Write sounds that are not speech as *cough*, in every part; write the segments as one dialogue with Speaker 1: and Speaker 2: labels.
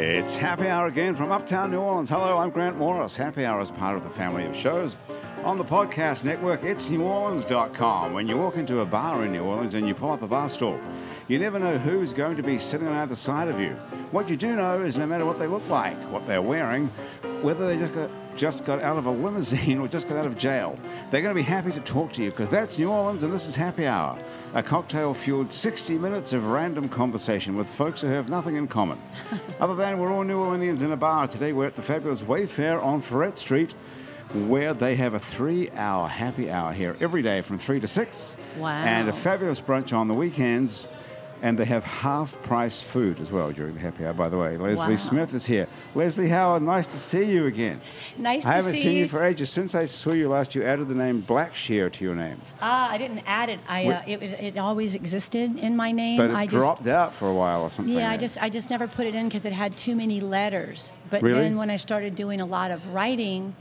Speaker 1: It's Happy Hour again from Uptown New Orleans. Hello, I'm Grant Morris. Happy Hour is part of the family of shows on the podcast network. It's neworleans.com. When you walk into a bar in New Orleans and you pull up a bar stool, you never know who's going to be sitting on either side of you. What you do know is no matter what they look like, what they're wearing, whether they just got, just got out of a limousine *laughs* or just got out of jail, they're going to be happy to talk to you because that's New Orleans and this is Happy Hour, a cocktail fueled 60 minutes of random conversation with folks who have nothing in
Speaker 2: *laughs*
Speaker 1: common. Other than we're all New Orleanians in a bar, today we're at the fabulous Wayfair on Ferret Street where they have a three hour happy hour here every day from three to six.
Speaker 2: Wow.
Speaker 1: And a fabulous brunch on the weekends. And they have half priced food as well during the happy hour, by the way. Leslie
Speaker 2: Wow.
Speaker 1: Smith is here. Leslie Howard, nice to see you again.
Speaker 2: Nice
Speaker 1: I
Speaker 2: to
Speaker 1: haven't
Speaker 2: see
Speaker 1: seen you.
Speaker 2: you.
Speaker 1: for ages. Since I saw you last, you added the name Blackshear to your name,
Speaker 2: Ah, I didn't add it. I uh, it, it it always existed in my name.
Speaker 1: but it
Speaker 2: I just
Speaker 1: dropped out for a while or something.
Speaker 2: yeah, I just I just never put it in because it had too many letters. But
Speaker 1: Really?
Speaker 2: then when I started doing a lot of writing,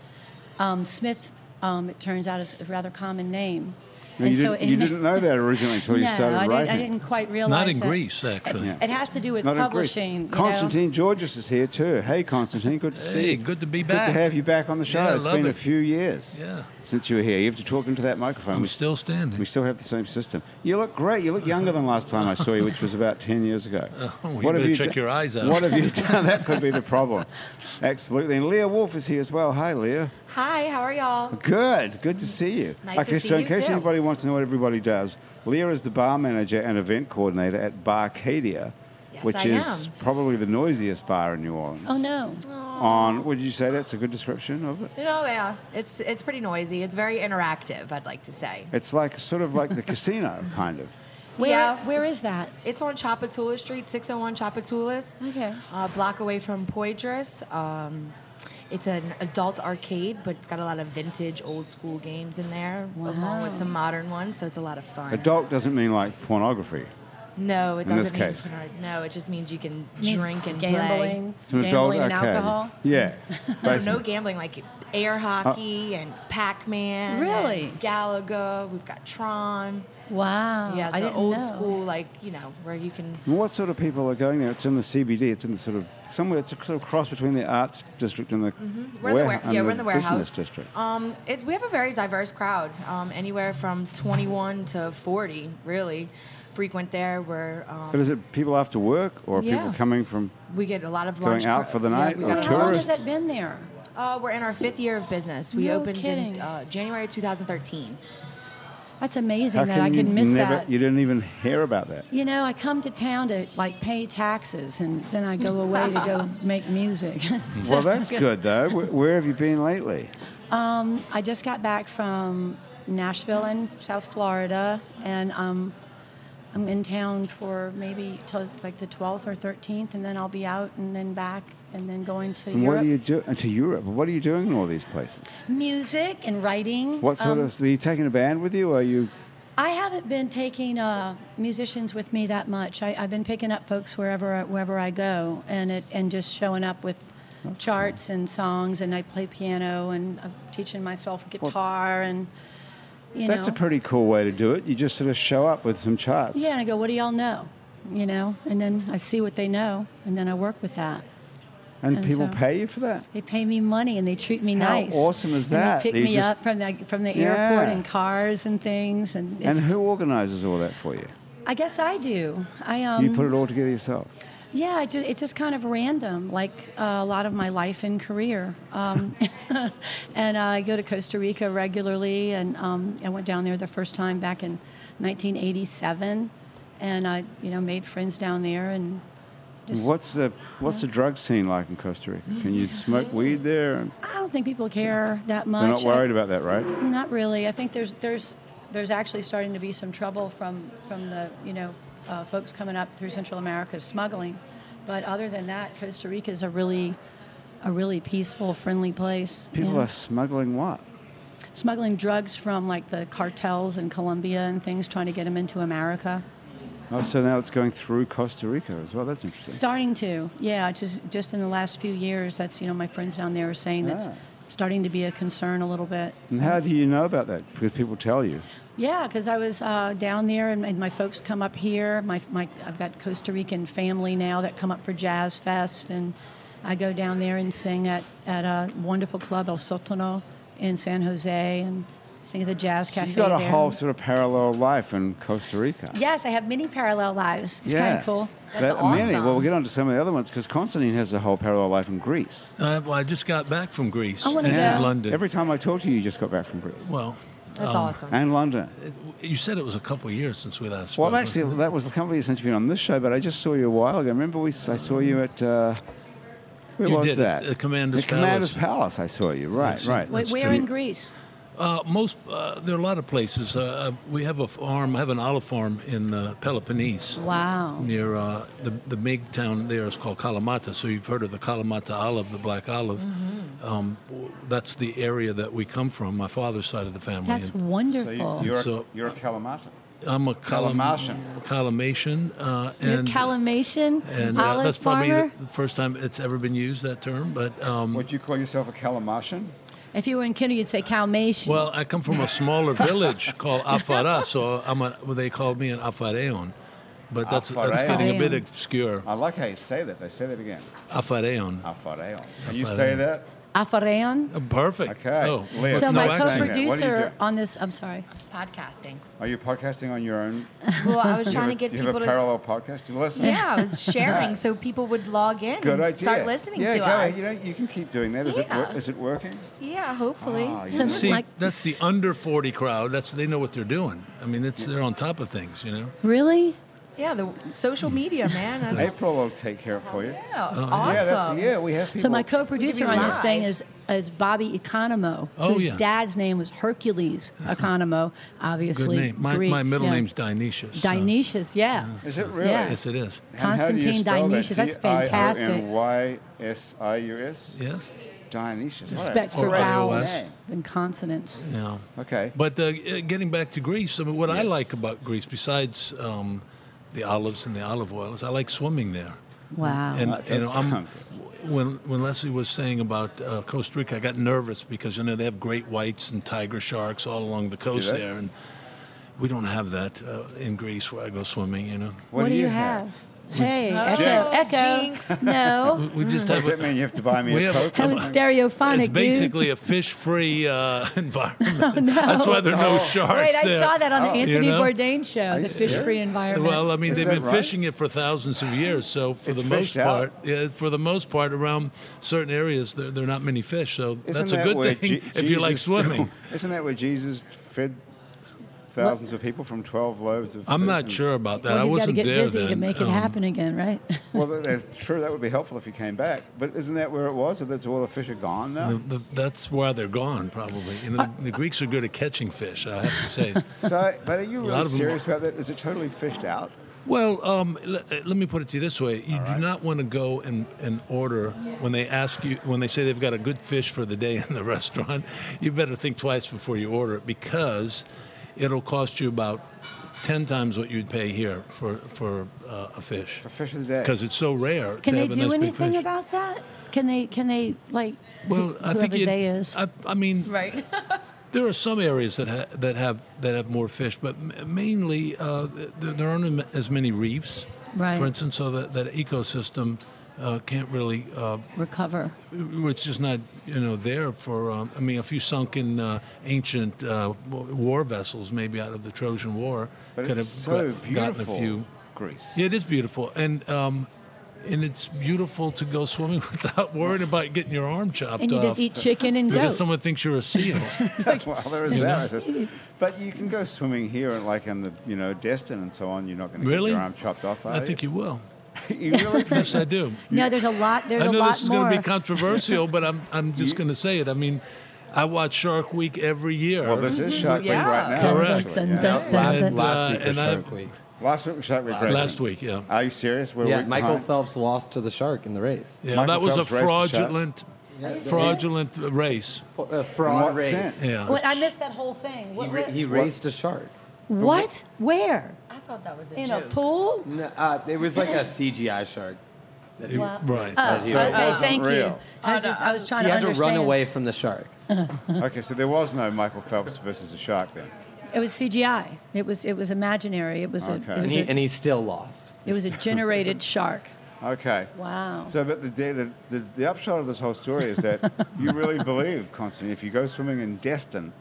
Speaker 2: um, Smith, um, it turns out is a rather common name.
Speaker 1: You, didn't, you
Speaker 2: ma-
Speaker 1: didn't know that originally until you
Speaker 2: no,
Speaker 1: started
Speaker 2: I
Speaker 1: writing.
Speaker 2: Didn't, I didn't quite realize.
Speaker 3: Not in
Speaker 2: that.
Speaker 3: Greece, actually.
Speaker 2: It has to do with
Speaker 1: Not in Greece.
Speaker 2: publishing. you know?
Speaker 1: Constantine Georges is here too. Hey, Constantine, good to see
Speaker 3: Hey,
Speaker 1: you.
Speaker 3: good to be
Speaker 1: Good
Speaker 3: back.
Speaker 1: to have you back on the show.
Speaker 3: Yeah, I
Speaker 1: It's
Speaker 3: love
Speaker 1: been a
Speaker 3: it.
Speaker 1: few years
Speaker 3: Yeah.
Speaker 1: since you were here. You have to talk into that microphone.
Speaker 3: I'm
Speaker 1: we,
Speaker 3: still standing.
Speaker 1: we still have the same system. You look great. You look younger than last time I saw you, which was about 10 years
Speaker 3: *laughs*
Speaker 1: ago.
Speaker 3: Oh, you better check your eyes out.
Speaker 1: What have
Speaker 3: *laughs*
Speaker 1: you done? That could be the problem. Absolutely. And Leah Wolf is here as well. Hi, Leah.
Speaker 4: Hi, how are y'all?
Speaker 1: Good. Good to see you.
Speaker 4: Nice to
Speaker 1: Okay,
Speaker 4: see
Speaker 1: so in
Speaker 4: you
Speaker 1: case
Speaker 4: too.
Speaker 1: anybody wants to know what everybody does, Leah is the bar manager and event coordinator at Barcadia,
Speaker 4: Yes,
Speaker 1: which
Speaker 4: I
Speaker 1: is
Speaker 4: am.
Speaker 1: probably the noisiest bar in New Orleans.
Speaker 2: Oh no.
Speaker 1: On would you say that's a good description of it?
Speaker 4: You know, yeah, it's it's pretty noisy. It's very interactive. I'd like to say
Speaker 1: It's like sort of
Speaker 4: *laughs*
Speaker 1: like the casino, kind of.
Speaker 2: Where
Speaker 4: Yeah.
Speaker 2: where is that?
Speaker 4: it's on Chapatula Street, 601 Chapatulas.
Speaker 2: Okay.
Speaker 4: a block away from Poydras. Um, it's an adult arcade, but it's got a lot of vintage, old school games in there, along with
Speaker 2: Wow.
Speaker 4: some modern ones. So it's a lot of fun.
Speaker 1: Adult doesn't mean like pornography.
Speaker 4: No, it
Speaker 1: In
Speaker 4: doesn't
Speaker 1: this
Speaker 4: mean
Speaker 1: case.
Speaker 4: no. It just means you can
Speaker 2: Means
Speaker 4: drink and
Speaker 2: gambling,
Speaker 1: It's an adult
Speaker 2: gambling and
Speaker 1: arcade.
Speaker 2: alcohol.
Speaker 1: Yeah.
Speaker 4: play. No, no
Speaker 1: basically.
Speaker 4: gambling, like air hockey and Pac-Man. and
Speaker 2: Uh, Really?
Speaker 4: Galaga. We've got Tron.
Speaker 2: Wow.
Speaker 4: Yeah,
Speaker 2: Uh, I
Speaker 4: so
Speaker 2: didn't
Speaker 4: old
Speaker 2: know.
Speaker 4: school, like you know, where you can.
Speaker 1: And what sort of people are going there? It's in the CBD. It's in the sort of somewhere. It's a sort of cross between the arts district and the
Speaker 4: Mm-hmm. We're in the, ware-
Speaker 1: and
Speaker 4: yeah, we're in the warehouse.
Speaker 1: business district.
Speaker 4: Um, it's we have a very diverse crowd, um, anywhere from 21 to 40, really, frequent there. Where
Speaker 1: But
Speaker 4: um,
Speaker 1: is it people after work or people
Speaker 4: Yeah.
Speaker 1: coming from?
Speaker 4: we get a lot of
Speaker 1: Going
Speaker 4: lunch
Speaker 1: out
Speaker 4: cr-
Speaker 1: for the
Speaker 4: yeah,
Speaker 1: night
Speaker 4: we
Speaker 1: or
Speaker 4: got a
Speaker 2: Well,
Speaker 4: lot of
Speaker 2: How long
Speaker 1: tourist?
Speaker 2: has that been there?
Speaker 4: Uh, we're in our fifth year of business. We
Speaker 2: No
Speaker 4: opened
Speaker 2: kidding.
Speaker 4: in uh, January 2013.
Speaker 2: That's amazing that
Speaker 1: can
Speaker 2: I
Speaker 1: you
Speaker 2: could miss
Speaker 1: never,
Speaker 2: that.
Speaker 1: You didn't even hear about that.
Speaker 2: You know, I come to town to like pay taxes, and then I go away to
Speaker 1: *laughs*
Speaker 2: go make music. *laughs*
Speaker 1: Well, that's good though. Where, where have you been lately?
Speaker 2: um, I just got back from Nashville in South Florida, and um, I'm in town for maybe till like the 12th or 13th, and then I'll be out and then back, and then going to
Speaker 1: And
Speaker 2: Europe.
Speaker 1: what are you do? And to Europe. What are you doing in all these places?
Speaker 2: Music and writing.
Speaker 1: What sort
Speaker 2: um,
Speaker 1: of? Are you taking a band with you? Or are you?
Speaker 2: I haven't been taking uh, musicians with me that much. I, I've been picking up folks wherever I- wherever I go, and it and just showing up with charts and songs. And I play piano, and I'm teaching myself guitar, and you
Speaker 1: That's
Speaker 2: know,
Speaker 1: a pretty cool way to do it. You just sort of show up with some charts.
Speaker 2: yeah. And I go, what do y'all know? You know, and then I see what they know, and then I work with that.
Speaker 1: And,
Speaker 2: And
Speaker 1: people
Speaker 2: so-
Speaker 1: pay you for that.
Speaker 2: They pay me money and they treat me
Speaker 1: How
Speaker 2: nice.
Speaker 1: awesome is
Speaker 2: And
Speaker 1: that?
Speaker 2: they pick
Speaker 1: They
Speaker 2: me
Speaker 1: just-
Speaker 2: up from the from the
Speaker 1: Yeah.
Speaker 2: airport in cars and things, and
Speaker 1: And
Speaker 2: it's-
Speaker 1: who organises all that for you?
Speaker 2: I guess I do. I um.
Speaker 1: you put it all together yourself.
Speaker 2: Yeah, it just, it's just kind of random, like uh, a lot of my life and career. Um, *laughs* and uh, I go to Costa Rica regularly, and um, I went down there the first time back in 1987, and I, you know, made friends down there, and just
Speaker 1: What's the what's the drug scene like in Costa Rica? Can you smoke weed there? And
Speaker 2: I don't think people care that much.
Speaker 1: they're not worried about that, right?
Speaker 2: Not really. I think there's there's there's actually starting to be some trouble from from the you know uh, folks coming up through Central America smuggling, but other than that, Costa Rica is a really a really peaceful, friendly place.
Speaker 1: People
Speaker 2: Yeah.
Speaker 1: are smuggling what?
Speaker 2: smuggling drugs from like the cartels in Colombia and things, trying to get them into America.
Speaker 1: Oh, so now it's going through Costa Rica as well. That's interesting.
Speaker 2: Starting to, yeah, just just in the last few years, that's you know my friends down there are saying that's
Speaker 1: Ah.
Speaker 2: starting to be a concern a little bit.
Speaker 1: And how do you know about that? Because people tell you.
Speaker 2: Yeah, because I was uh, down there, and, and my folks come up here. My, my, I've got Costa Rican family now that come up for Jazz Fest, and I go down there and sing at, at a wonderful club, El Sotano, in San Jose, and sing at the Jazz Cafe.
Speaker 1: You've got a
Speaker 2: there.
Speaker 1: whole sort of parallel life in Costa Rica.
Speaker 2: Yes, I have many parallel lives. It's kind
Speaker 1: yeah.
Speaker 2: of cool.
Speaker 4: That's
Speaker 1: That- Many.
Speaker 4: awesome.
Speaker 1: Well, we'll get on to some of the other ones because Constantine has a whole parallel life in Greece.
Speaker 3: Uh, well, I just got back from Greece.
Speaker 2: I wanna
Speaker 3: and
Speaker 2: Yeah. go.
Speaker 3: London.
Speaker 1: Every time I talk to you, you just got back from Greece.
Speaker 3: well,
Speaker 4: That's awesome.
Speaker 1: and London.
Speaker 3: you said it was a couple of years since we last spoke.
Speaker 1: Well, actually, that was a couple of years since you've been on this show, but I just saw you a while ago. Remember, we, I saw you at. Uh, where
Speaker 3: You
Speaker 1: was
Speaker 3: did,
Speaker 1: that?
Speaker 3: at the Commander's
Speaker 1: The Commander's Palace.
Speaker 3: Palace.
Speaker 1: I saw you. Right,
Speaker 3: Yes.
Speaker 1: right.
Speaker 2: Wait,
Speaker 3: That's
Speaker 2: where
Speaker 3: true.
Speaker 2: in Greece?
Speaker 3: Uh, most uh, there are a lot of places. Uh, we have a farm. I have an olive farm in uh, Peloponnese.
Speaker 2: Wow.
Speaker 3: Near uh, the the big town there is called Kalamata. So you've heard of the Kalamata olive, the black olive.
Speaker 2: Mm-hmm.
Speaker 3: Um, w- that's the area that we come from. My father's side of the family.
Speaker 2: That's
Speaker 3: And
Speaker 2: wonderful.
Speaker 1: you're,
Speaker 3: a- So-
Speaker 1: you're a Kalamata.
Speaker 3: I'm a Kalam-
Speaker 1: Kalamatian.
Speaker 3: Kalamatian. Uh,
Speaker 2: Your
Speaker 3: and
Speaker 2: calamation,
Speaker 3: and uh,
Speaker 2: olive
Speaker 3: that's probably
Speaker 2: farmer.
Speaker 3: the the first time it's ever been used that term. But um,
Speaker 1: Would you call yourself a Kalamatian?
Speaker 2: If you were in Kinder, you'd say calmation.
Speaker 3: Well, I come from a smaller village *laughs* called Afara, so I'm a, well, they called me an Afareon. But that's, that's
Speaker 1: Afareon.
Speaker 3: getting a bit
Speaker 2: Afareon.
Speaker 3: obscure.
Speaker 1: I like how you say that. They say that again.
Speaker 3: Afareon.
Speaker 1: Afareo. Can you say that?
Speaker 2: Afareon.
Speaker 3: Uh, Perfect.
Speaker 1: Okay.
Speaker 3: Oh,
Speaker 1: Leah,
Speaker 2: So
Speaker 1: No,
Speaker 2: my
Speaker 1: I'm saying that. What do you
Speaker 2: co-producer
Speaker 1: do?
Speaker 2: on this, I'm sorry.
Speaker 4: It's podcasting.
Speaker 1: Are you podcasting on your own?
Speaker 4: Well, I was trying
Speaker 1: do *laughs*
Speaker 4: to
Speaker 1: you have a- do
Speaker 4: get
Speaker 1: you have
Speaker 4: people
Speaker 1: a
Speaker 4: to.
Speaker 1: parallel podcast? Do you listen?
Speaker 4: *laughs* Yeah, I was sharing so people would log
Speaker 1: *laughs*
Speaker 4: in
Speaker 1: Good
Speaker 4: and
Speaker 1: idea.
Speaker 4: start listening
Speaker 1: yeah,
Speaker 4: to
Speaker 1: go
Speaker 4: us.
Speaker 1: ahead. You, know, you can keep doing that. Is, it,
Speaker 4: Yeah.
Speaker 1: wor- is it working?
Speaker 4: yeah, hopefully.
Speaker 1: Ah, you
Speaker 2: So-
Speaker 1: know.
Speaker 3: See,
Speaker 2: Like-
Speaker 3: that's the under 40 crowd. That's They know what they're doing. I mean, it's they're on top of things, you know?
Speaker 2: Really?
Speaker 4: yeah, the social media, man. That's,
Speaker 1: April will take care of it for you.
Speaker 4: yeah,
Speaker 3: Oh,
Speaker 4: awesome.
Speaker 1: Yeah, that's, yeah, we have people.
Speaker 2: So my co-producer
Speaker 4: We could
Speaker 2: on
Speaker 4: be
Speaker 2: this thing
Speaker 4: live.
Speaker 2: is is Bobby Economo,
Speaker 3: Oh,
Speaker 2: whose
Speaker 3: yeah.
Speaker 2: dad's name was
Speaker 3: *laughs*
Speaker 2: Hercules Economo,
Speaker 3: Good
Speaker 2: obviously.
Speaker 3: name. My,
Speaker 2: Greek,
Speaker 3: my middle
Speaker 2: yeah.
Speaker 3: name's Dionysius. so-
Speaker 2: Dionysius. Yeah.
Speaker 1: Is it really?
Speaker 2: Yeah.
Speaker 3: Yes, it is.
Speaker 1: And how do you
Speaker 2: Constantine
Speaker 1: spell that?
Speaker 2: Dionysius. That's fantastic.
Speaker 1: D-I-O-N-Y-S-I-U-S?
Speaker 3: Yes?
Speaker 1: Dionysius. What a
Speaker 2: Respect for
Speaker 1: great
Speaker 2: vowels
Speaker 1: name.
Speaker 2: and consonants.
Speaker 3: Yeah.
Speaker 1: Okay.
Speaker 3: But uh, uh, getting back to Greece, I mean, what I
Speaker 1: Yes.
Speaker 3: like about Greece, besides um, the olives and the olive oil, is I like swimming there.
Speaker 2: Wow.
Speaker 3: And
Speaker 1: Ah, that
Speaker 3: you know,
Speaker 1: does
Speaker 3: I'm,
Speaker 1: sound
Speaker 3: when when Leslie was saying about uh, Costa Rica, I got nervous because you know they have great whites and tiger sharks all along the coast
Speaker 1: they?
Speaker 3: there, and we don't have that uh, in Greece where I go swimming. You know,
Speaker 2: what, do you, have? Hey,
Speaker 3: Oh.
Speaker 2: echo,
Speaker 4: Jinx.
Speaker 2: echo.
Speaker 4: Jinx.
Speaker 2: *laughs*
Speaker 3: *laughs*
Speaker 2: No.
Speaker 3: we just
Speaker 1: Does that
Speaker 3: have. A,
Speaker 1: mean you have to buy me
Speaker 3: We
Speaker 1: a
Speaker 3: have-
Speaker 1: Coke? or
Speaker 2: That was
Speaker 1: something?
Speaker 2: stereophonic,
Speaker 3: it's
Speaker 2: dude.
Speaker 3: basically a fish-free uh, *laughs*
Speaker 2: *laughs*
Speaker 3: environment. That's why there are no
Speaker 2: Oh, Wait,
Speaker 3: sharks
Speaker 2: I
Speaker 3: there.
Speaker 2: saw that on the Anthony
Speaker 3: Oh, know?
Speaker 2: Bourdain show, the
Speaker 1: you
Speaker 2: fish-free
Speaker 1: serious?
Speaker 2: environment.
Speaker 3: Well, I mean,
Speaker 1: Is
Speaker 3: they've
Speaker 1: that
Speaker 3: been
Speaker 1: right?
Speaker 3: fishing it for thousands of years. So for
Speaker 1: It's
Speaker 3: the most
Speaker 1: fished out.
Speaker 3: part, yeah, for the most part, around certain areas, there, there are not many fish. So
Speaker 1: Isn't
Speaker 3: that's
Speaker 1: that
Speaker 3: a good
Speaker 1: where
Speaker 3: thing
Speaker 1: Je-
Speaker 3: if you like
Speaker 1: Jesus drew-
Speaker 3: swimming.
Speaker 1: *laughs* Isn't that where Jesus fed thousands of people from 12 loaves of
Speaker 3: I'm
Speaker 1: food
Speaker 3: not
Speaker 1: and-
Speaker 3: sure about that.
Speaker 2: Well,
Speaker 3: I
Speaker 2: he's got to
Speaker 3: wasn't
Speaker 2: get
Speaker 3: there
Speaker 2: busy
Speaker 3: then.
Speaker 2: to make it
Speaker 3: Um,
Speaker 2: happen again,
Speaker 3: *laughs*
Speaker 2: right?
Speaker 1: Well, that- that's true. That would be helpful if you came back. But isn't that where it was? Or that's all the fish are gone now?
Speaker 3: the- the- that's why they're gone, probably. You know, the, the Greeks are good at catching fish. I have
Speaker 2: *laughs*
Speaker 3: to say.
Speaker 1: So, but are
Speaker 3: *laughs*
Speaker 1: you
Speaker 3: lot
Speaker 1: really
Speaker 3: of them
Speaker 1: serious about that? Is it totally fished out?
Speaker 3: well, um, l- let me put it to you this way: you do not want to go and, and order when they ask you when they say they've got a good fish for the day *laughs* in the restaurant. You better think twice before you order it because it'll cost you about ten times what you'd pay here for for uh, a fish
Speaker 1: For fish of the day?
Speaker 3: because it's so rare.
Speaker 2: Can
Speaker 3: to
Speaker 2: they
Speaker 3: have a nice
Speaker 2: do
Speaker 3: big
Speaker 2: anything
Speaker 3: fish.
Speaker 2: about that? Can they? Can they like?
Speaker 3: Well, I
Speaker 2: whoever
Speaker 3: think you'd-
Speaker 2: they is.
Speaker 3: I, I mean,
Speaker 4: Right.
Speaker 3: *laughs* There are some areas that ha- that have that have more fish, but m- mainly uh, th- there aren't am- as many reefs,
Speaker 2: Right.
Speaker 3: for instance. So that that ecosystem uh, can't really, uh,
Speaker 2: recover.
Speaker 3: it's just not you know there for. Um, I mean, a few sunken uh, ancient uh, w- war vessels, maybe out of the Trojan War,
Speaker 1: But
Speaker 3: could
Speaker 1: it's
Speaker 3: have
Speaker 1: so
Speaker 3: got- gotten
Speaker 1: beautiful,
Speaker 3: a few.
Speaker 1: Greece.
Speaker 3: Yeah, it is beautiful, and. Um, and it's beautiful to go swimming *laughs* without worrying about getting your arm chopped
Speaker 2: And you
Speaker 3: off
Speaker 2: just eat chicken and goat.
Speaker 3: because someone thinks you're a seal.
Speaker 1: *laughs* well, there is that. I suppose. But you can go swimming here, and like in the you know Destin and so on. You're not going to
Speaker 3: Really?
Speaker 1: get your arm chopped off. Are
Speaker 3: I think you
Speaker 2: *laughs*
Speaker 3: will.
Speaker 1: *laughs* you,
Speaker 3: *laughs*
Speaker 1: really think
Speaker 3: Yes, I do.
Speaker 2: no, there's a lot. There's
Speaker 3: I
Speaker 2: a
Speaker 3: know
Speaker 2: lot
Speaker 3: this is
Speaker 2: more.
Speaker 3: going to be controversial, but I'm
Speaker 2: *laughs*
Speaker 3: I'm just going to say it. I mean, I watch Shark Week every year.
Speaker 1: Well, this is Shark Week
Speaker 4: Yeah.
Speaker 1: right now.
Speaker 3: Correct.
Speaker 1: actually,
Speaker 2: Dun,
Speaker 1: yeah.
Speaker 2: dun, dun,
Speaker 5: Yeah,
Speaker 2: dun, dun.
Speaker 5: last, last
Speaker 3: uh,
Speaker 5: week was
Speaker 3: and I-
Speaker 5: Shark Week.
Speaker 1: Last week was Shark Week.
Speaker 3: last
Speaker 1: Grayson.
Speaker 3: week, yeah.
Speaker 1: Are you serious? We're a
Speaker 5: Yeah,
Speaker 1: week
Speaker 5: Michael
Speaker 1: behind?
Speaker 5: Phelps lost to the shark in the race.
Speaker 3: yeah,
Speaker 1: Michael
Speaker 3: that was a
Speaker 1: Phelps raced the shark?
Speaker 3: fraudulent, fraudulent race.
Speaker 5: F- uh,
Speaker 1: In
Speaker 5: fraud
Speaker 1: what
Speaker 5: race.
Speaker 1: sense?
Speaker 3: Yeah.
Speaker 2: What, I missed that whole thing.
Speaker 5: He,
Speaker 2: What?
Speaker 5: ra- he
Speaker 1: What?
Speaker 5: raced a shark.
Speaker 2: what? Where?
Speaker 4: I thought that was a
Speaker 2: In a
Speaker 4: joke.
Speaker 2: pool?
Speaker 5: No, uh, it was like a CGI shark.
Speaker 3: You-
Speaker 2: Wow.
Speaker 3: Right.
Speaker 2: Oh,
Speaker 1: he was-
Speaker 2: okay,
Speaker 1: wasn't
Speaker 2: thank you. *laughs*
Speaker 1: real.
Speaker 2: I was, just, I was trying
Speaker 5: He
Speaker 2: to
Speaker 5: had to
Speaker 2: understand.
Speaker 5: run away from the shark.
Speaker 1: Okay, so there was no Michael Phelps versus a shark then.
Speaker 2: It was CGI. It was it was imaginary. It was
Speaker 1: Okay.
Speaker 2: a it
Speaker 5: And
Speaker 2: was
Speaker 5: he,
Speaker 2: a,
Speaker 5: and he still lost.
Speaker 2: it was a generated shark.
Speaker 1: Okay.
Speaker 2: Wow.
Speaker 1: So, but the, the, the, the upshot of this whole story is that
Speaker 2: *laughs*
Speaker 1: you really believe, Constantine, if you go swimming in Destin,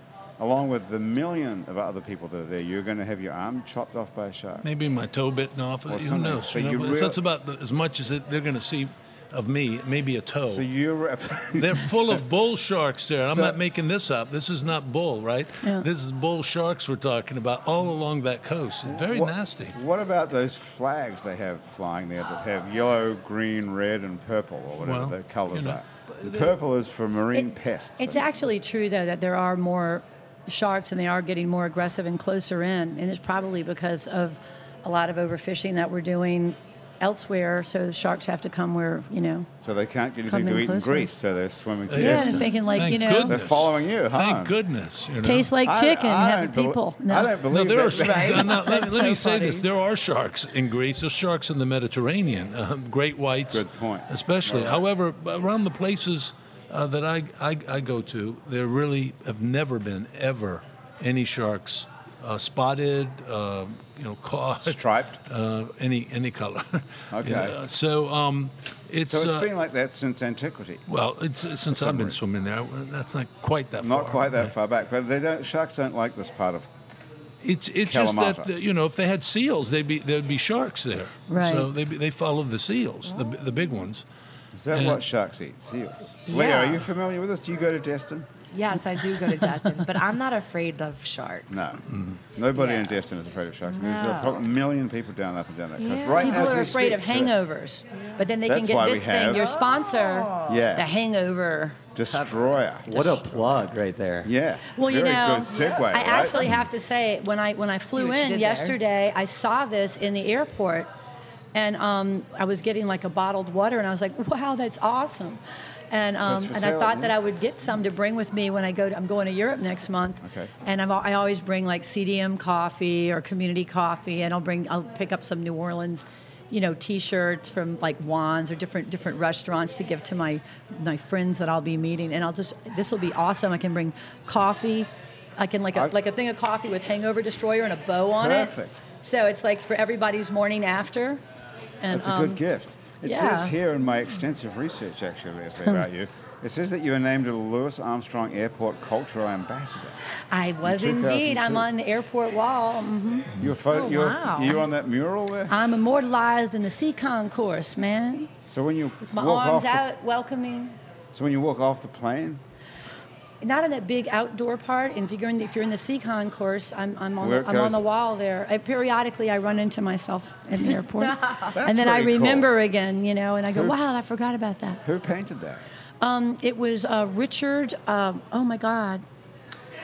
Speaker 1: along with the million of other people that are there, you're going to have your arm chopped off by a shark.
Speaker 3: Maybe my toe bitten off. Who
Speaker 1: something.
Speaker 3: knows?
Speaker 1: But
Speaker 3: you know,
Speaker 1: you
Speaker 3: but
Speaker 1: real-
Speaker 3: that's about the- as much as it, they're going to see of me. Maybe a toe.
Speaker 1: So *laughs* you're.
Speaker 3: Oh. they're full of bull sharks there. I'm
Speaker 1: so-
Speaker 3: not making this up. This is not bull, right?
Speaker 2: Yeah.
Speaker 3: This is bull sharks we're talking about all along that coast. It's very
Speaker 1: What-
Speaker 3: nasty.
Speaker 1: *laughs* What about those flags they have flying there that have yellow, green, red, and purple, or whatever
Speaker 3: Well,
Speaker 1: the colours
Speaker 3: you know,
Speaker 1: are?
Speaker 3: but
Speaker 1: The
Speaker 3: they-
Speaker 1: purple is for marine pests.
Speaker 2: It's
Speaker 1: and-
Speaker 2: actually true though that there are more sharks and they are getting more aggressive and closer in, and it's probably because of a lot of overfishing that we're doing elsewhere. So the sharks have to come where you know.
Speaker 1: So they can't get anything
Speaker 2: Come
Speaker 1: to
Speaker 2: in
Speaker 1: eat in
Speaker 2: closer.
Speaker 1: Greece, so they're swimming to
Speaker 3: Yeah,
Speaker 2: Yeah,
Speaker 1: Destin.
Speaker 2: and thinking like
Speaker 3: Thank
Speaker 2: you know,
Speaker 3: goodness.
Speaker 1: They're following you, huh?
Speaker 3: Thank goodness. You know?
Speaker 2: taste like
Speaker 1: I-
Speaker 2: chicken,
Speaker 1: I
Speaker 2: have
Speaker 1: don't
Speaker 2: the
Speaker 1: bel-
Speaker 2: people.
Speaker 1: I don't believe
Speaker 3: No, there are.
Speaker 1: that- *laughs* that-
Speaker 4: Right?
Speaker 3: no, let,
Speaker 4: That's
Speaker 3: let me
Speaker 4: so
Speaker 3: say this:
Speaker 4: funny.
Speaker 3: there are sharks in Greece. There's sharks in the Mediterranean, *laughs* um, great whites,
Speaker 1: Good point.
Speaker 3: especially. However, around the places uh, that I, I I go to, there really have never been ever any sharks uh, spotted, uh, you know, *laughs*
Speaker 1: *laughs*
Speaker 3: caught,
Speaker 1: Striped.
Speaker 3: uh, any any color. *laughs*
Speaker 1: Okay.
Speaker 3: Yeah, so um, it's.
Speaker 1: So it's
Speaker 3: uh,
Speaker 1: been like that since antiquity.
Speaker 3: well, it's uh, since I've been swimming there. uh, That's not quite that far.
Speaker 1: Not quite that far back, but they don't. Sharks don't like this part of.
Speaker 3: It's it's just
Speaker 1: Kalamata.
Speaker 3: that the- you know if they had seals, they'd be there'd be sharks there.
Speaker 2: Right.
Speaker 3: So they they followed the seals, the the big ones.
Speaker 1: Is that
Speaker 3: Yeah.
Speaker 1: what sharks eat? Seals. Leo, are
Speaker 4: Yeah.
Speaker 1: you familiar with this? Do you go to Destin?
Speaker 4: Yes, I do go to Destin, but I'm not afraid of sharks.
Speaker 1: No. Mm-hmm. Nobody
Speaker 4: Yeah.
Speaker 1: in Destin is afraid of sharks. and There's
Speaker 4: No.
Speaker 1: a pro- million people down up and down that coast.
Speaker 4: Yeah.
Speaker 1: Right
Speaker 2: People
Speaker 1: now, as
Speaker 2: are
Speaker 1: we
Speaker 2: afraid
Speaker 1: speak
Speaker 2: of
Speaker 1: to-
Speaker 2: hangovers, but then they
Speaker 1: That's
Speaker 2: can get
Speaker 1: why we
Speaker 2: this
Speaker 1: have- Oh.
Speaker 2: thing. Your sponsor,
Speaker 1: Yeah.
Speaker 2: the hangover.
Speaker 1: Destroyer.
Speaker 5: What a plug right there.
Speaker 1: Yeah.
Speaker 2: Well,
Speaker 1: Very
Speaker 2: you know,
Speaker 1: good segue.
Speaker 2: I
Speaker 1: right?
Speaker 2: actually have to say when I when I flew
Speaker 4: what you
Speaker 2: in
Speaker 4: did there.
Speaker 2: yesterday, I saw this in the airport, and um, I was getting like a bottled water, and I was like, "Wow, that's awesome." And, um,
Speaker 1: for
Speaker 2: and I
Speaker 1: sale,
Speaker 2: thought
Speaker 1: yeah.
Speaker 2: that I would get some to bring with me when I go. To, I'm going to Europe next month,
Speaker 1: Okay.
Speaker 2: and I'm, al- I always bring like CDM coffee or community coffee, and I'll bring I'll pick up some New Orleans, you know, T-shirts from like Wands or different different restaurants to give to my my friends that I'll be meeting, and I'll just this will be awesome. I can bring coffee, I can like a
Speaker 1: I-
Speaker 2: like a thing of coffee with Hangover Destroyer and a bow on it.
Speaker 1: Perfect.
Speaker 2: So it's like for everybody's morning after. And,
Speaker 1: That's a
Speaker 2: um,
Speaker 1: good gift. It
Speaker 2: yeah.
Speaker 1: says here in my extensive research, actually,
Speaker 2: *laughs*
Speaker 1: Leslie, about you, it says that you were named a Lewis Armstrong Airport Cultural Ambassador.
Speaker 2: I was
Speaker 1: In
Speaker 2: indeed. I'm
Speaker 1: 2002.
Speaker 2: on the airport wall. hmm
Speaker 1: You're, photo-
Speaker 4: Oh,
Speaker 1: you're,
Speaker 4: wow.
Speaker 1: you're on that mural there?
Speaker 2: I'm immortalized in the Seacon course, man.
Speaker 1: So when you
Speaker 2: My
Speaker 1: walk off
Speaker 2: arms
Speaker 1: the,
Speaker 2: out, welcoming.
Speaker 1: so when you walk off the plane,
Speaker 2: Not in that big outdoor part. And if you're in the, if you're in the Seacon course, I'm, I'm, on,
Speaker 1: Where it
Speaker 2: the, I'm on
Speaker 1: goes-
Speaker 2: the wall there. I, periodically, I run into myself in the airport, and then I
Speaker 1: pretty cool.
Speaker 2: remember again, you know, and I go,
Speaker 1: Who-
Speaker 2: "Wow, I forgot about that."
Speaker 1: who painted that?
Speaker 2: Um, it was uh, Richard. Um, oh my God.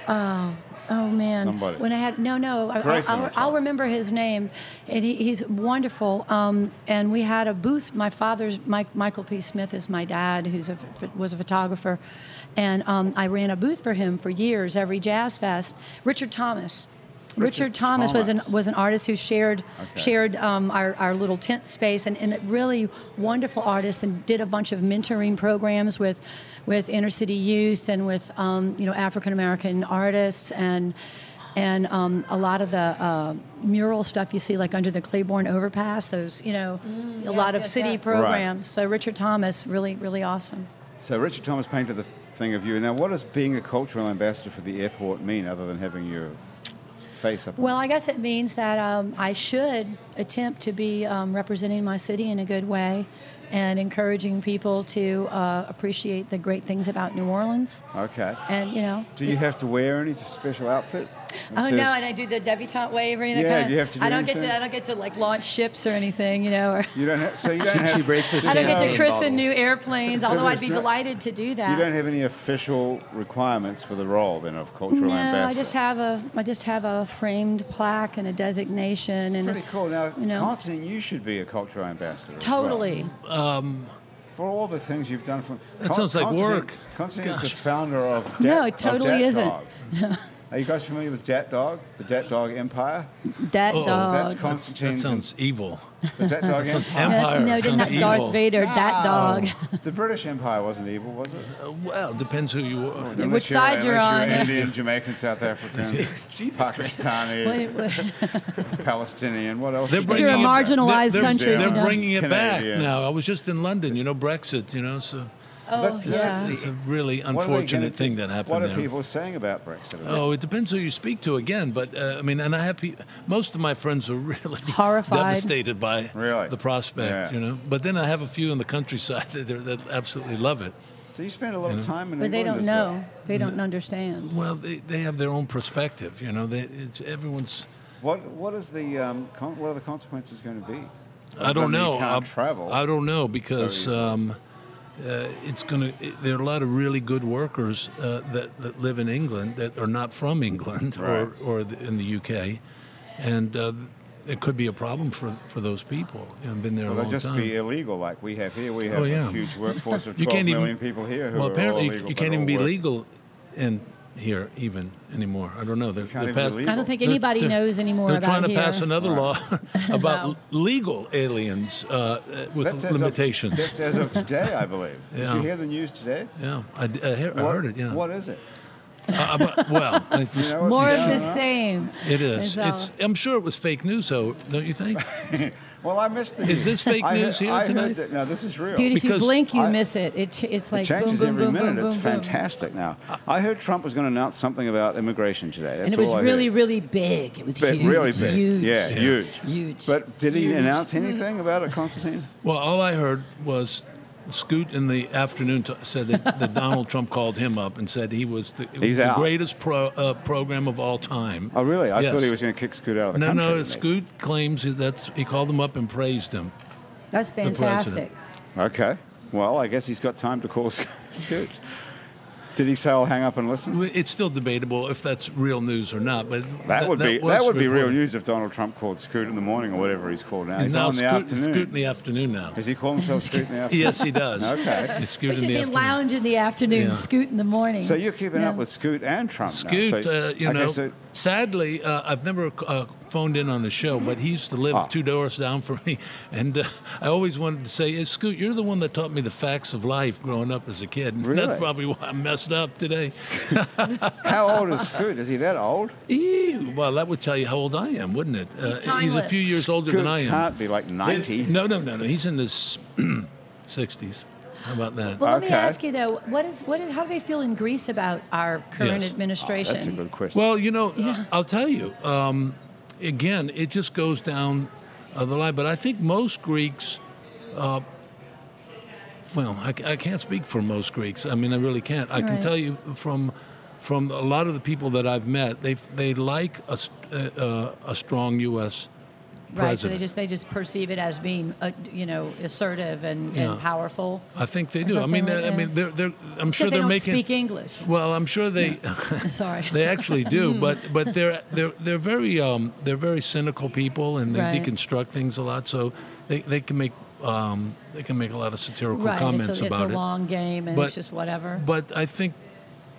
Speaker 2: Oh, oh man.
Speaker 1: Somebody.
Speaker 2: When I had no, no. I,
Speaker 1: Grayson
Speaker 2: I'll,
Speaker 1: or
Speaker 2: I'll,
Speaker 1: something.
Speaker 2: I'll remember his name, and he, he's wonderful. Um, and we had a booth. My father's Mike, Michael P. Smith is my dad, who's a was a photographer, and um, I ran a booth for him for years every Jazz Fest. Richard Thomas. Richard,
Speaker 1: Richard
Speaker 2: Thomas, was
Speaker 1: Thomas.
Speaker 2: an was an artist who shared
Speaker 1: Okay.
Speaker 2: shared um, our, our little tent space and, and a really wonderful artist and did a bunch of mentoring programs with with inner city youth and with um, you know African American artists and and um, a lot of the uh, mural stuff you see like under the Claiborne overpass those you know a lot
Speaker 4: Mm, yes,
Speaker 2: of
Speaker 4: yes,
Speaker 2: city
Speaker 4: yes. Right.
Speaker 2: programs so Richard Thomas really really awesome
Speaker 1: So Richard Thomas painted the thing of you. Now, what does being a cultural ambassador for the airport mean, other than having your face up? on
Speaker 2: well I guess it means that um, I should attempt to be um, representing my city in a good way and encouraging people to uh, appreciate the great things about New Orleans
Speaker 1: it? Okay.
Speaker 2: and you know
Speaker 1: Do you have to wear any special outfit? It
Speaker 2: Oh
Speaker 1: says-
Speaker 2: no! And I do the debutante wave or anything.
Speaker 1: Yeah,
Speaker 2: kinda,
Speaker 1: you have to do
Speaker 2: I don't get
Speaker 1: anything?
Speaker 2: to. I don't get to like launch ships or anything, you know. Or *laughs*
Speaker 1: you don't have, so you don't
Speaker 5: She-
Speaker 1: have,
Speaker 5: she breaks the
Speaker 2: I don't get to
Speaker 5: Champagne
Speaker 2: christen
Speaker 5: bottle.
Speaker 2: new airplanes, although I'd
Speaker 1: there's
Speaker 2: be
Speaker 1: no-
Speaker 2: delighted to do that.
Speaker 1: You don't have any official requirements for the role then of cultural
Speaker 2: no,
Speaker 1: ambassador.
Speaker 2: I just have a. I just have a framed plaque and a designation
Speaker 1: It's
Speaker 2: and
Speaker 1: pretty cool. Now,
Speaker 2: you know.
Speaker 1: Constantine, you should be a cultural ambassador. as well.
Speaker 2: totally.
Speaker 1: For all the things you've done, from
Speaker 3: That sounds like
Speaker 1: Constantine-
Speaker 3: work.
Speaker 1: Constantine is the founder of. Da-
Speaker 2: No, it
Speaker 1: of
Speaker 2: totally
Speaker 1: Dat
Speaker 2: *laughs* isn't.
Speaker 1: Dog. Are you guys familiar with Dat Dog? The Dat Dog Empire?
Speaker 2: That
Speaker 3: Uh-oh.
Speaker 2: dog.
Speaker 1: oh, That's Constantine.
Speaker 3: That sounds evil.
Speaker 1: The Dat Dog Empire.
Speaker 3: Empire
Speaker 2: no,
Speaker 3: sounds
Speaker 2: not
Speaker 3: evil.
Speaker 2: Darth Vader. That
Speaker 1: *laughs*
Speaker 2: dog.
Speaker 1: the British Empire wasn't evil, was it?
Speaker 3: Uh, well, depends who you are.
Speaker 1: Unless
Speaker 2: which
Speaker 1: you're-
Speaker 2: side you're
Speaker 1: unless
Speaker 2: on.
Speaker 1: Indian, Jamaican, South
Speaker 3: *laughs*
Speaker 1: African, Pakistani, Palestinian. What else?
Speaker 3: They're
Speaker 1: you got?
Speaker 2: If you're a
Speaker 3: bringing-
Speaker 2: marginalized
Speaker 3: they're,
Speaker 2: country,
Speaker 3: they're,
Speaker 2: you know.
Speaker 3: bringing it back
Speaker 1: Canadian.
Speaker 3: now. I was just in London, you know, Brexit, you know, so
Speaker 1: That's-
Speaker 3: it's,
Speaker 1: that's
Speaker 2: Oh, Yeah.
Speaker 1: the-
Speaker 3: it's a really
Speaker 1: what are they gonna
Speaker 3: unfortunate thing
Speaker 1: do-
Speaker 3: that happened
Speaker 1: What are
Speaker 3: there.
Speaker 1: people saying about Brexit?
Speaker 3: Oh, it depends who you speak to again. But uh, I mean, and I have pe- most of my friends are *laughs* really
Speaker 2: Horrified.
Speaker 3: devastated by
Speaker 1: Really?
Speaker 3: the prospect,
Speaker 1: Yeah.
Speaker 3: you know. But then I have a few in the countryside *laughs* that, they're- that absolutely love it.
Speaker 1: So you spend a lot of time in
Speaker 6: But they
Speaker 1: England
Speaker 6: don't
Speaker 1: as well.
Speaker 6: know. They don't understand.
Speaker 3: Well, they, they have their own perspective, you know. They, it's, everyone's.
Speaker 1: What What is the um, con- What are the consequences going to be?
Speaker 3: I don't
Speaker 1: Other than
Speaker 3: know.
Speaker 1: You can't
Speaker 3: I'm-
Speaker 1: travel.
Speaker 3: I don't know because
Speaker 1: easily.
Speaker 3: um, uh, it's gonna. It, there are a lot of really good workers uh, that that live in England that are not from England or
Speaker 1: Right.
Speaker 3: or the, in the UK, and uh, it could be a problem for for those people. You know, been there
Speaker 1: Well,
Speaker 3: a
Speaker 1: they'll
Speaker 3: long
Speaker 1: just
Speaker 3: time.
Speaker 1: be illegal, like we have here. We have
Speaker 3: Oh, yeah.
Speaker 1: a huge workforce of
Speaker 3: you
Speaker 1: 12
Speaker 3: can't even
Speaker 1: million people here who
Speaker 3: well,
Speaker 1: are
Speaker 3: apparently
Speaker 1: all
Speaker 3: you-
Speaker 1: illegal.
Speaker 3: you
Speaker 1: but
Speaker 3: can't
Speaker 1: all
Speaker 3: even be
Speaker 1: work.
Speaker 3: legal in here even anymore. I don't know. They're,
Speaker 1: can't
Speaker 3: they're
Speaker 1: even be
Speaker 3: past-
Speaker 1: legal.
Speaker 6: I don't think
Speaker 3: they're-
Speaker 6: anybody
Speaker 3: they're-
Speaker 6: knows anymore
Speaker 3: They're
Speaker 6: about
Speaker 3: trying to
Speaker 6: here.
Speaker 3: pass another law *laughs* about
Speaker 6: Wow.
Speaker 3: legal aliens uh, uh, with
Speaker 1: That's as of-
Speaker 3: limitations.
Speaker 1: that's as of today, I believe. Did
Speaker 3: Yeah.
Speaker 1: you hear the news today?
Speaker 3: Yeah, I, d- I hear- I
Speaker 1: What-
Speaker 3: heard it. Yeah.
Speaker 1: What is it?
Speaker 3: Uh, but- well, if you-
Speaker 1: You know what's
Speaker 2: More of
Speaker 1: going
Speaker 2: the
Speaker 1: on?
Speaker 2: same.
Speaker 3: it is.
Speaker 2: It's uh, all-
Speaker 3: It's. I'm sure it was fake news, though. Don't
Speaker 1: *laughs*
Speaker 3: you think?
Speaker 1: Well, I missed the.
Speaker 3: Is this fake
Speaker 1: I heard-
Speaker 3: news here
Speaker 1: I heard
Speaker 3: tonight?
Speaker 1: that- no, this is real.
Speaker 2: Dude, if you
Speaker 3: Because
Speaker 2: blink, you
Speaker 1: I-
Speaker 2: miss it. it ch- it's
Speaker 1: it
Speaker 2: like boom,
Speaker 1: changes
Speaker 2: boom,
Speaker 1: every
Speaker 2: boom,
Speaker 1: minute.
Speaker 2: boom, boom,
Speaker 1: it's
Speaker 2: boom.
Speaker 1: fantastic now. I heard Trump was going to announce something about immigration today. That's
Speaker 2: And it was
Speaker 1: all I heard.
Speaker 2: really, really big. It was
Speaker 1: But
Speaker 2: huge.
Speaker 1: really big.
Speaker 2: Huge.
Speaker 1: Yeah, huge.
Speaker 2: Huge.
Speaker 1: But did he
Speaker 2: Huge.
Speaker 1: announce anything about it, Constantine?
Speaker 3: Well, all I heard was Scoot in the afternoon t- said that, that Donald Trump called him up and said he was the, it was
Speaker 1: He's
Speaker 3: the
Speaker 1: out.
Speaker 3: greatest pro, uh, program of all time.
Speaker 1: Oh, really? I
Speaker 3: Yes.
Speaker 1: thought he was going to kick Scoot out of the
Speaker 3: No,
Speaker 1: country.
Speaker 3: no.
Speaker 1: didn't he?
Speaker 3: Scoot claims that that's he called him up and praised him.
Speaker 2: That's fantastic.
Speaker 1: Okay. Well, I guess he's got time to call *laughs* Sc- Scoot. Did he say I'll hang up and listen?
Speaker 3: It's still debatable if that's real news or not, but
Speaker 1: That would be that
Speaker 3: was
Speaker 1: would be real
Speaker 3: reported.
Speaker 1: news if Donald Trump called Scoot in the morning or whatever he's called now. He's
Speaker 3: now
Speaker 1: on in the
Speaker 3: Scoot,
Speaker 1: afternoon.
Speaker 3: Scoot in the afternoon now.
Speaker 1: Does he call himself Scoot
Speaker 3: *laughs*
Speaker 1: in the afternoon?
Speaker 3: Yes, he does.
Speaker 1: *laughs* Okay.
Speaker 3: It's Scoot
Speaker 2: We should
Speaker 3: in the
Speaker 2: be
Speaker 3: afternoon.
Speaker 2: lounge in the afternoon,
Speaker 3: Yeah.
Speaker 2: scoot in the morning.
Speaker 1: So you're keeping up
Speaker 2: Yeah.
Speaker 1: with Scoot and Trump now.
Speaker 3: Scoot,
Speaker 1: So
Speaker 3: uh, you
Speaker 1: I
Speaker 3: know,
Speaker 1: guess it-
Speaker 3: sadly, uh, I've never uh, phoned in on the show, but he used to live
Speaker 1: Ah.
Speaker 3: two doors down from me. *laughs* And uh, I always wanted to say, hey, Scoot, you're the one that taught me the facts of life growing up as a kid. And
Speaker 1: Really?
Speaker 3: That's probably why I messed up today.
Speaker 1: how old is Scoot? Is he that old?
Speaker 3: Ew, well, that would tell you how old I am, wouldn't it? Uh,
Speaker 6: He's
Speaker 3: a few
Speaker 6: timeless.
Speaker 3: years older
Speaker 1: Scoot
Speaker 3: than I am.
Speaker 1: can't be like 90.
Speaker 3: No, no, no, no. He's in his *clears throat* 60s. How about that?
Speaker 6: Well, let me
Speaker 1: Okay.
Speaker 6: ask you though, what is what? Did, how do they feel in Greece about our current
Speaker 3: Yes.
Speaker 6: administration?
Speaker 1: Oh, That's a good question.
Speaker 3: Well, you know, I'll tell you. Um, again, it just goes down uh, the line. But I think most Greeks, uh, well, I, I can't speak for most Greeks. I mean, I really can't. I can
Speaker 6: Right.
Speaker 3: tell you from from a lot of the people that I've met, they they like a st- uh, uh, a strong U.S.
Speaker 6: right. So they
Speaker 3: president.
Speaker 6: just they just perceive it as being uh, you know assertive and,
Speaker 3: Yeah.
Speaker 6: and powerful. *laughs*
Speaker 3: I think they
Speaker 6: Or
Speaker 3: do. I
Speaker 6: something
Speaker 3: mean,
Speaker 6: like
Speaker 3: I
Speaker 6: that.
Speaker 3: mean, they're they're. I'm
Speaker 6: It's 'cause
Speaker 3: sure
Speaker 6: they
Speaker 3: are
Speaker 6: don't
Speaker 3: making.
Speaker 6: speak English.
Speaker 3: Well, I'm sure they.
Speaker 6: Sorry.
Speaker 3: They actually
Speaker 6: *laughs*
Speaker 3: do, but but they're they're they're very um, they're very cynical people, and they
Speaker 6: Right.
Speaker 3: deconstruct things a lot. So they, they can make um, they can make a lot of satirical
Speaker 6: right.
Speaker 3: comments
Speaker 6: it's a,
Speaker 3: about
Speaker 6: it's a
Speaker 3: it.
Speaker 6: long game, and
Speaker 3: But-
Speaker 6: it's just whatever.
Speaker 3: But I think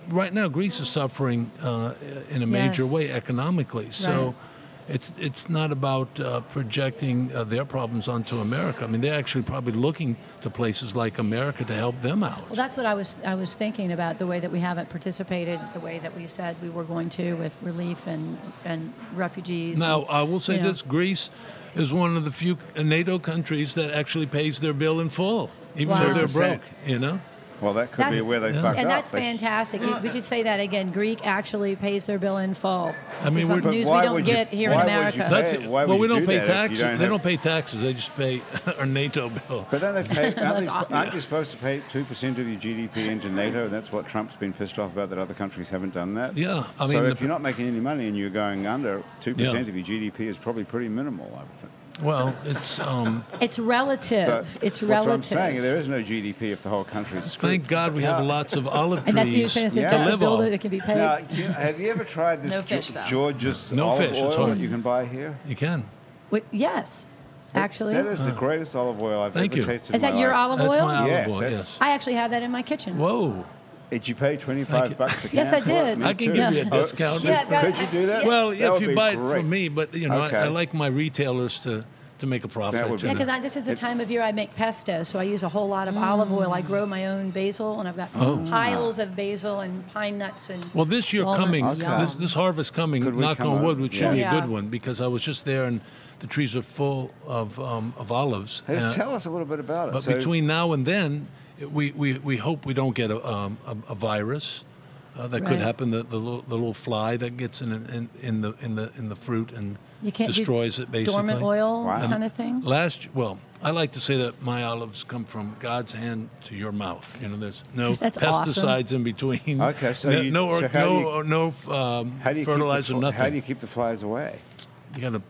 Speaker 3: right now Greece is suffering uh, in a major
Speaker 6: Yes.
Speaker 3: way economically. So
Speaker 6: Right.
Speaker 3: it's it's not about uh, projecting uh, their problems onto America. I mean, they're actually probably looking to places like America to help them out.
Speaker 6: Well, that's what I was I was thinking about the way that we haven't participated, the way that we said we were going to with relief and and refugees.
Speaker 3: Now,
Speaker 6: and,
Speaker 3: I will say
Speaker 6: you know.
Speaker 3: this Greece is one of the few NATO countries that actually pays their bill in full, even though
Speaker 6: Wow. Uh-huh.
Speaker 3: they're
Speaker 1: 30%.
Speaker 3: broke, you know?
Speaker 1: Well, that could be
Speaker 6: That's-
Speaker 1: where they fucked
Speaker 6: And
Speaker 1: up.
Speaker 6: that's
Speaker 1: They sh-
Speaker 6: fantastic. You- we should say that again. Greek actually pays their bill in full. This
Speaker 3: mean,
Speaker 6: is
Speaker 3: we're-
Speaker 6: some
Speaker 3: But
Speaker 6: news we
Speaker 1: why
Speaker 6: don't
Speaker 1: would you-
Speaker 6: get here in
Speaker 1: why would you
Speaker 6: America.
Speaker 1: pay-
Speaker 3: That's
Speaker 1: Hey,
Speaker 3: it.
Speaker 1: why would
Speaker 3: well, we
Speaker 1: you
Speaker 3: don't
Speaker 1: do
Speaker 3: pay
Speaker 1: that if you
Speaker 3: taxes.
Speaker 1: don't
Speaker 3: they
Speaker 1: have-
Speaker 3: don't pay taxes. They just pay *laughs* our NATO bill.
Speaker 1: But then they
Speaker 3: *laughs*
Speaker 1: pay, aren't, they,
Speaker 6: That's
Speaker 1: aren't you supposed to pay 2% of your GDP into NATO? And that's what Trump's been pissed off about, that other countries haven't done that.
Speaker 3: Yeah, I
Speaker 1: so
Speaker 3: mean,
Speaker 1: if
Speaker 3: the-
Speaker 1: you're not making any money and you're going under, 2%
Speaker 3: Yeah.
Speaker 1: of your GDP is probably pretty minimal, I would think.
Speaker 3: Well,
Speaker 6: *laughs*
Speaker 3: it's um,
Speaker 6: It's relative.
Speaker 1: So
Speaker 6: it's
Speaker 1: that's what I'm
Speaker 6: relative.
Speaker 1: saying. There is no GDP if the whole country is screwed.
Speaker 3: thank God we have
Speaker 1: Yeah.
Speaker 3: lots of olive
Speaker 6: and that's the
Speaker 3: trees
Speaker 6: saying
Speaker 3: to
Speaker 6: that
Speaker 1: Yeah.
Speaker 6: that's a
Speaker 3: live
Speaker 6: bill
Speaker 3: on.
Speaker 6: that it can be paid.
Speaker 1: Now, do you- have you ever tried this
Speaker 4: No
Speaker 1: Ge-
Speaker 4: fish, though.
Speaker 1: George's
Speaker 3: No
Speaker 1: olive
Speaker 3: fish, it's
Speaker 1: oil that
Speaker 3: hard.
Speaker 1: you can buy here?
Speaker 3: You can.
Speaker 6: Wait, yes, actually.
Speaker 1: That is the greatest olive oil I've
Speaker 3: Uh. Thank
Speaker 1: ever
Speaker 3: you.
Speaker 1: tasted in
Speaker 6: Is that
Speaker 1: my
Speaker 6: your
Speaker 1: life.
Speaker 6: olive
Speaker 3: That's
Speaker 6: oil?
Speaker 3: my olive
Speaker 1: Yes,
Speaker 3: oil.
Speaker 1: that's-
Speaker 3: Yes.
Speaker 6: I actually have that in my kitchen.
Speaker 3: Whoa.
Speaker 1: Did you pay 25
Speaker 3: you.
Speaker 1: bucks a can
Speaker 2: Yes, I
Speaker 1: for it?
Speaker 2: did.
Speaker 1: Me
Speaker 3: I can
Speaker 1: too.
Speaker 3: give you a
Speaker 1: Oh,
Speaker 3: discount.
Speaker 1: so
Speaker 2: Yeah, I've got-
Speaker 1: Could you do that?
Speaker 3: Well,
Speaker 1: That would
Speaker 3: if you
Speaker 1: be
Speaker 3: buy it
Speaker 1: great.
Speaker 3: from me, but you know,
Speaker 1: Okay.
Speaker 3: I, I like my retailers to, to make a profit.
Speaker 1: would be
Speaker 3: you
Speaker 1: Yeah,
Speaker 3: know.
Speaker 6: because this is the time of year I make pesto, so I use a whole lot of olive oil. I grow my own basil, and I've got
Speaker 3: Oh,
Speaker 6: piles of basil and pine nuts and.
Speaker 3: Well, this year
Speaker 6: walnuts.
Speaker 3: coming,
Speaker 1: Okay.
Speaker 3: this, this harvest coming,
Speaker 1: Could we
Speaker 3: knock
Speaker 1: come
Speaker 3: on
Speaker 1: over?
Speaker 3: wood, would should
Speaker 1: Yeah.
Speaker 3: be a
Speaker 4: Yeah.
Speaker 3: good one because I was just there and the trees are full of, um, of olives.
Speaker 1: Hey,
Speaker 3: Uh,
Speaker 1: tell us a little bit about it.
Speaker 3: But
Speaker 1: So-
Speaker 3: between now and then, it- we, we, we hope we don't get a, um, a, a virus. Uh, that could
Speaker 6: Right.
Speaker 3: happen. The, the, little, the little fly that gets in, in, in the in the in the fruit and
Speaker 6: You can't do
Speaker 3: destroys it basically.
Speaker 6: dormant oil
Speaker 1: Wow.
Speaker 6: kind of thing.
Speaker 3: Last, well, I like to say that my olives come from God's hand to your mouth. You know, there's
Speaker 6: *laughs*
Speaker 3: no
Speaker 6: That's awesome.
Speaker 3: pesticides in between.
Speaker 1: Okay, so
Speaker 3: no,
Speaker 1: you-
Speaker 3: no, or-
Speaker 1: so how do
Speaker 3: no,
Speaker 1: you-
Speaker 3: or no um,
Speaker 1: How do you
Speaker 3: fertilizer,
Speaker 1: keep the, fl-
Speaker 3: nothing.
Speaker 1: How do you keep the flies away?
Speaker 3: You gotta,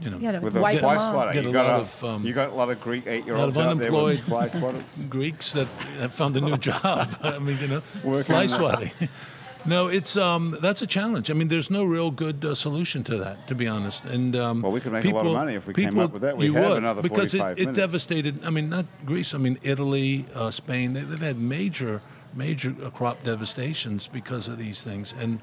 Speaker 3: you know,
Speaker 6: You gotta
Speaker 1: With a
Speaker 6: wipe
Speaker 1: fly
Speaker 6: them off.
Speaker 1: swatter.
Speaker 3: Get
Speaker 1: you
Speaker 3: a
Speaker 1: got
Speaker 3: lot
Speaker 1: a,
Speaker 3: of, um,
Speaker 1: you got a lot of Greek eight-year-olds
Speaker 3: lot of
Speaker 1: out there with
Speaker 3: unemployed-
Speaker 1: fly
Speaker 3: *laughs*
Speaker 1: swatters.
Speaker 3: Greeks that have found a new
Speaker 1: *laughs*
Speaker 3: job. *laughs* I mean, you know,
Speaker 1: Working
Speaker 3: fly
Speaker 1: on that.
Speaker 3: swatting. *laughs* No, it's um, that's a challenge. I mean, there's no real good uh, solution to that, to be honest. And um,
Speaker 1: Well, we could make a lot
Speaker 3: people,
Speaker 1: of money if we came
Speaker 3: people-
Speaker 1: up with that. We
Speaker 3: you
Speaker 1: have
Speaker 3: would,
Speaker 1: another
Speaker 3: because it,
Speaker 1: 45
Speaker 3: it
Speaker 1: minutes.
Speaker 3: devastated. I mean, not Greece. I mean, Italy, uh, Spain. They, they've had major, major uh, crop devastations because of these things. And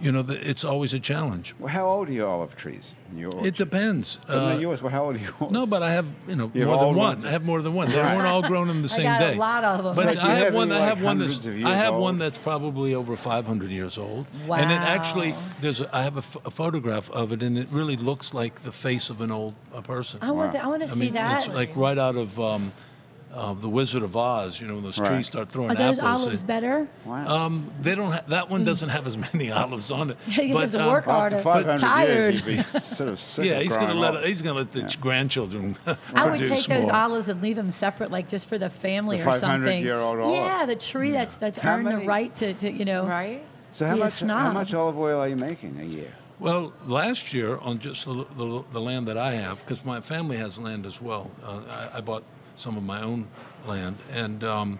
Speaker 3: you know, the, it's always a challenge.
Speaker 1: Well, how old are your olive trees? in Your
Speaker 3: It
Speaker 1: orchard?
Speaker 3: depends.
Speaker 1: But
Speaker 3: Uh,
Speaker 1: no, yours. Well, how old are yours?
Speaker 3: no, but I have you know
Speaker 1: You have
Speaker 3: more
Speaker 1: all
Speaker 3: than
Speaker 1: ones.
Speaker 3: one. I have more than one. They weren't all grown
Speaker 6: *laughs*
Speaker 3: on the same
Speaker 2: got a
Speaker 3: day.
Speaker 2: lot of 'em.
Speaker 3: But
Speaker 1: It's like
Speaker 3: I
Speaker 1: you're
Speaker 3: have one.
Speaker 1: having,
Speaker 3: I have
Speaker 1: like,
Speaker 3: one
Speaker 1: hundreds
Speaker 3: that's.
Speaker 1: of
Speaker 3: I
Speaker 1: years
Speaker 3: have one
Speaker 1: old.
Speaker 3: that's probably over 500 years old. And it actually
Speaker 4: Wow.
Speaker 3: there's. A, I have a, f- a photograph of it, and it really looks like the face of an old a person.
Speaker 6: I want that. I want to
Speaker 3: I
Speaker 6: see
Speaker 3: mean,
Speaker 6: that.
Speaker 3: it's like right out of um, uh, the Wizard of Oz. You know, when those
Speaker 1: Right.
Speaker 3: trees start throwing
Speaker 6: Are those
Speaker 3: apples.
Speaker 6: olives Mm.
Speaker 3: it-
Speaker 6: better?
Speaker 3: uh,
Speaker 1: wow.
Speaker 3: they don't. Ha- that one doesn't have as *laughs* many olives
Speaker 6: *laughs*
Speaker 3: on it.
Speaker 6: It
Speaker 3: but,
Speaker 6: doesn't
Speaker 3: um,
Speaker 6: work
Speaker 1: after
Speaker 6: harder.
Speaker 1: 500
Speaker 6: Tired.
Speaker 1: years, you'd be
Speaker 6: *laughs*
Speaker 1: sort of sick
Speaker 3: Yeah,
Speaker 1: of
Speaker 3: he's gonna
Speaker 1: growing
Speaker 3: let.
Speaker 1: up.
Speaker 3: He's gonna let the ch- grandchildren. *laughs*
Speaker 6: I would
Speaker 3: produce
Speaker 6: take those
Speaker 3: more.
Speaker 6: olives and leave them separate, like just for the family
Speaker 1: The
Speaker 6: or something.
Speaker 1: 500-year-old
Speaker 6: Yeah,
Speaker 1: olive.
Speaker 6: the tree that's that's
Speaker 1: How
Speaker 6: earned
Speaker 1: many-
Speaker 6: the right to, to you know.
Speaker 4: right?
Speaker 1: So how
Speaker 6: be a
Speaker 1: much? How
Speaker 6: snob.
Speaker 1: much olive oil are you making a year?
Speaker 3: Well, last year on just the, the, the land that I have, because my family has land as well, uh, I, I bought some of my own land, and um,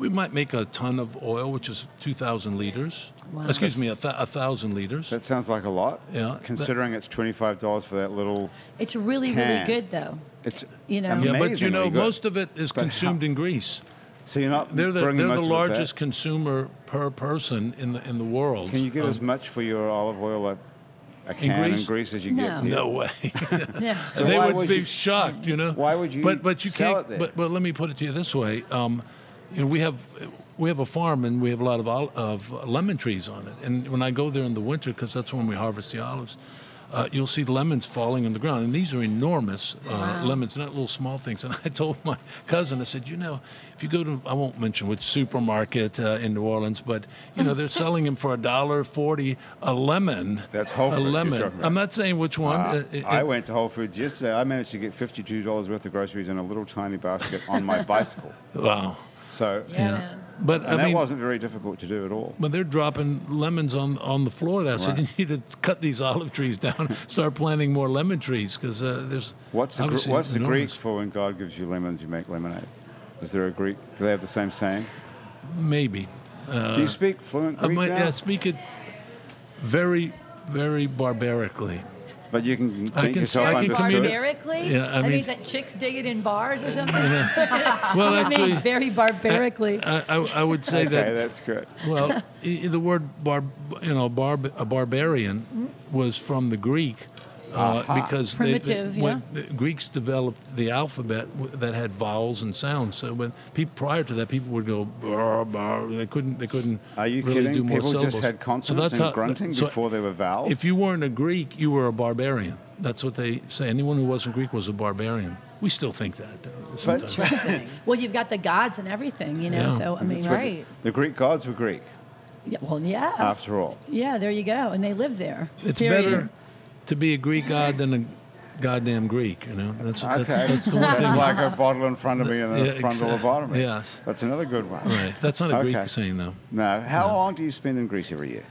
Speaker 3: we might make a ton of oil, which is 2,000 liters. Excuse me, a, th- a thousand liters.
Speaker 1: That sounds like a lot.
Speaker 3: Yeah, but-
Speaker 1: Considering it's twenty-five dollars for that little.
Speaker 6: It's really
Speaker 1: Can.
Speaker 6: really good though.
Speaker 1: It's
Speaker 6: You know.
Speaker 3: yeah, but you
Speaker 1: amazingly
Speaker 3: know,
Speaker 1: good.
Speaker 3: most of it is
Speaker 1: But how-
Speaker 3: consumed in Greece.
Speaker 1: So you're not
Speaker 3: They're the,
Speaker 1: bringing
Speaker 3: they're
Speaker 1: most
Speaker 3: the
Speaker 1: of it back?
Speaker 3: largest consumer per person in the in the world.
Speaker 1: Can you get
Speaker 3: Um,
Speaker 1: as much for your olive oil at a can
Speaker 3: Greece?
Speaker 1: in Greece as you
Speaker 6: No.
Speaker 1: get? here?
Speaker 3: No way. *laughs*
Speaker 6: Yeah.
Speaker 1: So
Speaker 3: they
Speaker 1: why
Speaker 3: would,
Speaker 1: would
Speaker 3: be
Speaker 1: you-
Speaker 3: shocked, you know.
Speaker 1: why would you
Speaker 3: But but you
Speaker 1: sell
Speaker 3: can't.
Speaker 1: it then?
Speaker 3: But but let me put it to you this way. Um, you know, we have we have a farm and we have a lot of ol- of lemon trees on it. And when I go there in the winter, because that's when we harvest the olives. Uh, you'll see lemons falling on the ground, and these are enormous uh, lemons, not little small things. And *laughs* I told my cousin, I said, you know, if you go to, I won't mention which supermarket uh, in New Orleans, but you know, they're selling them for a dollar forty a lemon.
Speaker 1: That's Whole
Speaker 3: A
Speaker 1: Foods you're
Speaker 3: lemon.
Speaker 1: talking about.
Speaker 3: I'm not saying which one.
Speaker 1: Uh,
Speaker 3: Uh, it-
Speaker 1: I
Speaker 3: it-
Speaker 1: went to Whole Foods yesterday. I managed to get fifty-two dollars worth of groceries in a little tiny basket on my bicycle.
Speaker 3: Wow.
Speaker 1: So
Speaker 4: Yeah. man.
Speaker 3: But
Speaker 1: and
Speaker 3: I
Speaker 1: that
Speaker 3: mean,
Speaker 1: wasn't very difficult to do at all.
Speaker 3: when they're dropping lemons on on the floor, there, I said *laughs* you
Speaker 1: Right.
Speaker 3: need to cut these olive trees down, *laughs* start planting more lemon trees because uh, there's
Speaker 1: What's the, Gr-
Speaker 3: obviously
Speaker 1: what's the Greek
Speaker 3: enormous-
Speaker 1: for when God gives you lemons, you make lemonade? Is there a Greek? Do they have the same saying?
Speaker 3: Maybe.
Speaker 1: do you speak fluent
Speaker 3: Uh, I
Speaker 1: Greek
Speaker 3: might
Speaker 1: now?
Speaker 3: yeah, speak it very, very barbarically.
Speaker 1: But you can
Speaker 3: I
Speaker 1: make
Speaker 3: can-
Speaker 1: yourself
Speaker 3: I can
Speaker 1: understood.
Speaker 3: communicate.
Speaker 2: Barbarically?
Speaker 3: Yeah, I
Speaker 2: that
Speaker 3: mean-
Speaker 2: means that chicks dig it in bars or something.
Speaker 3: Well,
Speaker 2: I mean,
Speaker 3: actually,
Speaker 2: very barbarically.
Speaker 3: I, I, I would say
Speaker 1: Okay,
Speaker 3: that
Speaker 1: that's good.
Speaker 3: Well, i- i- the word bar, you know, barb, a barbarian was from the Greek uh, because they-
Speaker 6: Primitive,
Speaker 3: they, when the Greeks developed the alphabet w- that had vowels and sounds. So when people prior to that, people would go bar, bar. They couldn't. They couldn't.
Speaker 1: Are you
Speaker 3: really
Speaker 1: kidding?
Speaker 3: Do more
Speaker 1: People
Speaker 3: syllables.
Speaker 1: just had consonants
Speaker 3: that's
Speaker 1: and
Speaker 3: how-
Speaker 1: grunting
Speaker 3: so
Speaker 1: before they were vowels.
Speaker 3: If you weren't a Greek, you were a barbarian. That's what they say. Anyone who wasn't Greek was a barbarian. We still think that. uh, Sometimes.
Speaker 2: Interesting.
Speaker 6: Well, you've got the gods and everything, you know.
Speaker 3: Yeah.
Speaker 6: So I mean,
Speaker 4: Right.
Speaker 1: the Greek gods were Greek,
Speaker 6: Yeah, well, yeah,
Speaker 4: Oh.
Speaker 1: after all.
Speaker 6: yeah. There you go, and they live there.
Speaker 3: It's
Speaker 6: period.
Speaker 3: better to be a Greek god than a goddamn Greek. You know, that's
Speaker 1: Okay,
Speaker 3: that's,
Speaker 1: *laughs*
Speaker 3: that's the one
Speaker 1: There's
Speaker 3: thing.
Speaker 1: like a bottle in front of me and then
Speaker 3: Yeah,
Speaker 1: a frontal
Speaker 3: exa-
Speaker 1: lobotomy.
Speaker 3: yes.
Speaker 1: that's another good one.
Speaker 3: Right, that's not a
Speaker 1: Okay.
Speaker 3: Greek saying though.
Speaker 1: No, how long do you spend in Greece every year?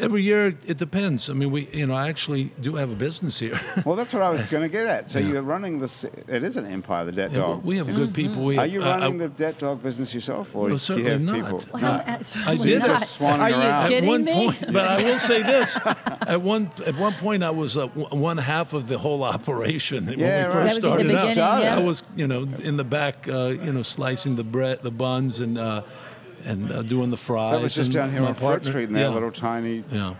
Speaker 3: Every year it depends. I mean, we you know I actually do have a business here. *laughs*
Speaker 1: Well, that's what I was going to get at. So you're running this. It is an empire, the debt
Speaker 3: Yeah,
Speaker 1: dog.
Speaker 3: we have
Speaker 6: Mm-hmm.
Speaker 3: good people. We
Speaker 1: Are
Speaker 3: have-
Speaker 1: you
Speaker 3: I- I-
Speaker 1: running the debt dog business yourself, or
Speaker 3: No,
Speaker 1: do you
Speaker 3: certainly
Speaker 1: have
Speaker 3: not.
Speaker 1: people?
Speaker 3: Well,
Speaker 6: Well, uh, certainly
Speaker 3: did
Speaker 6: not.
Speaker 1: just swanning
Speaker 6: Are you
Speaker 1: around. At
Speaker 3: at
Speaker 6: kidding
Speaker 3: one
Speaker 6: me?
Speaker 3: point, but I will say this:
Speaker 1: *laughs*
Speaker 3: at one at one point, I was uh, w- one half of the whole operation when
Speaker 1: Yeah,
Speaker 3: we
Speaker 1: right.
Speaker 3: first
Speaker 2: That would be
Speaker 3: started
Speaker 2: the
Speaker 3: out.
Speaker 2: beginning, yeah.
Speaker 3: I was, you know, in the back, uh, you know, slicing the bread, the buns, and uh, and uh, doing the fries.
Speaker 1: That was just
Speaker 3: and
Speaker 1: down here
Speaker 3: my
Speaker 1: on Fort
Speaker 3: partner-
Speaker 1: Street in that
Speaker 3: yeah,
Speaker 1: little tiny.
Speaker 3: Yeah.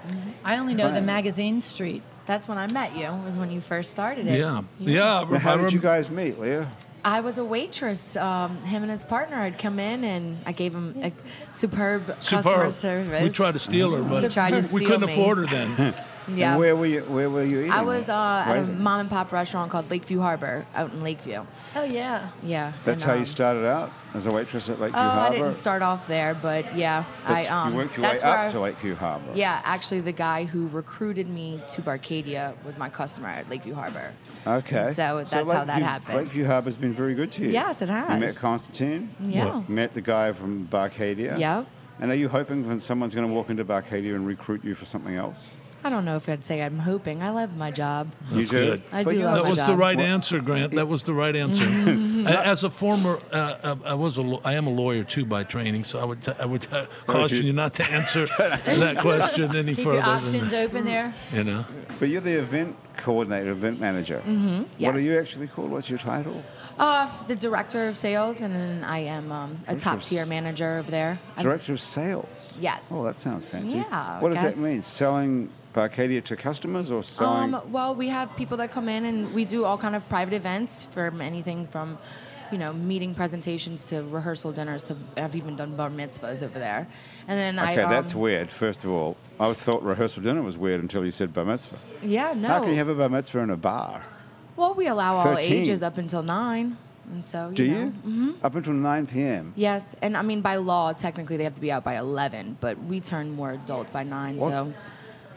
Speaker 6: I only know the
Speaker 1: Fine.
Speaker 6: magazine street.
Speaker 4: That's when I met you. Was when you first started it.
Speaker 3: Yeah. Yeah.
Speaker 1: Now, how
Speaker 3: I
Speaker 1: did you
Speaker 3: remem-
Speaker 1: guys meet, Leah?
Speaker 4: I was a waitress. Um, him and his partner had come in, and I gave him a superb, customer
Speaker 3: Superb.
Speaker 4: service.
Speaker 3: We tried to steal her, but
Speaker 4: She tried to
Speaker 3: we
Speaker 4: steal
Speaker 3: couldn't
Speaker 4: me.
Speaker 3: afford her then.
Speaker 4: Yeah.
Speaker 1: And where were you? Where were you eating?
Speaker 4: I was uh, at a
Speaker 1: Wait-
Speaker 4: mom and pop restaurant called Lakeview Harbor out in Lakeview.
Speaker 6: Oh yeah.
Speaker 4: Yeah.
Speaker 1: That's
Speaker 4: and,
Speaker 1: how you
Speaker 4: um,
Speaker 1: started out as a waitress at Lakeview
Speaker 4: Oh,
Speaker 1: Harbour.
Speaker 4: I didn't start off there, but yeah,
Speaker 1: That's,
Speaker 4: I um.
Speaker 1: you worked your way
Speaker 4: that's
Speaker 1: up
Speaker 4: where I,
Speaker 1: to Lakeview Harbour.
Speaker 4: Yeah, actually, the guy who recruited me to Barcadia was my customer at Lakeview Harbor.
Speaker 1: Okay.
Speaker 4: So that's how that
Speaker 1: Lakeview-
Speaker 4: happened.
Speaker 1: Lakeview Harbour's been very good to you.
Speaker 4: Yes, it
Speaker 1: You
Speaker 4: has.
Speaker 1: met Constantine.
Speaker 4: Yeah. What?
Speaker 1: Met the guy from Barcadia.
Speaker 4: Yep.
Speaker 1: And are you hoping when someone's going to walk into Barcadia and recruit you for something else?
Speaker 4: I don't know if I'd say I'm hoping. I love my job.
Speaker 1: you do.
Speaker 3: good.
Speaker 4: I
Speaker 1: But
Speaker 4: do
Speaker 1: you know-
Speaker 4: love
Speaker 3: That
Speaker 4: my
Speaker 3: was the
Speaker 4: job.
Speaker 3: right answer, Grant. That was the right answer. A- As a former, uh, uh, I was a, law- I am a lawyer too by training, so I would t- I would uh, caution
Speaker 1: you-
Speaker 3: you not to
Speaker 1: *laughs*
Speaker 3: answer that question any
Speaker 6: Keep
Speaker 3: further.
Speaker 6: your options
Speaker 3: Than,
Speaker 6: open there.
Speaker 3: you know,
Speaker 1: But you're the event coordinator, event manager. Mm-hmm. What
Speaker 4: yes.
Speaker 1: are you actually called? What's your title?
Speaker 4: Uh, the director of sales, and then I am um, a top tier manager over there. I'm-
Speaker 1: Director of Sales.
Speaker 4: Yes.
Speaker 1: Oh, that sounds fancy.
Speaker 4: Yeah, I
Speaker 1: What does
Speaker 4: guess.
Speaker 1: that mean? Selling Barcadia to customers or selling?
Speaker 4: Um, well, we have people that come in, and we do all kind of private events from anything from, you know, meeting presentations to rehearsal dinners. To I've even done bar mitzvahs over there, and then I.
Speaker 1: okay,
Speaker 4: um,
Speaker 1: that's weird. First of all, I always thought rehearsal dinner was weird until you said bar mitzvah.
Speaker 4: Yeah, no.
Speaker 6: Oh.
Speaker 1: How can you have a bar mitzvah in a bar?
Speaker 4: well, we allow
Speaker 1: 13?
Speaker 4: all ages up until nine, and so you
Speaker 1: Do
Speaker 4: know.
Speaker 1: you? Mm-hmm. Up until 9 p.m.
Speaker 4: Yes, and I mean by law, technically they have to be out by eleven, but we turn more adult by nine.
Speaker 1: What?
Speaker 4: So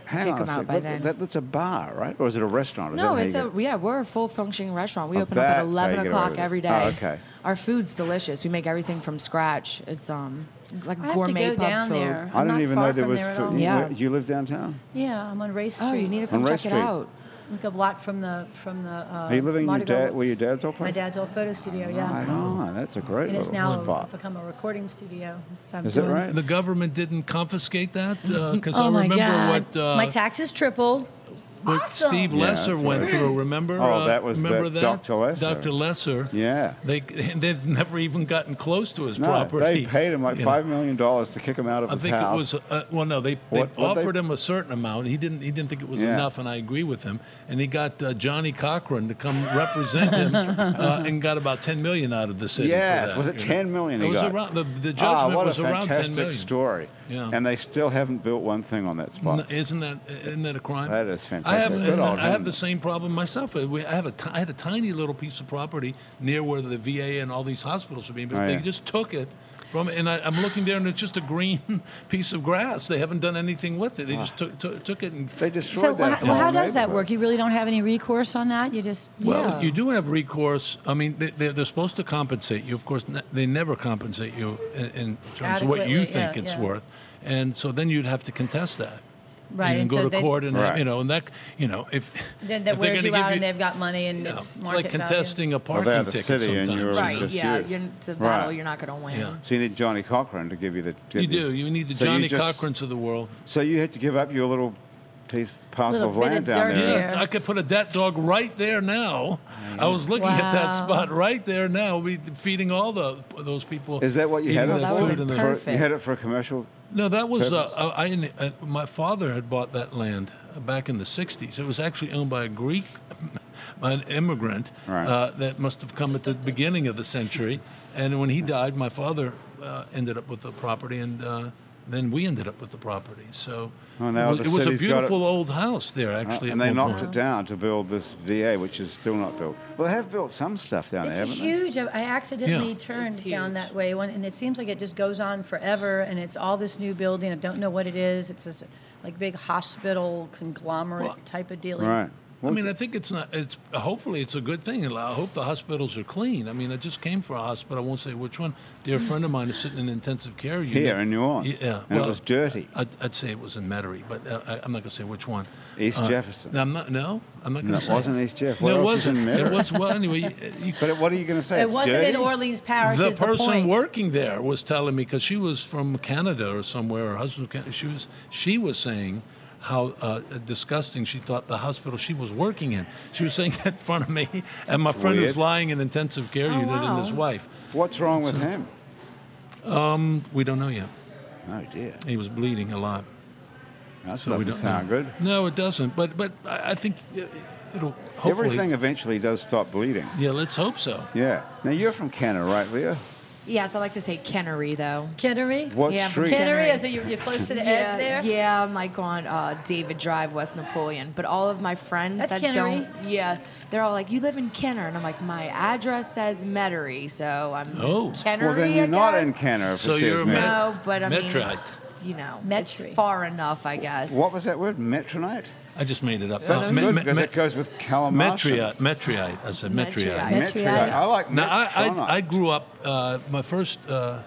Speaker 1: Hang
Speaker 4: Take
Speaker 1: on a
Speaker 4: 'em out
Speaker 1: sec.
Speaker 4: by
Speaker 1: What-
Speaker 4: then.
Speaker 1: that- that's a bar, right? Or is it a restaurant? Is
Speaker 4: no,
Speaker 1: that how
Speaker 4: it's
Speaker 1: you
Speaker 4: a
Speaker 1: get-
Speaker 4: yeah, we're a full functioning restaurant. We
Speaker 1: Oh,
Speaker 4: open up at
Speaker 1: that's how you
Speaker 4: eleven
Speaker 1: get away
Speaker 4: o'clock
Speaker 1: with it.
Speaker 4: every day.
Speaker 1: Oh, okay.
Speaker 4: Our food's delicious. We make everything from scratch. It's um like
Speaker 6: I have to
Speaker 4: gourmet
Speaker 6: go
Speaker 4: pub
Speaker 6: down
Speaker 4: food.
Speaker 6: there.
Speaker 1: I
Speaker 6: I'm
Speaker 1: didn't
Speaker 6: not
Speaker 1: even
Speaker 6: far
Speaker 1: know there
Speaker 6: from
Speaker 1: was
Speaker 6: at
Speaker 1: food.
Speaker 6: all.
Speaker 1: You-
Speaker 4: Yeah.
Speaker 1: You live downtown?
Speaker 6: Yeah, I'm on Race Street.
Speaker 4: Oh, you need to
Speaker 1: On
Speaker 4: come
Speaker 1: Race
Speaker 4: check it
Speaker 1: Street.
Speaker 4: out.
Speaker 6: like a block from the from the. Uh,
Speaker 1: Are you living in your
Speaker 6: Mardi Gras-
Speaker 1: dad, where your dad's old place?
Speaker 6: My dad's old photo studio. Yeah.
Speaker 1: Ah, that's a great
Speaker 6: And it's
Speaker 1: little
Speaker 6: now
Speaker 1: spot.
Speaker 6: become a recording studio. So I'm
Speaker 1: Is that
Speaker 6: doing-
Speaker 1: right?
Speaker 3: the government didn't confiscate that because
Speaker 6: Oh
Speaker 3: I
Speaker 6: my
Speaker 3: remember
Speaker 6: God!
Speaker 3: what uh,
Speaker 6: my taxes tripled.
Speaker 3: what
Speaker 6: Awesome.
Speaker 3: Steve
Speaker 1: Yeah,
Speaker 3: Lesser
Speaker 1: that's
Speaker 3: went
Speaker 1: right.
Speaker 3: through. Remember?
Speaker 1: Oh,
Speaker 3: uh,
Speaker 1: that was
Speaker 3: remember
Speaker 1: the
Speaker 3: that
Speaker 1: Dr. Lesser.
Speaker 3: Dr. Lesser.
Speaker 1: Yeah.
Speaker 3: They *laughs* they've never even gotten close to his
Speaker 1: No,
Speaker 3: property.
Speaker 1: they paid him like
Speaker 3: you know.
Speaker 1: five million dollars to kick him out of
Speaker 3: I
Speaker 1: his
Speaker 3: think
Speaker 1: house.
Speaker 3: it was. Uh, well, no, they, they
Speaker 1: What- what they-
Speaker 3: offered him a certain amount. He didn't. He didn't think it was
Speaker 1: Yeah.
Speaker 3: enough, and I agree with him. And he got uh, Johnny Cochran to come
Speaker 1: *laughs*
Speaker 3: represent him, uh, and got about ten million out of the city. for
Speaker 1: Yes,
Speaker 3: that,
Speaker 1: was it
Speaker 3: you know.
Speaker 1: 10 million
Speaker 3: It
Speaker 1: he
Speaker 3: was
Speaker 1: got?
Speaker 3: around. The, the judgment
Speaker 1: Ah, what
Speaker 3: was
Speaker 1: a
Speaker 3: around ten
Speaker 1: fantastic
Speaker 3: million.
Speaker 1: story!
Speaker 3: Yeah.
Speaker 1: And they still haven't built one thing on that spot.
Speaker 3: N- Isn't that isn't that a crime?
Speaker 1: That is
Speaker 3: I have,
Speaker 1: fantastic. Good old
Speaker 3: I have
Speaker 1: him.
Speaker 3: the same problem myself. Uh, we- I have a ti- I had a tiny little piece of property near where the VA and all these hospitals are being, but
Speaker 1: Oh,
Speaker 3: they
Speaker 1: yeah.
Speaker 3: just took it from. And I, I'm looking there, and it's just a green *laughs* piece of grass. They haven't done anything with it. They
Speaker 1: Ah.
Speaker 3: just took, took took it and.
Speaker 1: They
Speaker 6: So
Speaker 1: destroyed that.
Speaker 6: wha- well,
Speaker 1: whole
Speaker 6: how does that
Speaker 1: neighborhood.
Speaker 6: work? You really don't have any recourse on that. You just
Speaker 3: Well,
Speaker 4: Yeah.
Speaker 3: you do have recourse. I mean, they, they're, they're supposed to compensate you. Of course, ne- they never compensate you in, in terms of what you
Speaker 6: Adequately,
Speaker 3: think
Speaker 6: yeah,
Speaker 3: it's
Speaker 6: yeah.
Speaker 3: worth, and so then you'd have to contest that.
Speaker 6: Right,
Speaker 3: You can
Speaker 6: and
Speaker 3: go
Speaker 6: so
Speaker 3: to
Speaker 6: they-
Speaker 3: court, and
Speaker 1: Right.
Speaker 3: you know, and that you know, if
Speaker 6: then that
Speaker 3: if they're
Speaker 6: wears
Speaker 3: gonna
Speaker 6: you
Speaker 3: give
Speaker 6: out, and they've got money, and
Speaker 3: yeah,
Speaker 6: it's,
Speaker 3: it's like
Speaker 6: market value.
Speaker 3: contesting a parking
Speaker 1: they're the
Speaker 3: ticket
Speaker 1: city and
Speaker 3: sometimes.
Speaker 1: you're-
Speaker 3: right?
Speaker 4: Right.
Speaker 1: Just
Speaker 4: Yeah.
Speaker 1: you.
Speaker 4: You're, it's a battle.
Speaker 1: Right.
Speaker 4: You're not gonna win.
Speaker 3: Yeah.
Speaker 1: So you need Johnny Cochran to give you the. give
Speaker 3: You do. You need the
Speaker 1: so you
Speaker 3: Johnny
Speaker 1: just-
Speaker 3: Cochran's of the world.
Speaker 1: So you had to give up your little piece parcel
Speaker 6: Little
Speaker 1: of
Speaker 6: bit of
Speaker 1: land down
Speaker 6: dirt.
Speaker 1: there.
Speaker 3: Yeah,
Speaker 6: Yeah.
Speaker 3: I could put a dat dog right there now. I was looking at that
Speaker 4: Wow.
Speaker 3: spot right there now. We feeding all the those people.
Speaker 1: Is that what you
Speaker 3: eating
Speaker 1: had it
Speaker 3: the
Speaker 4: that
Speaker 1: for?
Speaker 4: would've
Speaker 3: food and the
Speaker 4: been
Speaker 1: for? You
Speaker 4: perfect.
Speaker 1: had it for a commercial.
Speaker 3: No, that was uh,
Speaker 1: purpose?
Speaker 3: uh, I. Uh, my father had bought that land uh, back in the '60s. It was actually owned by a Greek, *laughs* an immigrant
Speaker 1: Right.
Speaker 3: uh, that must have come at the beginning of the century. And when he died, my father uh, ended up with the property, and uh, then we ended up with the property. So
Speaker 1: Oh, now
Speaker 3: it was,
Speaker 1: the
Speaker 3: it was a
Speaker 1: city's got it.
Speaker 3: beautiful old house there, actually. at
Speaker 1: and they
Speaker 3: one
Speaker 1: knocked
Speaker 3: point.
Speaker 1: it down to build this VA, which is still not built. Well, they have built some stuff down
Speaker 6: It's
Speaker 1: there, haven't they?
Speaker 6: huge. I I accidentally
Speaker 3: Yeah. It's-
Speaker 6: turned
Speaker 4: it's
Speaker 6: down
Speaker 4: huge.
Speaker 6: that way, one, and it seems like it just goes on forever. And it's all this new building. I don't know what it is. It's this like big hospital conglomerate
Speaker 3: Well,
Speaker 6: type of deal.
Speaker 1: Right.
Speaker 3: I
Speaker 1: Well,
Speaker 3: mean, I think it's not. It's hopefully it's a good thing, and I hope the hospitals are clean. I mean, I just came for a hospital. I won't say which one. Dear friend of mine is sitting in intensive care unit
Speaker 1: Here in New Orleans.
Speaker 3: Yeah,
Speaker 1: And it was dirty.
Speaker 3: I'd, I'd say it was in Metairie, but uh, I, I'm not going to say which one.
Speaker 1: East Jefferson.
Speaker 3: No, I'm not. No, I'm not going to
Speaker 1: No, it
Speaker 3: say.
Speaker 1: wasn't East Jeff.
Speaker 3: No,
Speaker 1: What
Speaker 3: it
Speaker 1: else is in
Speaker 3: wasn't. It
Speaker 1: Metairie?
Speaker 3: was well. Anyway, you, you,
Speaker 1: But what are you going to say?
Speaker 6: It
Speaker 1: it's
Speaker 6: wasn't
Speaker 1: dirty?
Speaker 6: in Orleans Parish.
Speaker 3: the
Speaker 6: is the
Speaker 3: person
Speaker 6: point.
Speaker 3: working there was telling me because she was from Canada or somewhere. Her husband, was Can- she was she was saying how uh, disgusting she thought the hospital she was working in. She was saying *laughs* that in front of me, and my friend
Speaker 1: weird.
Speaker 3: was lying in intensive care unit and his
Speaker 4: wow.
Speaker 3: wife.
Speaker 1: What's wrong with him?
Speaker 3: We don't know yet.
Speaker 1: Oh dear.
Speaker 3: He was bleeding a lot.
Speaker 1: That
Speaker 3: So we
Speaker 1: doesn't
Speaker 3: don't
Speaker 1: sound
Speaker 3: know.
Speaker 1: good.
Speaker 3: No, it doesn't. But but I I think it- it'll hopefully.
Speaker 1: Everything eventually does stop bleeding.
Speaker 3: Yeah, let's hope so.
Speaker 1: Yeah. Now you're from Canada, right, Leah?
Speaker 4: Yes, I like to say Kennery though.
Speaker 2: Kittery?
Speaker 1: What
Speaker 4: Yeah, I'm from
Speaker 1: street?
Speaker 4: Canada.
Speaker 2: Kittery? So you're, you're close to the edge there?
Speaker 4: Yeah, I'm like on uh, David Drive, West Napoleon. But all of my friends
Speaker 2: That's
Speaker 4: that
Speaker 2: Kennery.
Speaker 4: don't, yeah, they're all like, "You live in Kenner," and I'm like, "My address says Metairie, so I'm
Speaker 3: Oh.
Speaker 4: Kennery."
Speaker 1: Well, then you're
Speaker 4: I
Speaker 1: not in
Speaker 4: guess."
Speaker 1: Canada. If
Speaker 3: So
Speaker 1: it says
Speaker 3: you're a
Speaker 1: Met-
Speaker 3: Met-
Speaker 4: No, but I mean,
Speaker 3: Metrite.
Speaker 4: it's, you know,
Speaker 2: Metairie.
Speaker 4: it's far enough, I guess.
Speaker 1: What was that word? Metronite?
Speaker 3: I just made it up.
Speaker 1: That's
Speaker 3: me-
Speaker 1: good
Speaker 3: me-
Speaker 1: because
Speaker 3: me-
Speaker 1: it goes with calamari.
Speaker 3: metriite. Metriite. I said metriite.
Speaker 4: Metriite.
Speaker 1: Metriite. I like
Speaker 3: Now, I,
Speaker 1: metronite.
Speaker 3: I, I grew up, uh, my first, uh,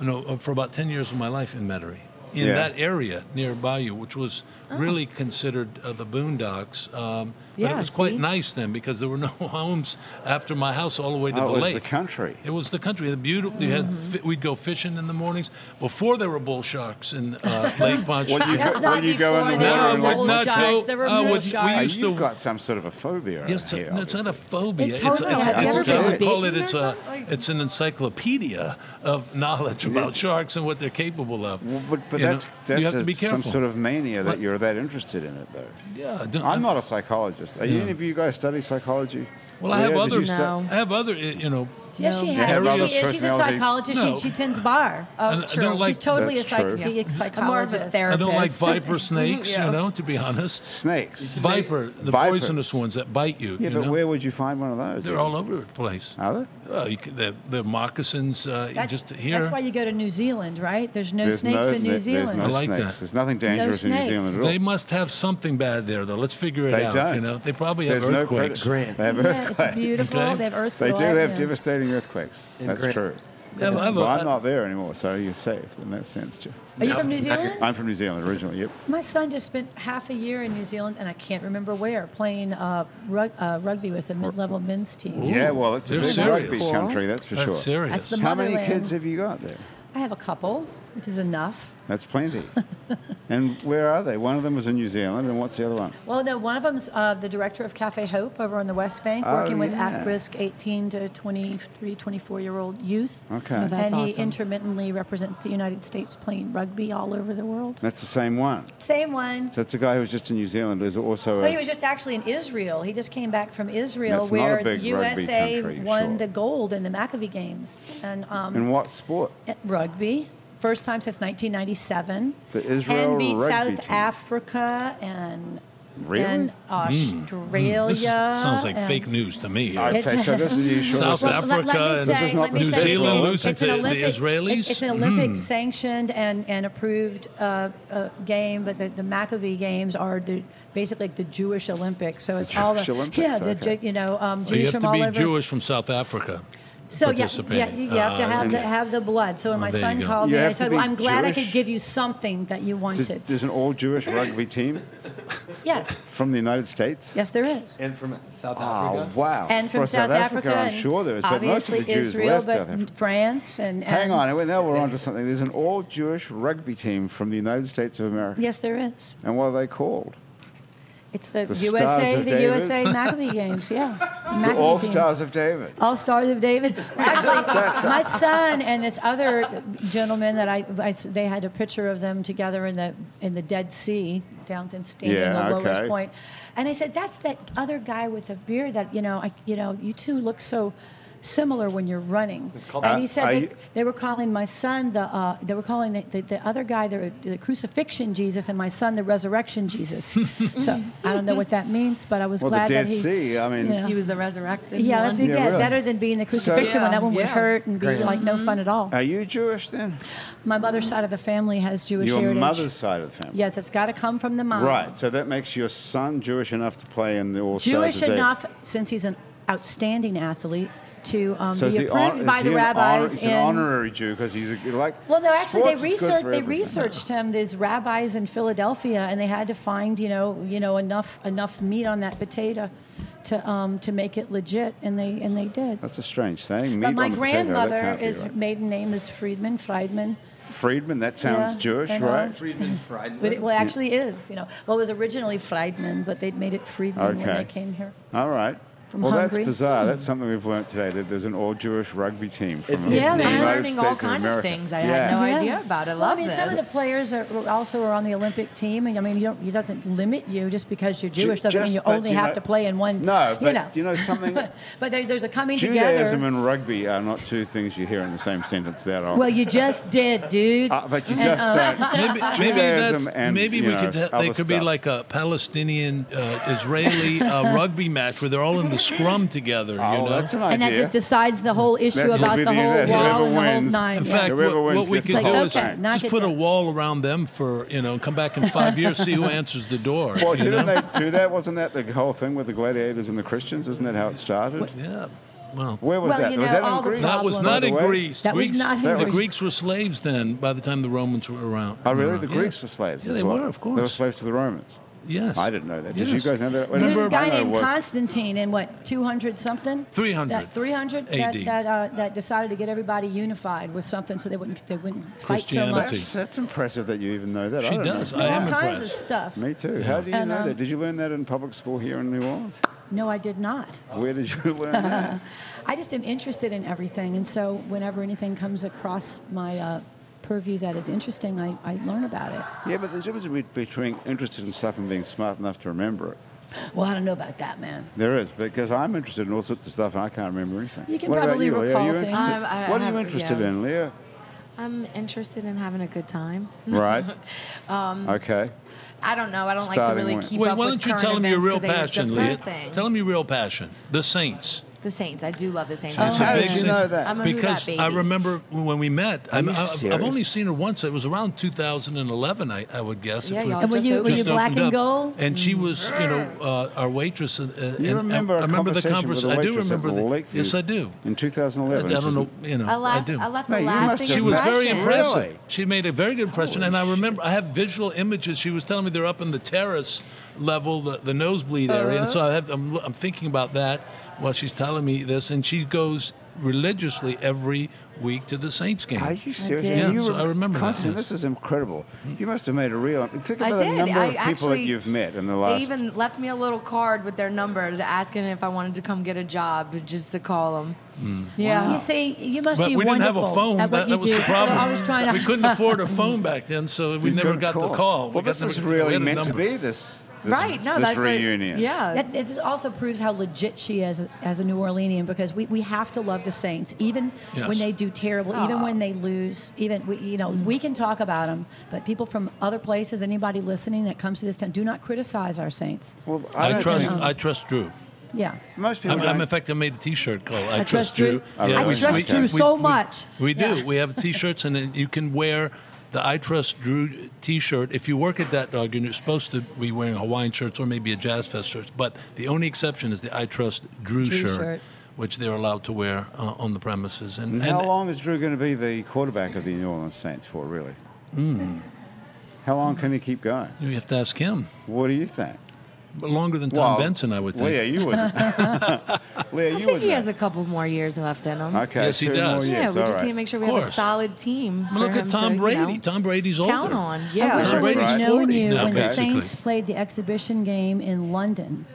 Speaker 3: you know, for about 10 years of my life in Metairie, in
Speaker 1: Yeah.
Speaker 3: that area near Bayou, which was
Speaker 4: Oh.
Speaker 3: really considered uh, the boondocks. Um, but it
Speaker 4: Yeah,
Speaker 3: was quite
Speaker 4: see?
Speaker 3: nice then because there were no *laughs* homes after my house all the way to
Speaker 1: Oh,
Speaker 3: the
Speaker 1: it was
Speaker 3: lake.
Speaker 1: the country.
Speaker 3: It was the country. The beautiful. You had
Speaker 4: Mm-hmm.
Speaker 3: fi- we'd go fishing in the mornings before there were bull sharks in
Speaker 4: *laughs*
Speaker 3: uh, Lake Ponch.
Speaker 1: Well, you
Speaker 2: That's
Speaker 1: go,
Speaker 2: not
Speaker 1: well, you go in the water
Speaker 2: before they were
Speaker 1: and like,
Speaker 2: bull
Speaker 3: not
Speaker 2: sharks.
Speaker 3: go-
Speaker 2: There were
Speaker 3: I
Speaker 2: bull
Speaker 3: wouldn't- we
Speaker 2: sharks.
Speaker 1: Oh,
Speaker 3: used
Speaker 1: you've
Speaker 3: to-
Speaker 1: got some sort of a phobia.
Speaker 3: Yes,
Speaker 1: Uh, here,
Speaker 3: no, it's not a
Speaker 1: obviously.
Speaker 3: phobia.
Speaker 2: It
Speaker 3: it's,
Speaker 2: totally-
Speaker 3: it's,
Speaker 2: have
Speaker 1: you
Speaker 3: it's,
Speaker 1: ever
Speaker 3: I
Speaker 1: been
Speaker 3: would call it
Speaker 4: fishing or
Speaker 3: it's a,
Speaker 4: something? Like-
Speaker 3: it's an encyclopedia of knowledge about sharks and what they're capable of.
Speaker 1: Well, But, but
Speaker 3: You know,
Speaker 1: that's, that's
Speaker 3: you have to
Speaker 1: a-
Speaker 3: be
Speaker 1: some
Speaker 3: careful.
Speaker 1: sort of mania that
Speaker 3: What?
Speaker 1: you're that interested in it, though.
Speaker 3: yeah, don't-
Speaker 1: I'm not a psychologist. Are you, any of you guys study psychology?
Speaker 3: Well, I have
Speaker 1: Leah, did you
Speaker 3: other.
Speaker 4: No.
Speaker 1: stu-
Speaker 3: I have other. eh, You know,
Speaker 2: Yes, she
Speaker 4: No.
Speaker 1: Yeah,
Speaker 2: has.
Speaker 1: rather
Speaker 2: She is. She's a
Speaker 1: personality.
Speaker 2: psychologist.
Speaker 3: No.
Speaker 2: She, she tends bar.
Speaker 4: Oh,
Speaker 3: And I
Speaker 4: true.
Speaker 3: don't like-
Speaker 2: She's totally a
Speaker 1: That's true.
Speaker 2: psych- a psychologist.
Speaker 4: More of a
Speaker 3: I don't like
Speaker 2: *laughs*
Speaker 4: Therapist.
Speaker 3: viper snakes.
Speaker 4: Yeah.
Speaker 3: You know, to be honest,
Speaker 1: Snakes.
Speaker 3: viper, the
Speaker 1: Vipers.
Speaker 3: poisonous ones that bite you.
Speaker 1: Yeah,
Speaker 3: you
Speaker 1: but
Speaker 3: know?
Speaker 1: where Ah. would you find one of those?
Speaker 3: They're all over the place.
Speaker 1: Are they?
Speaker 3: Well, you could, the, the moccasins, uh, you
Speaker 2: That's,
Speaker 3: just here.
Speaker 2: that's why you go to New Zealand, right? There's no
Speaker 1: There's
Speaker 2: snakes in New
Speaker 1: there's
Speaker 2: Zealand.
Speaker 1: No
Speaker 3: I like
Speaker 1: snakes.
Speaker 3: that.
Speaker 1: There's nothing dangerous in New
Speaker 2: snakes.
Speaker 1: Zealand at all.
Speaker 3: they must have something bad there, though. Let's figure it
Speaker 1: They
Speaker 3: out.
Speaker 1: don't.
Speaker 3: You know, they probably have
Speaker 1: There's no
Speaker 3: earthquakes.
Speaker 1: predators.
Speaker 5: Grant.
Speaker 1: They have
Speaker 2: Yeah, it's
Speaker 1: earthquakes. *laughs*
Speaker 2: beautiful.
Speaker 3: Okay.
Speaker 2: They have earthquakes.
Speaker 1: They do have
Speaker 2: yeah.
Speaker 1: devastating earthquakes.
Speaker 5: And
Speaker 1: That's
Speaker 5: Grant-
Speaker 1: true.
Speaker 3: Yeah, but I have
Speaker 1: Well,
Speaker 3: a-
Speaker 1: I'm not there anymore, so you're safe in that sense. Ju-
Speaker 2: Are you from New Zealand?
Speaker 1: I'm from New Zealand originally. Yep.
Speaker 2: My son just spent half a year in New Zealand, and I can't remember where, playing uh, rug, uh, rugby with the mid-level men's team.
Speaker 3: Ooh,
Speaker 1: yeah, well, it's a
Speaker 3: they're
Speaker 1: big
Speaker 3: serious.
Speaker 1: rugby
Speaker 4: Cool.
Speaker 1: country, that's for
Speaker 3: That's
Speaker 1: sure.
Speaker 3: serious. Hmm.
Speaker 2: That's the
Speaker 1: How many
Speaker 2: Motherland.
Speaker 1: kids have you got there?
Speaker 2: I have a couple, which is enough.
Speaker 1: That's
Speaker 2: *laughs*
Speaker 1: plenty. and where are they? One of them was in New Zealand, and what's the other one?
Speaker 2: Well, no, one of them's uh, the director of Cafe Hope over on the West Bank,
Speaker 1: Oh,
Speaker 2: working with
Speaker 1: yeah.
Speaker 2: at-risk 18 to 23, 24-year-old youth.
Speaker 1: Okay. Oh,
Speaker 4: that's
Speaker 2: and he
Speaker 4: awesome.
Speaker 2: intermittently represents the United States playing rugby all over the world.
Speaker 1: That's the same one.
Speaker 2: Same one.
Speaker 1: So that's a guy who was just in New Zealand, who's also
Speaker 2: But Oh, he was
Speaker 1: a.
Speaker 2: just actually in Israel. He just came back from Israel,
Speaker 1: That's not a
Speaker 2: where
Speaker 1: big
Speaker 2: the
Speaker 1: rugby
Speaker 2: USA
Speaker 1: country,
Speaker 2: won
Speaker 1: sure.
Speaker 2: the gold in the McAfee Games and um,
Speaker 1: In what sport?
Speaker 2: at rugby. First time since 1997.
Speaker 1: The Israel
Speaker 2: and beat
Speaker 1: rugby
Speaker 2: South
Speaker 1: team.
Speaker 2: Africa and
Speaker 1: Really?
Speaker 2: and Australia.
Speaker 3: this is- sounds like
Speaker 2: and-
Speaker 1: fake
Speaker 3: fake news to me.
Speaker 1: I'd
Speaker 2: It's-
Speaker 1: say
Speaker 2: *laughs*
Speaker 1: so. This is usual. this
Speaker 3: South
Speaker 1: is-
Speaker 2: Well, let- let
Speaker 3: Africa
Speaker 2: me
Speaker 3: and
Speaker 2: say-
Speaker 1: This is not
Speaker 2: let me
Speaker 1: the
Speaker 2: say
Speaker 1: New
Speaker 2: it's-
Speaker 1: Zealand
Speaker 2: it's-
Speaker 1: losing
Speaker 2: it's an
Speaker 3: to the
Speaker 2: Olympic-
Speaker 3: Israelis?
Speaker 2: It's, it's an
Speaker 1: Hmm.
Speaker 2: Olympic sanctioned and, and approved uh, uh, game, but the, the McAfee Games are the basically like the Jewish Olympics. So it's all
Speaker 1: Jewish
Speaker 2: the
Speaker 1: Olympics,
Speaker 2: yeah, the
Speaker 1: okay.
Speaker 2: Ju- you know um,
Speaker 3: So you
Speaker 2: Jews
Speaker 3: have
Speaker 2: from
Speaker 3: to
Speaker 2: all
Speaker 3: be
Speaker 2: over.
Speaker 3: Jewish from South
Speaker 2: *laughs*
Speaker 3: Africa.
Speaker 2: So yeah, yeah,
Speaker 3: participating.
Speaker 2: you you have to
Speaker 1: Uh,
Speaker 3: Ah,
Speaker 2: have the,
Speaker 3: okay.
Speaker 2: have the blood. So when my
Speaker 3: there you
Speaker 2: son
Speaker 3: go.
Speaker 2: called
Speaker 1: Oh, You
Speaker 2: me, I
Speaker 1: have to
Speaker 2: said,
Speaker 1: be
Speaker 2: "Well, I'm glad I
Speaker 1: Jewish?
Speaker 2: could give you something that you
Speaker 1: There's-
Speaker 2: wanted."
Speaker 1: There's an all Jewish rugby team
Speaker 2: yes,
Speaker 1: from the United States.
Speaker 2: yes, there is.
Speaker 5: And from South
Speaker 1: Oh,
Speaker 5: Africa.
Speaker 1: wow.
Speaker 2: And from
Speaker 1: For South, Africa, I'm
Speaker 2: and
Speaker 1: sure there is, but most of the
Speaker 2: obviously
Speaker 1: Jews
Speaker 2: Israel,
Speaker 1: left
Speaker 2: but
Speaker 1: South Africa.
Speaker 2: France and,
Speaker 1: Hang
Speaker 2: and-
Speaker 1: on, now we're onto something. There's an all Jewish rugby team from the United States of America.
Speaker 2: Yes, there is.
Speaker 1: And what are they called?
Speaker 2: It's the,
Speaker 1: The Stars
Speaker 2: USA,
Speaker 1: of
Speaker 2: the
Speaker 1: David.
Speaker 2: USA McAfee games, yeah.
Speaker 1: The
Speaker 2: McAfee
Speaker 1: *laughs* All
Speaker 2: team.
Speaker 1: Stars of David.
Speaker 2: All Stars of
Speaker 1: *laughs*
Speaker 2: David.
Speaker 1: That's
Speaker 2: Actually, my son and this other gentleman that I, I s- they had a picture of them together in the in the Dead Sea, down in standing
Speaker 1: Yeah,
Speaker 2: the lowest
Speaker 1: okay.
Speaker 2: point. And I said, "That's that other guy with the beard that you know, I, you know, you two look so." Similar when you're running,
Speaker 5: called-
Speaker 2: and
Speaker 1: Uh,
Speaker 2: he said
Speaker 1: are
Speaker 2: they,
Speaker 1: you-
Speaker 2: they were calling my son the uh, they were calling the, the, the other guy the, the crucifixion Jesus and my son the
Speaker 1: *laughs*
Speaker 2: resurrection Jesus. so I don't know what that means, but I was
Speaker 1: Well, the
Speaker 2: glad
Speaker 1: Dead
Speaker 2: that he,
Speaker 1: Sea, I mean,
Speaker 2: you know.
Speaker 4: He was the resurrected
Speaker 2: Yeah,
Speaker 4: one.
Speaker 2: that'd be
Speaker 1: Yeah,
Speaker 2: good.
Speaker 1: really.
Speaker 2: Better than being the crucifixion one.
Speaker 4: Yeah,
Speaker 2: That one would
Speaker 4: yeah.
Speaker 2: hurt and be
Speaker 5: Great.
Speaker 2: like no fun at all.
Speaker 1: Are you Jewish then?
Speaker 2: My mother's side of the family has Jewish
Speaker 1: Mm-hmm. Your
Speaker 2: heritage.
Speaker 1: mother's side of the family.
Speaker 2: Yes, it's got to come from the mom.
Speaker 1: Right, so that makes your son Jewish enough to play in the All Stars
Speaker 2: Jewish
Speaker 1: of David.
Speaker 2: enough, since he's an outstanding athlete, to um,
Speaker 1: So is
Speaker 2: be
Speaker 1: he hon-
Speaker 2: approved
Speaker 1: is
Speaker 2: by
Speaker 1: he
Speaker 2: the
Speaker 1: an honor-
Speaker 2: rabbis.
Speaker 1: he's an
Speaker 2: in-
Speaker 1: honorary Jew because he's a, like.
Speaker 2: Well, no, actually, they
Speaker 1: sports is good
Speaker 2: researched.
Speaker 1: for
Speaker 2: They
Speaker 1: everything.
Speaker 2: researched him. These rabbis in Philadelphia, and they had to find, you know, you know, enough enough meat on that potato to um, to make it legit, and they and they did.
Speaker 1: That's a strange saying. Meat
Speaker 2: but my
Speaker 1: on the potato, that
Speaker 2: grandmother
Speaker 1: can't be
Speaker 2: is
Speaker 1: right.
Speaker 2: maiden name is Friedman Friedman.
Speaker 1: Friedman. That sounds
Speaker 2: Yeah,
Speaker 1: Jewish,
Speaker 2: I know.
Speaker 1: right?
Speaker 5: Friedman Friedman.
Speaker 2: But it, well, it actually is. You know, well, it was originally Friedman, but they'd made it Friedman when
Speaker 1: Okay.
Speaker 2: they came here.
Speaker 1: All right.
Speaker 2: from
Speaker 1: Well, that's
Speaker 2: Hungary. Hmm.
Speaker 1: bizarre. That's something we've learned today. That there's an all-Jewish rugby team from
Speaker 5: It's-
Speaker 1: the
Speaker 5: it's
Speaker 4: Yeah,
Speaker 5: neat.
Speaker 1: United
Speaker 4: I'm learning
Speaker 1: States
Speaker 4: all kinds of
Speaker 1: America.
Speaker 4: things I
Speaker 1: yeah.
Speaker 4: had no idea about. I
Speaker 2: Well,
Speaker 4: love
Speaker 2: I mean,
Speaker 4: this.
Speaker 2: some of the players are are also are on the Olympic team, and I mean, you don't, it doesn't limit you just because you're Jewish doesn't
Speaker 1: just-
Speaker 2: mean you
Speaker 1: but
Speaker 2: only
Speaker 1: you
Speaker 2: have
Speaker 1: know-
Speaker 2: to play in one.
Speaker 1: No, but
Speaker 2: you know,
Speaker 1: you know
Speaker 2: *laughs*
Speaker 1: something?
Speaker 2: but there, there's a coming
Speaker 1: Judaism
Speaker 2: together.
Speaker 1: and rugby are not two things you hear in the same sentence that often.
Speaker 2: Well, you just did, dude.
Speaker 1: *laughs* uh, but you just
Speaker 2: *laughs*
Speaker 1: don't.
Speaker 3: Maybe, maybe,
Speaker 1: Judaism
Speaker 3: that's,
Speaker 1: and,
Speaker 3: maybe
Speaker 1: you
Speaker 3: we
Speaker 1: know,
Speaker 3: could. ha- They
Speaker 1: other
Speaker 3: could be
Speaker 1: stuff.
Speaker 3: like a Palestinian uh,
Speaker 1: *laughs*
Speaker 3: Israeli uh, rugby match where they're all in the scrum together.
Speaker 1: Oh,
Speaker 3: you know?
Speaker 1: that's an
Speaker 2: and
Speaker 1: idea.
Speaker 2: that just decides the whole issue
Speaker 1: That's
Speaker 2: about
Speaker 1: the
Speaker 2: the
Speaker 1: video that
Speaker 2: whole
Speaker 1: whoever
Speaker 2: wall and the whole
Speaker 1: wins.
Speaker 2: nine.
Speaker 3: In
Speaker 1: Yeah.
Speaker 3: fact,
Speaker 1: Whoever
Speaker 3: what,
Speaker 1: wins
Speaker 3: what we
Speaker 1: gets
Speaker 3: could
Speaker 1: the
Speaker 3: do
Speaker 1: whole
Speaker 3: is
Speaker 1: thing.
Speaker 2: Knock
Speaker 3: just
Speaker 2: it
Speaker 3: put a
Speaker 2: down.
Speaker 3: wall around them for you know, come back in five years,
Speaker 1: *laughs*
Speaker 3: see who answers the door.
Speaker 1: Well,
Speaker 3: you know?
Speaker 1: didn't they do that? Wasn't that the whole thing with the gladiators and the Christians? Isn't that how it started?
Speaker 3: yeah. Well,
Speaker 1: Where was
Speaker 2: Well,
Speaker 1: that?
Speaker 2: you
Speaker 1: was
Speaker 2: know,
Speaker 1: that in
Speaker 2: all the
Speaker 1: Greece?
Speaker 3: that was
Speaker 2: Problems.
Speaker 3: not
Speaker 1: by
Speaker 3: in
Speaker 1: the way?
Speaker 3: Greece.
Speaker 2: That was
Speaker 3: Greeks,
Speaker 2: not in
Speaker 1: That
Speaker 3: the
Speaker 1: was-
Speaker 3: Greeks were slaves then. By the time the Romans were around.
Speaker 1: Oh, really?
Speaker 3: around.
Speaker 1: The Greeks
Speaker 3: Mm, Yes.
Speaker 1: were slaves.
Speaker 3: Yeah,
Speaker 1: as
Speaker 3: they
Speaker 1: well.
Speaker 3: were, of
Speaker 1: They were
Speaker 3: course.
Speaker 1: slaves to the Romans.
Speaker 3: Yes.
Speaker 1: I didn't know that. Did you
Speaker 3: Yes.
Speaker 1: guys know that?
Speaker 2: There's
Speaker 1: Remember-
Speaker 2: this guy
Speaker 1: I know
Speaker 2: named
Speaker 1: what-
Speaker 2: Constantine in what 200 something?
Speaker 3: 300.
Speaker 2: That 300
Speaker 3: AD.
Speaker 2: that that, uh, that decided to get everybody unified with something so they wouldn't they wouldn't fight so
Speaker 3: Christianity.
Speaker 2: much.
Speaker 1: That's, that's impressive that you even know that. I
Speaker 3: She
Speaker 1: don't know.
Speaker 3: does.
Speaker 2: All
Speaker 3: I am
Speaker 2: kinds of
Speaker 3: impressed.
Speaker 2: stuff.
Speaker 1: Me too. How do you
Speaker 2: And,
Speaker 1: know
Speaker 2: um,
Speaker 1: that? Did you learn that in public school here in New Orleans?
Speaker 2: No, I did not.
Speaker 1: Where did you *laughs* learn
Speaker 2: *laughs*
Speaker 1: that?
Speaker 2: I just am interested in everything, and so whenever anything comes across my uh, purview that is interesting, I, I learn about it.
Speaker 1: yeah, but there's a difference bet- between interested in stuff and being smart enough to remember it.
Speaker 2: Well, I don't know about that, man.
Speaker 1: There is, because I'm interested in all sorts of stuff and I can't remember anything.
Speaker 2: You can
Speaker 1: what
Speaker 2: probably
Speaker 1: about you, Leah?
Speaker 2: recall
Speaker 1: Are you
Speaker 2: things.
Speaker 1: interested?
Speaker 4: Um, I- I
Speaker 1: what are you
Speaker 4: have-
Speaker 1: interested
Speaker 4: yeah.
Speaker 1: in, Leah?
Speaker 2: *laughs*
Speaker 4: I'm interested in having a good time.
Speaker 2: *laughs*
Speaker 1: Right.
Speaker 2: Um,
Speaker 1: okay.
Speaker 4: I don't know. I don't like to
Speaker 1: Starting
Speaker 4: really
Speaker 1: with-
Speaker 4: keep
Speaker 3: Wait,
Speaker 4: up
Speaker 3: why
Speaker 4: with
Speaker 3: don't you
Speaker 4: current
Speaker 3: tell them your
Speaker 4: events
Speaker 3: real
Speaker 4: 'cause they were
Speaker 3: passion, Leah?
Speaker 4: depressing.
Speaker 3: Tell them your real passion. The Saints.
Speaker 4: The Saints. I do love the Saints.
Speaker 3: It's a
Speaker 1: How
Speaker 3: big
Speaker 1: did you
Speaker 3: Saints.
Speaker 1: know that?
Speaker 4: I'm a Who Dat
Speaker 3: because I
Speaker 4: baby.
Speaker 3: remember when we met.
Speaker 1: Are
Speaker 3: I'm-
Speaker 1: you
Speaker 3: I- I've
Speaker 1: serious?
Speaker 3: only seen her once. It was around 2011, I, I would guess.
Speaker 4: Yeah,
Speaker 3: if we
Speaker 4: y'all
Speaker 2: And were
Speaker 4: Just
Speaker 2: you were
Speaker 4: opened
Speaker 2: you
Speaker 3: just
Speaker 2: black and
Speaker 3: opened up.
Speaker 2: gold?
Speaker 3: And
Speaker 4: Mm.
Speaker 3: she was, you know, uh, our waitress. And, and,
Speaker 1: You
Speaker 3: and
Speaker 1: remember
Speaker 3: I,
Speaker 1: a
Speaker 3: remember the
Speaker 1: conversation with
Speaker 3: conversation.
Speaker 1: a
Speaker 3: I do
Speaker 1: waitress at
Speaker 3: remember the.
Speaker 1: Lakeview
Speaker 3: Yes, I do.
Speaker 1: In
Speaker 3: I, I
Speaker 1: 2011.
Speaker 3: don't know. You know,
Speaker 4: I, last,
Speaker 3: I do.
Speaker 4: I left
Speaker 1: Mate,
Speaker 4: the
Speaker 1: you
Speaker 4: last
Speaker 1: must
Speaker 4: impression.
Speaker 1: have
Speaker 3: She was very
Speaker 1: Impression.
Speaker 3: impressive.
Speaker 1: Really?
Speaker 3: She made a very good impression, and I
Speaker 1: Holy
Speaker 3: remember I have visual images. She was telling me they're up in the terrace level, the, the nosebleed area, and so I have, I'm, I'm thinking about that while she's telling me this, and she goes religiously every week to the Saints game.
Speaker 1: Are you serious?
Speaker 4: did.
Speaker 1: You
Speaker 3: Yeah, so I remember that,
Speaker 1: Constantine,
Speaker 3: yes.
Speaker 1: this is incredible. You must have made a real. Think
Speaker 4: I
Speaker 1: about the
Speaker 4: did.
Speaker 1: number
Speaker 4: I
Speaker 1: of people that
Speaker 4: actually-
Speaker 1: you've met in the
Speaker 4: They
Speaker 1: last.
Speaker 4: even left me a little card with their number to asking if I wanted to come get a job, just to call them. Yeah.
Speaker 2: You see, you must
Speaker 3: But
Speaker 2: be
Speaker 3: we didn't have
Speaker 2: wonderful
Speaker 3: a phone.
Speaker 2: at
Speaker 3: That,
Speaker 2: what
Speaker 3: that was
Speaker 2: you
Speaker 3: the
Speaker 2: do.
Speaker 3: problem.
Speaker 2: I was trying to. *laughs*
Speaker 3: we couldn't afford a phone back then, so we
Speaker 1: You
Speaker 3: never
Speaker 1: couldn't
Speaker 3: got the call. We
Speaker 1: Well,
Speaker 3: got
Speaker 1: this is
Speaker 3: never- we
Speaker 1: really
Speaker 3: had a
Speaker 1: meant to
Speaker 3: number.
Speaker 1: be this. this
Speaker 4: right. No,
Speaker 1: this
Speaker 4: that's
Speaker 1: reunion.
Speaker 4: What, yeah.
Speaker 2: That, it also proves how legit she is as a New Orleanian because we, we have to love the Saints even
Speaker 3: Yes.
Speaker 2: when they do terrible, even when they lose, even we, you know we can talk about them, but people from other places, anybody listening that comes to this town, do not criticize our Saints.
Speaker 1: Well, I,
Speaker 3: I
Speaker 1: don't
Speaker 3: trust.
Speaker 1: think-
Speaker 3: I trust Drew.
Speaker 2: Yeah,
Speaker 1: most people.
Speaker 3: I'm,
Speaker 1: don't-
Speaker 3: I'm in fact, I made a T-shirt called "I,
Speaker 2: I
Speaker 3: Trust
Speaker 2: Trust
Speaker 3: Drew."
Speaker 2: Drew. I
Speaker 1: Trust Drew
Speaker 2: so much.
Speaker 3: We, do.
Speaker 2: Yeah.
Speaker 3: We have T-shirts, and then you can wear the "I Trust Drew" T-shirt if you work at that dog. and You're supposed to be wearing Hawaiian shirts or maybe a Jazz Fest shirt, but the only exception is the "I Trust Drew"
Speaker 2: Drew
Speaker 3: shirt,
Speaker 2: shirt.
Speaker 3: which they're allowed to wear uh, on the premises. And, and
Speaker 1: how long is Drew going to be the quarterback of the New Orleans Saints for, really?
Speaker 3: Hmm.
Speaker 1: How long can he keep going?
Speaker 3: you have to ask him.
Speaker 1: What do you think?
Speaker 3: Longer than Tom
Speaker 1: Well,
Speaker 3: Benson, I would think.
Speaker 1: Leah,
Speaker 3: *laughs*
Speaker 1: you would. Leah,
Speaker 4: I
Speaker 1: you
Speaker 4: think
Speaker 1: would.
Speaker 4: he
Speaker 1: know.
Speaker 4: has a couple more years left in him.
Speaker 1: Okay,
Speaker 3: Yes, he
Speaker 1: two
Speaker 3: does.
Speaker 1: more
Speaker 4: Yeah,
Speaker 1: years.
Speaker 4: we
Speaker 1: all
Speaker 4: just
Speaker 1: right.
Speaker 4: need to make sure we
Speaker 3: Of
Speaker 4: have a
Speaker 3: course.
Speaker 4: solid team.
Speaker 3: Look
Speaker 4: for
Speaker 3: at
Speaker 4: him
Speaker 3: Tom
Speaker 4: to,
Speaker 3: Brady.
Speaker 4: You know,
Speaker 3: Tom Brady's older.
Speaker 4: count on.
Speaker 2: I
Speaker 4: Yeah.
Speaker 2: wish I
Speaker 1: Brady's
Speaker 2: would have known
Speaker 3: 40
Speaker 2: you
Speaker 3: now,
Speaker 2: when the
Speaker 3: basically.
Speaker 2: Saints played the exhibition game in London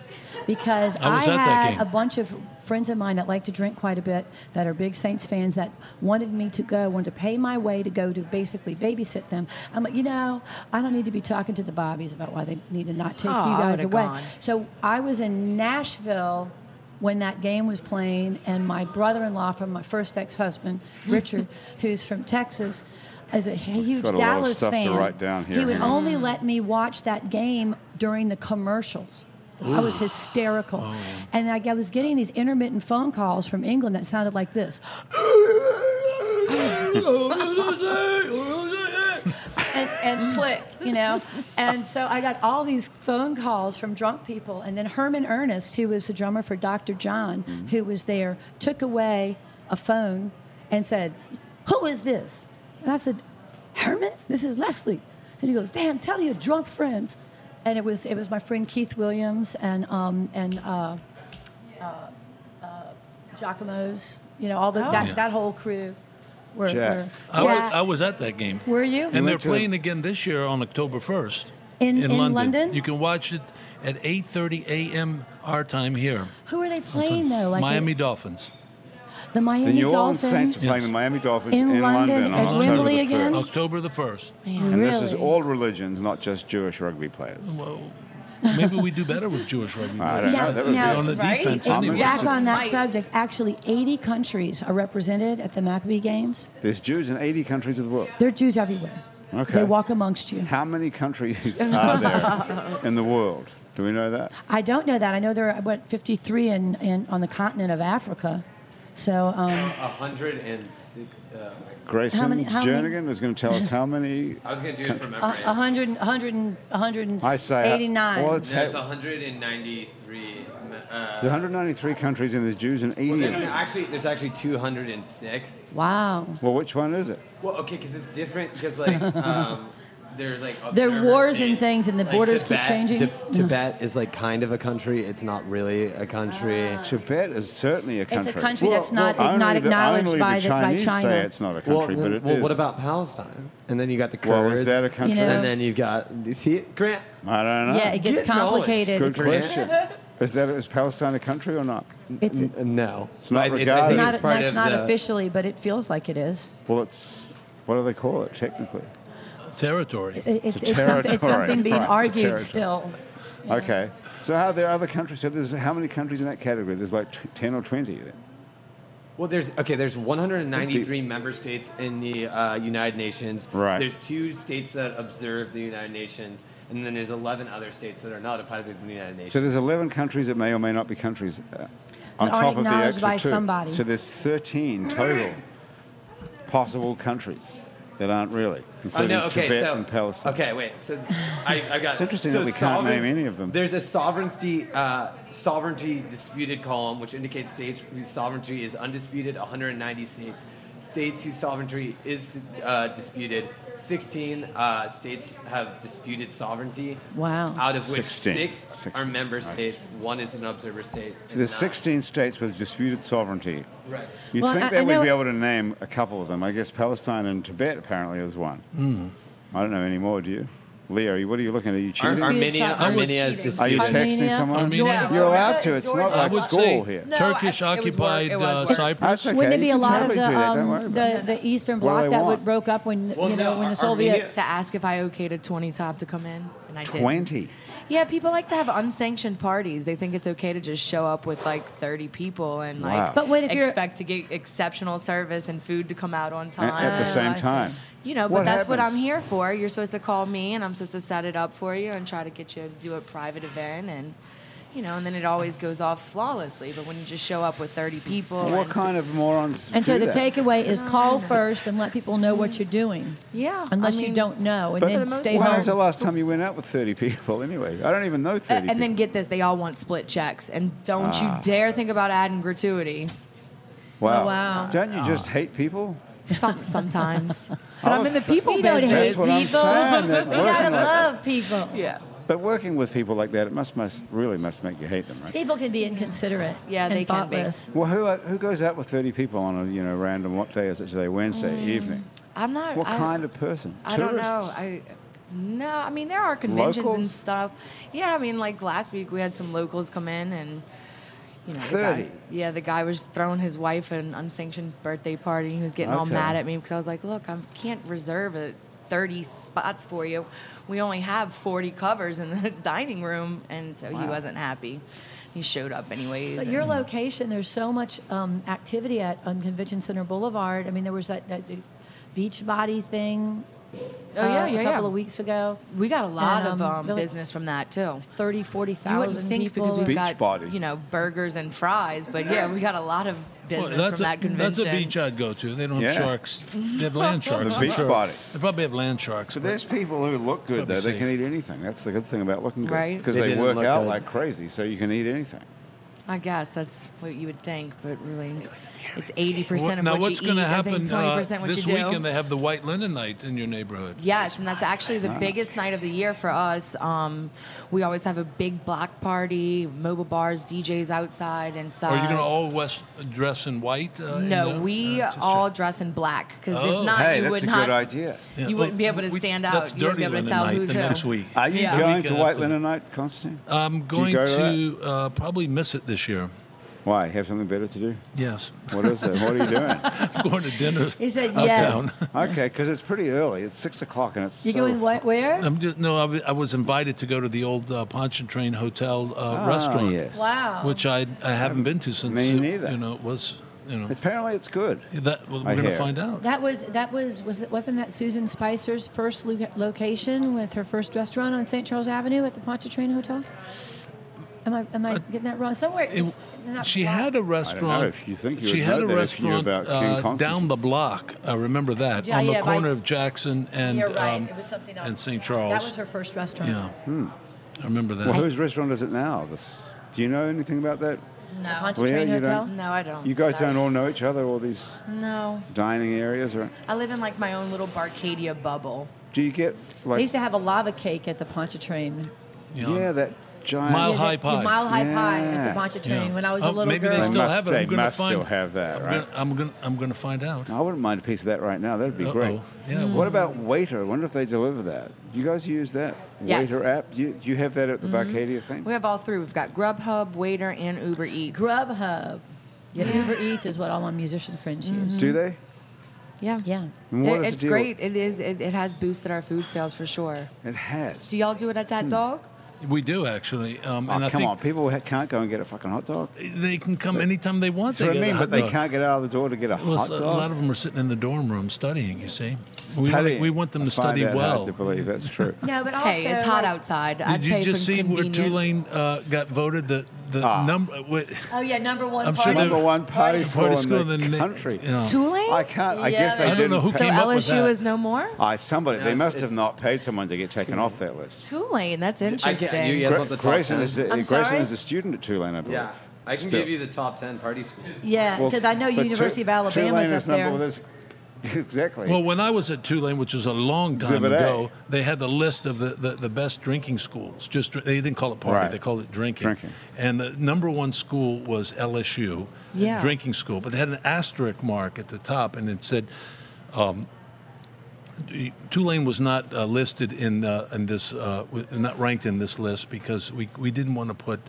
Speaker 2: because
Speaker 3: I
Speaker 2: I,
Speaker 3: was at that game.
Speaker 2: had a bunch of friends of mine that like to drink quite a bit that are big Saints fans that wanted me to go, wanted to pay my way to go to basically babysit them. I'm like, you know, I don't need to be talking to the Bobbies about why they need to not take
Speaker 4: Oh,
Speaker 2: you
Speaker 4: I
Speaker 2: guys
Speaker 4: would've
Speaker 2: away.
Speaker 4: gone.
Speaker 2: So I was in Nashville when that game was playing, and my brother-in-law from my first ex-husband, Richard, who's from Texas, is a huge
Speaker 1: got a lot of
Speaker 2: Dallas
Speaker 1: stuff to
Speaker 2: fan.
Speaker 1: write down here.
Speaker 2: He would
Speaker 1: Hang on.
Speaker 2: only let me watch that game during the commercials. I was hysterical, and I, I was getting these intermittent phone calls from England that sounded like this. and, and click, you know. And so I got all these phone calls from drunk people. And then Herman Ernest, who was the drummer for Dr. John, who was there, took away a phone and said, Who is this? And I said, Herman, this is Leslie. And he goes, Damn, tell your drunk friends. And it was it was my friend Keith Williams and um, and uh, Giacomo's, you know, all the that,
Speaker 3: Yeah.
Speaker 2: that whole crew were,
Speaker 1: Jack.
Speaker 2: were
Speaker 3: I was,
Speaker 2: Jack.
Speaker 3: I was at that game.
Speaker 2: Were you? You
Speaker 3: And they're
Speaker 1: went to-
Speaker 3: playing again this year on October 1st
Speaker 2: In- in London?
Speaker 3: You can watch it at 8:30 a.m. our time here.
Speaker 2: Who are they
Speaker 3: So,
Speaker 2: playing though? Like
Speaker 3: Miami
Speaker 2: the,
Speaker 3: Dolphins,
Speaker 2: the
Speaker 1: The
Speaker 2: Miami
Speaker 1: New Orleans
Speaker 2: Dolphins.
Speaker 1: Saints are playing
Speaker 3: Yes.
Speaker 1: the Miami Dolphins in,
Speaker 2: In London
Speaker 1: on
Speaker 2: at
Speaker 1: October
Speaker 2: Wembley
Speaker 1: the
Speaker 2: again?
Speaker 1: 1st.
Speaker 3: October the first.
Speaker 2: Man,
Speaker 1: And this is
Speaker 2: really?
Speaker 1: all religions, not just Jewish rugby players.
Speaker 3: Well, maybe we do better with Jewish rugby.
Speaker 1: I
Speaker 3: players.
Speaker 1: don't know. That would be-
Speaker 3: They're on the
Speaker 4: Right?
Speaker 3: defense
Speaker 1: I'm
Speaker 3: anyway.
Speaker 2: Back
Speaker 1: Right.
Speaker 2: on that
Speaker 4: Right.
Speaker 2: subject, actually, 80 countries are represented at the Maccabee Games.
Speaker 1: There's Jews in 80 countries of the world.
Speaker 2: There are Jews everywhere.
Speaker 1: Okay.
Speaker 2: They walk amongst you.
Speaker 1: How many
Speaker 2: *laughs*
Speaker 1: countries are there in the world? Do we know that?
Speaker 2: I don't know that. I know there are what 53 in, in on the continent of Africa. So um,
Speaker 5: 106. Uh,
Speaker 1: Grayson
Speaker 2: many- how many-
Speaker 1: Jernigan is going to tell us how many.
Speaker 5: I was going to do it from memory.
Speaker 2: a- 100, 100, and-
Speaker 1: I say uh,
Speaker 2: 189.
Speaker 1: Well, it's,
Speaker 5: no, it's
Speaker 1: it's
Speaker 5: 193. Uh,
Speaker 1: 193 countries and there's Jews in 80.
Speaker 5: well,
Speaker 1: of
Speaker 5: no, no, no,
Speaker 1: them.
Speaker 5: actually, there's actually 206.
Speaker 2: wow.
Speaker 1: Well, which one is it?
Speaker 5: Well, okay, because it's different.
Speaker 1: *laughs*
Speaker 5: Because like, um, there's like
Speaker 2: There are
Speaker 5: observer
Speaker 2: wars and
Speaker 5: states,
Speaker 2: things and the
Speaker 5: like
Speaker 2: borders keep
Speaker 5: Tibet.
Speaker 2: changing.
Speaker 7: Ti- Tibet is like kind of a country. It's not really a country.
Speaker 2: Ah.
Speaker 1: Tibet is certainly a country.
Speaker 2: country that's not-
Speaker 1: only
Speaker 2: not
Speaker 1: the-
Speaker 2: acknowledged
Speaker 1: only
Speaker 2: by
Speaker 1: the
Speaker 2: the- by
Speaker 1: Chinese
Speaker 2: China.
Speaker 1: say it's not a country,
Speaker 7: well,
Speaker 1: but
Speaker 7: then-
Speaker 1: it
Speaker 7: well
Speaker 1: is.
Speaker 7: what about Palestine? And then you got the Kurds.
Speaker 1: Well, is that a country?
Speaker 2: You know-
Speaker 7: and then you've got. You see it, Grant?
Speaker 1: I don't know.
Speaker 2: Yeah, it gets
Speaker 7: Get knowledge.
Speaker 2: complicated.
Speaker 1: Good
Speaker 2: It's
Speaker 7: Korea.
Speaker 1: question. Is that is Palestine a country or not?
Speaker 2: It's
Speaker 7: N- no. It's
Speaker 1: not regarded.
Speaker 2: not,
Speaker 1: it's
Speaker 2: no, it's not officially, but it feels like it is.
Speaker 1: Well, it's what do they call it technically?
Speaker 3: Territory.
Speaker 2: It- It's,
Speaker 1: a
Speaker 2: it's, something, it's
Speaker 1: territory.
Speaker 2: something being
Speaker 1: Right, it's a
Speaker 2: argued
Speaker 1: territory.
Speaker 2: still.
Speaker 1: Okay. So how there are other countries? So there's how many countries in that category? There's like t- ten or twenty. Then.
Speaker 5: Well, there's okay. There's 193 member states in the uh, United Nations.
Speaker 1: Right.
Speaker 5: There's two states that observe the United Nations, and then there's 11 other states that are not a part of the United Nations.
Speaker 1: So there's eleven countries that may or may not be countries. Uh, on
Speaker 2: That aren't
Speaker 1: top of the
Speaker 2: acknowledged
Speaker 1: extra
Speaker 2: by
Speaker 1: two.
Speaker 2: somebody.
Speaker 1: So there's thirteen total possible countries that aren't really,
Speaker 5: Oh
Speaker 1: including
Speaker 5: no! Okay,
Speaker 1: Tibet
Speaker 5: so
Speaker 1: and Palestine.
Speaker 5: okay, wait. So I, I got.
Speaker 1: It's interesting
Speaker 5: so
Speaker 1: that we can't name
Speaker 5: sovereign-
Speaker 1: any of them.
Speaker 5: There's a sovereignty uh, sovereignty disputed column, which indicates states whose sovereignty is undisputed. 190 states. States whose sovereignty is uh, disputed. 16 uh, states have disputed sovereignty.
Speaker 2: Wow.
Speaker 5: Out of which
Speaker 1: 16.
Speaker 5: six are
Speaker 1: 16,
Speaker 5: member
Speaker 1: right.
Speaker 5: states. One is an observer state.
Speaker 1: So there's
Speaker 5: and nine-
Speaker 1: 16 states with disputed sovereignty.
Speaker 5: Right.
Speaker 1: You'd
Speaker 2: Well,
Speaker 1: think
Speaker 2: I-
Speaker 1: that
Speaker 2: I
Speaker 1: we'd
Speaker 2: know-
Speaker 1: be able to name a couple of them. I guess Palestine and Tibet apparently is one.
Speaker 2: Hmm.
Speaker 1: I don't know any more, do you? Leo, what are you looking at? Are you
Speaker 5: Ar-
Speaker 1: cheating?
Speaker 2: Ar-
Speaker 5: Armenia,
Speaker 2: sovereignty.
Speaker 5: Armenia is
Speaker 4: Cheating.
Speaker 1: are you
Speaker 5: disputed.
Speaker 1: texting
Speaker 2: Armenia?
Speaker 1: someone?
Speaker 3: Armenia?
Speaker 1: You're allowed
Speaker 4: Georgia.
Speaker 1: to. It's not
Speaker 4: Georgia.
Speaker 1: like
Speaker 3: I would
Speaker 1: school
Speaker 3: say
Speaker 1: here.
Speaker 4: No, I-
Speaker 3: Turkish
Speaker 4: it was work-
Speaker 3: occupied
Speaker 4: it was
Speaker 3: uh,
Speaker 4: work.
Speaker 1: That's
Speaker 3: Cyprus.
Speaker 1: okay.
Speaker 2: Wouldn't it
Speaker 1: You
Speaker 2: be a
Speaker 1: can
Speaker 2: lot of
Speaker 1: totally do
Speaker 2: the,
Speaker 1: that. Don't
Speaker 2: um,
Speaker 1: worry about it.
Speaker 2: the, the Eastern
Speaker 1: What do they
Speaker 2: Bloc that
Speaker 1: want?
Speaker 2: would broke up when
Speaker 5: Well,
Speaker 2: you know
Speaker 5: no,
Speaker 2: when the
Speaker 5: Ar- Armenia-
Speaker 2: Soviet?
Speaker 4: To ask if I okayed a 20 top to come in, and I did.
Speaker 1: 20.
Speaker 4: Yeah, people like to have unsanctioned parties. They think it's okay to just show up with like 30 people and like
Speaker 1: Wow.
Speaker 2: But what if you're-
Speaker 4: expect to get exceptional service and food to come out on
Speaker 1: A-
Speaker 4: time.
Speaker 1: At the
Speaker 2: I
Speaker 1: same
Speaker 2: see.
Speaker 1: time.
Speaker 4: you know,
Speaker 1: What
Speaker 4: but that's what I'm
Speaker 1: happens?
Speaker 4: here for. You're supposed to call me and I'm supposed to set it up for you and try to get you to do a private event and you know, and then it always goes off flawlessly. But when you just show up with 30 people,
Speaker 1: What
Speaker 4: and-
Speaker 1: kind of morons
Speaker 2: And
Speaker 1: do
Speaker 2: so the
Speaker 1: that?
Speaker 2: takeaway is call first and let people know what you're doing.
Speaker 4: Yeah, I
Speaker 2: Unless you
Speaker 4: mean, uh,
Speaker 2: don't know, and
Speaker 1: But
Speaker 2: then stay
Speaker 1: when
Speaker 2: home.
Speaker 1: was the last time you went out with 30 people anyway? I don't even know 30
Speaker 4: and then
Speaker 1: people.
Speaker 4: get this, they all want split checks, and don't
Speaker 1: Ah.
Speaker 4: you dare think about adding gratuity.
Speaker 1: Wow.
Speaker 2: Oh, wow.
Speaker 1: Don't you just hate people?
Speaker 4: Some,
Speaker 1: *laughs*
Speaker 4: sometimes, but
Speaker 1: Oh,
Speaker 4: I'm in the
Speaker 1: fuck.
Speaker 4: people
Speaker 2: We don't
Speaker 1: That's
Speaker 4: business.
Speaker 2: hate
Speaker 1: what I'm
Speaker 2: people.
Speaker 1: saying.
Speaker 4: *laughs*
Speaker 1: that
Speaker 2: we gotta
Speaker 1: working like-
Speaker 2: love people.
Speaker 4: Yeah.
Speaker 1: But working with people like that, it must, must really must make you hate them, right?
Speaker 2: People can be inconsiderate.
Speaker 4: Yeah,
Speaker 2: and
Speaker 4: they can be.
Speaker 2: thoughtless.
Speaker 1: Well, who are, who goes out with thirty people on a you know random what day is it today? Wednesday evening.
Speaker 4: I'm not.
Speaker 1: What
Speaker 4: I,
Speaker 1: kind of person?
Speaker 4: I don't
Speaker 1: Tourists?
Speaker 4: know. I no. I mean, there are conventions and
Speaker 1: Locals?
Speaker 4: stuff. Yeah, I mean, like last week we had some locals come in and. You know, the guy-
Speaker 1: 30.
Speaker 4: yeah, the guy was throwing his wife an unsanctioned birthday party. He was getting all
Speaker 1: Okay.
Speaker 4: mad at me because I was like, "Look, I can't reserve a 30 spots for you. We only have 40 covers in the *laughs* dining room," and so he wasn't happy. He showed up anyways.
Speaker 2: But
Speaker 4: and- Oh,
Speaker 2: your location, there's so much um, activity at on Convention Center Boulevard. I mean, there was that, that beach body thing
Speaker 4: oh
Speaker 2: uh,
Speaker 4: yeah, yeah,
Speaker 2: a couple
Speaker 4: yeah.
Speaker 2: of weeks ago.
Speaker 4: We got a lot
Speaker 2: And,
Speaker 4: of
Speaker 2: um,
Speaker 4: um,
Speaker 2: really-
Speaker 4: business from that too.
Speaker 2: 30,
Speaker 4: You wouldn't
Speaker 2: 40,000
Speaker 4: think
Speaker 2: people.
Speaker 4: because we've
Speaker 1: Beach
Speaker 4: got
Speaker 1: body.
Speaker 4: you know burgers and fries, but yeah, we got a lot of
Speaker 3: Well,
Speaker 4: business
Speaker 3: that's,
Speaker 4: from
Speaker 3: a,
Speaker 4: that convention.
Speaker 3: that's a beach I'd go to. They don't
Speaker 1: Yeah.
Speaker 3: have sharks. They have land sharks. I'm
Speaker 1: beach
Speaker 3: sure.
Speaker 1: body.
Speaker 3: They probably have land sharks.
Speaker 1: But
Speaker 3: but-
Speaker 1: there's people who look good
Speaker 3: Probably
Speaker 1: though. They can
Speaker 3: safe.
Speaker 1: eat anything. That's the good thing about looking good
Speaker 4: Right.
Speaker 1: because
Speaker 7: They
Speaker 1: they,
Speaker 7: didn't
Speaker 1: work
Speaker 7: look
Speaker 1: out
Speaker 7: good.
Speaker 1: like crazy, so you can eat anything.
Speaker 4: I guess that's what you would think, but really, it's eighty percent of
Speaker 3: now,
Speaker 4: what
Speaker 3: what's
Speaker 4: you eat.
Speaker 3: gonna happen
Speaker 4: I think
Speaker 3: uh,
Speaker 4: twenty percent what
Speaker 3: this
Speaker 4: you do.
Speaker 3: weekend? They have the White Linen Night in your neighborhood.
Speaker 4: Yes, and that's actually the biggest night of the year for us. Um, we always have a big block party, mobile bars, DJs outside, inside.
Speaker 3: Are you gonna all west, dress in white? Uh, in
Speaker 4: Uh, No,
Speaker 3: the-
Speaker 4: we
Speaker 3: uh, just
Speaker 4: all
Speaker 3: check.
Speaker 4: dress in black because
Speaker 3: Oh.
Speaker 4: if not,
Speaker 1: Hey,
Speaker 4: Uh, you
Speaker 1: that's
Speaker 4: would
Speaker 1: a
Speaker 4: not.
Speaker 1: good idea.
Speaker 3: Yeah,
Speaker 4: You wouldn't be
Speaker 3: well,
Speaker 4: able to
Speaker 3: we-
Speaker 4: stand
Speaker 3: That's
Speaker 4: out. You wouldn't
Speaker 3: dirty
Speaker 4: be able to
Speaker 3: linen
Speaker 4: tell
Speaker 3: night
Speaker 4: who's
Speaker 3: the
Speaker 4: who.
Speaker 3: next week.
Speaker 1: Are you
Speaker 4: Yeah.
Speaker 1: going to
Speaker 3: Weekend
Speaker 1: White
Speaker 3: after Uh,
Speaker 1: Linen Night, Constantine? Do
Speaker 3: I'm
Speaker 1: you
Speaker 3: going
Speaker 1: go
Speaker 3: to,
Speaker 1: to
Speaker 3: uh, probably miss it this year.
Speaker 1: Why? Have something better to do?
Speaker 3: Yes, *laughs*
Speaker 1: What is it? What are you doing?
Speaker 3: I'm going to dinner.
Speaker 2: He said, yeah.
Speaker 3: *laughs* uptown.
Speaker 1: Okay, because it's pretty early. It's six o'clock, and it's
Speaker 2: You're
Speaker 1: so-
Speaker 2: going what, where?
Speaker 3: I'm just, no, I, w- I was invited to go to the old uh, Pontchartrain Hotel uh,
Speaker 1: Ah,
Speaker 3: restaurant,
Speaker 1: Yes.
Speaker 4: Oh.
Speaker 2: wow.
Speaker 3: which I I haven't been to since
Speaker 1: Me
Speaker 3: it,
Speaker 1: neither.
Speaker 3: you know it was you know
Speaker 1: Apparently, it's good.
Speaker 3: that well,
Speaker 1: I
Speaker 3: we're gonna
Speaker 1: hear.
Speaker 3: find out.
Speaker 2: That was that was was it, wasn't that Susan Spicer's first lo- location with her first restaurant on St. Charles Avenue at the Pontchartrain Hotel? Am I am I getting that wrong? Somewhere
Speaker 3: Uh, It-
Speaker 2: it's not
Speaker 3: she
Speaker 2: far.
Speaker 3: had a restaurant.
Speaker 1: if you think you
Speaker 3: she
Speaker 1: would
Speaker 3: had
Speaker 1: know
Speaker 3: a
Speaker 1: that if you knew about
Speaker 3: restaurant
Speaker 1: King
Speaker 3: uh,
Speaker 1: Constantine.
Speaker 3: down the block. I remember that
Speaker 2: Yeah,
Speaker 3: on the
Speaker 2: yeah, by-
Speaker 3: corner of Jackson and
Speaker 2: You're right.
Speaker 3: um,
Speaker 2: it was something else.
Speaker 3: and St. Charles.
Speaker 2: That was her first restaurant.
Speaker 3: Yeah, I remember that.
Speaker 1: Hmm. Well, whose restaurant is it now? This. Do you know anything about that?
Speaker 4: No.
Speaker 1: Leah,
Speaker 2: Pontchartrain
Speaker 1: you
Speaker 2: Hotel.
Speaker 1: don't-
Speaker 4: No, I don't.
Speaker 1: You guys
Speaker 4: Oh, Sorry.
Speaker 1: don't all know each other. All these
Speaker 4: No,
Speaker 1: dining areas, or
Speaker 4: I live in like my own little Barcadia bubble.
Speaker 1: do you get
Speaker 2: They
Speaker 1: like?
Speaker 2: used to have a lava cake at the Pontchartrain.
Speaker 3: You know,
Speaker 1: Yeah, that giant.
Speaker 3: Mile
Speaker 2: Yeah,
Speaker 3: high
Speaker 2: the-
Speaker 3: pie.
Speaker 2: The mile high pie at the
Speaker 1: Yes.
Speaker 2: Pontchartrain
Speaker 3: Yeah.
Speaker 2: when I was
Speaker 3: Oh,
Speaker 2: a little
Speaker 3: maybe they
Speaker 2: girl.
Speaker 3: still
Speaker 1: must,
Speaker 3: have it.
Speaker 1: they
Speaker 3: I'm gonna
Speaker 1: must
Speaker 3: find-
Speaker 1: still have that,
Speaker 3: I'm
Speaker 1: right?
Speaker 3: gonna, I'm gonna I'm gonna find out.
Speaker 1: I wouldn't mind a piece of that right now. That'd be great.
Speaker 3: Uh-oh. Yeah,
Speaker 1: What about Waiter? I wonder if they deliver that. Do you guys use that
Speaker 4: Yes. Mm-hmm.
Speaker 1: Waiter app? Do you, do you have that at the Barcadia thing?
Speaker 4: We have all three. We've got Grubhub, Waiter, and Uber Eats.
Speaker 2: Grubhub. Yeah, Uber Eats is what all my musician friends use.
Speaker 1: do they?
Speaker 4: Yeah.
Speaker 2: *laughs* Yeah.
Speaker 1: And what
Speaker 4: It-
Speaker 1: is the
Speaker 4: it's
Speaker 1: deal?
Speaker 4: great. It is. It, it has boosted our food sales for sure.
Speaker 1: It has.
Speaker 4: Do y'all do it at
Speaker 3: Hmm.
Speaker 4: that dog?
Speaker 3: we do actually. Um,
Speaker 1: Oh,
Speaker 3: and I
Speaker 1: come
Speaker 3: think
Speaker 1: on, people ha- can't go and get a fucking hot dog.
Speaker 3: they can come anytime they want.
Speaker 1: That's what I
Speaker 3: get a
Speaker 1: mean,
Speaker 3: hot
Speaker 1: but they
Speaker 3: dog.
Speaker 1: can't get out of the door to get a
Speaker 3: Well,
Speaker 1: hot
Speaker 3: so-
Speaker 1: dog.
Speaker 3: a lot of them are sitting in the dorm room studying. You see, we want,
Speaker 1: Studying.
Speaker 3: we want them
Speaker 1: I
Speaker 3: to
Speaker 1: find
Speaker 3: study
Speaker 1: that
Speaker 3: well.
Speaker 1: Hard to believe that's true.
Speaker 2: No, but also
Speaker 4: Hey, it's hot
Speaker 2: like-
Speaker 4: outside. I'd
Speaker 3: Did you
Speaker 4: pay
Speaker 3: just
Speaker 4: for
Speaker 3: see where
Speaker 4: convenience.
Speaker 3: Tulane uh, got voted the the
Speaker 1: Ah.
Speaker 3: number? Wait,
Speaker 2: Oh yeah, number one.
Speaker 3: I'm sure
Speaker 2: party.
Speaker 3: they-
Speaker 1: Number one party school
Speaker 3: party
Speaker 1: in
Speaker 3: school
Speaker 1: the,
Speaker 3: in the na-
Speaker 1: country.
Speaker 3: you know.
Speaker 4: Tulane?
Speaker 1: I can't. I
Speaker 2: Yeah,
Speaker 1: guess they
Speaker 2: I
Speaker 1: didn't.
Speaker 3: don't know who
Speaker 4: so
Speaker 3: came up with
Speaker 4: LSU
Speaker 3: that.
Speaker 4: is no more.
Speaker 1: I somebody.
Speaker 5: No,
Speaker 1: they
Speaker 5: it's-
Speaker 1: must have
Speaker 5: it's-
Speaker 1: not paid someone to get taken off that list.
Speaker 4: Tulane. That's
Speaker 5: I can't-
Speaker 4: interesting.
Speaker 5: you- you guys
Speaker 1: Gra-
Speaker 5: want the top
Speaker 1: Grayson
Speaker 5: 10?
Speaker 1: is, a,
Speaker 2: I'm
Speaker 1: Grayson
Speaker 2: sorry?
Speaker 1: is a student at Tulane, I believe.
Speaker 5: Yeah, I can
Speaker 1: Still.
Speaker 5: give you the top ten party schools.
Speaker 2: Yeah,
Speaker 1: Well,
Speaker 2: because I know
Speaker 1: but
Speaker 2: University of
Speaker 1: Tu- Tulane
Speaker 2: Alabama's up
Speaker 1: is number
Speaker 2: there.
Speaker 1: well, there's- *laughs* exactly.
Speaker 3: Well, when I was at Tulane, which was a long time
Speaker 1: Exhibit A.
Speaker 3: ago, they had the list of the, the, the best drinking schools. Just dr- they didn't call it party;
Speaker 1: Right.
Speaker 3: they called it drinking.
Speaker 1: Drinking.
Speaker 3: And the number one school was LSU, the
Speaker 4: Yeah.
Speaker 3: drinking school. But they had an asterisk mark at the top, and it said um, Tulane was not uh, listed in uh, in this uh, w- not ranked in this list because we we didn't want to put.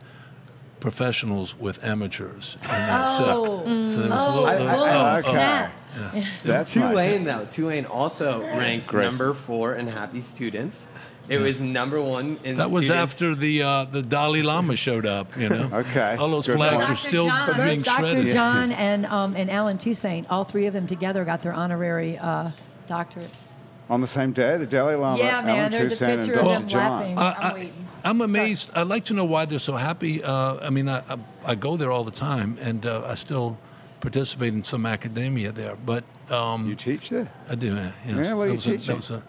Speaker 3: Professionals with amateurs. in there.
Speaker 2: Oh.
Speaker 3: so, so there was a
Speaker 2: Oh,
Speaker 3: little,
Speaker 5: I- I-
Speaker 2: oh,
Speaker 1: okay.
Speaker 2: snap.
Speaker 1: that's nice.
Speaker 5: Tulane though, Tulane also ranked
Speaker 1: Grayson.
Speaker 5: number four in happy students. It was number one in
Speaker 3: That was
Speaker 5: students.
Speaker 3: after the uh, the Dalai Lama showed up, you know.
Speaker 1: *laughs* Okay,
Speaker 3: All those
Speaker 1: good
Speaker 3: flags
Speaker 1: point.
Speaker 3: are still
Speaker 2: John,
Speaker 3: being
Speaker 2: Dr.
Speaker 3: shredded.
Speaker 2: John and um, and Alan Toussaint, all three of them together got their honorary uh, doctorate.
Speaker 1: On the same day, the Dalai Lama,
Speaker 2: Yeah, man,
Speaker 1: Alan
Speaker 2: there's a
Speaker 1: Toussaint, and
Speaker 2: picture of
Speaker 1: Dr.
Speaker 2: him
Speaker 1: John.
Speaker 2: laughing.
Speaker 3: I,
Speaker 4: I'm waiting.
Speaker 3: am amazed. I'd like to know why they're so happy. Uh, I mean, I, I, I go there all the time, and uh, I still participate in some academia there. But um,
Speaker 1: You teach there?
Speaker 3: I do. uh, Yes.
Speaker 1: Yeah, what do you
Speaker 3: That was a-
Speaker 1: teach you?
Speaker 3: that was a-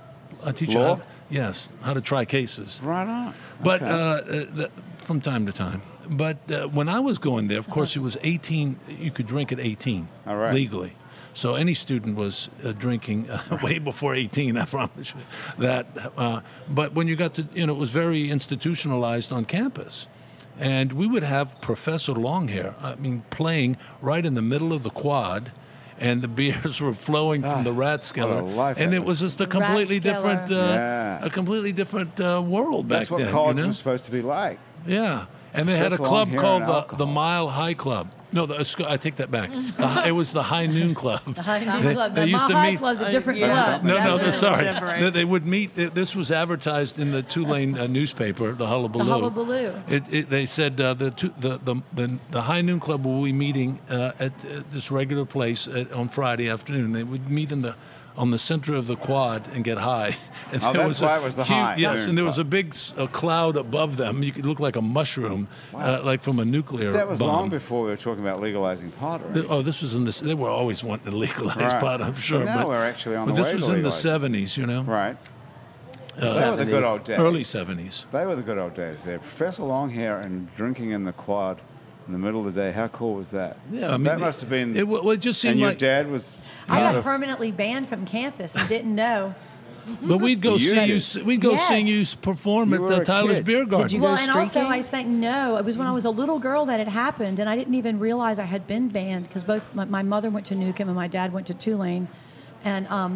Speaker 3: I teach
Speaker 1: Law?
Speaker 3: you how, yes, how to try cases.
Speaker 1: Right on.
Speaker 3: But
Speaker 1: Okay.
Speaker 3: uh, uh, the, from time to time. But uh, when I was going there, of course, it was 18. You could drink at 18
Speaker 1: Uh-huh. All right.
Speaker 3: legally. So any student was uh, drinking uh, *laughs* way before 18. I promise you that. Uh, but when you got to, you know, it was very institutionalized on campus. And we would have Professor Longhair, I mean, playing right in the middle of the quad, and the *laughs* beers were flowing from the rat skeller.
Speaker 1: Ah, life
Speaker 3: and
Speaker 1: that
Speaker 3: it was
Speaker 1: was.
Speaker 3: just a completely
Speaker 4: Rathskeller.
Speaker 3: different, uh,
Speaker 1: Yeah.
Speaker 3: a completely different uh, world back
Speaker 1: that's what
Speaker 3: then. you
Speaker 1: college
Speaker 3: know?
Speaker 1: was supposed to be like.
Speaker 3: Yeah, and they had a
Speaker 1: First of all,
Speaker 3: club
Speaker 1: here in
Speaker 3: called the,
Speaker 1: alcohol.
Speaker 3: the Mile High Club. No, the, sc- I take that back. The hi- it was the High Noon Club. The
Speaker 2: High Noon Club. *laughs* The Mile High Club's
Speaker 1: Uh,
Speaker 2: a different club.
Speaker 3: No,
Speaker 2: That's
Speaker 3: no,
Speaker 2: something
Speaker 3: the, sorry.
Speaker 4: different.
Speaker 3: No, They would meet. th- This was advertised in the Tulane uh, newspaper, the Hullabaloo.
Speaker 2: Hullabaloo.
Speaker 3: It, it, they said uh, the, two, the, the the the High Noon Club will be meeting uh, at, uh this regular place at, on Friday afternoon. They would meet in the on the center of the quad and get high. *laughs* And
Speaker 1: Oh,
Speaker 3: there
Speaker 1: that's
Speaker 3: a
Speaker 1: why it was the
Speaker 3: huge-
Speaker 1: High
Speaker 3: Yes,
Speaker 1: Noon
Speaker 3: and there was
Speaker 1: Club.
Speaker 3: a big s- a cloud above them. You could look like a mushroom, uh, like from a nuclear
Speaker 1: That was
Speaker 3: bomb.
Speaker 1: long before we were talking about legalizing pot.
Speaker 3: Th- Oh, this was in the. They were always wanting to legalize
Speaker 1: Right.
Speaker 3: pot, I'm sure.
Speaker 1: Now
Speaker 3: but,
Speaker 1: we're actually on
Speaker 3: but
Speaker 1: the
Speaker 3: this
Speaker 1: way
Speaker 3: was
Speaker 1: to
Speaker 3: in the
Speaker 1: legalize it.
Speaker 3: 70s, you know,
Speaker 1: Right. they were the good old days.
Speaker 3: early 70s.
Speaker 1: They were the good old days there. Professor Longhair and drinking in the quad in the middle of the day. How cool was that?
Speaker 3: Yeah, I mean,
Speaker 1: that must have been.
Speaker 3: It, wa- well, it just seemed
Speaker 1: and your
Speaker 3: like.
Speaker 1: dad was.
Speaker 2: I
Speaker 1: out
Speaker 2: got
Speaker 1: of-
Speaker 2: permanently banned from campus and didn't know.
Speaker 3: But we'd go
Speaker 1: You
Speaker 3: see
Speaker 1: did.
Speaker 3: you. s- We'd go
Speaker 2: Yes.
Speaker 3: sing you s- perform
Speaker 1: You
Speaker 3: at
Speaker 1: were
Speaker 3: the
Speaker 1: a
Speaker 3: Tyler's
Speaker 1: kid.
Speaker 3: Beer Garden.
Speaker 2: well, and also
Speaker 6: streaking?
Speaker 2: I sang no. It was when I was a little girl that it happened, and I didn't even realize I had been banned because both my, my mother went to Newcomb and my dad went to Tulane, and um,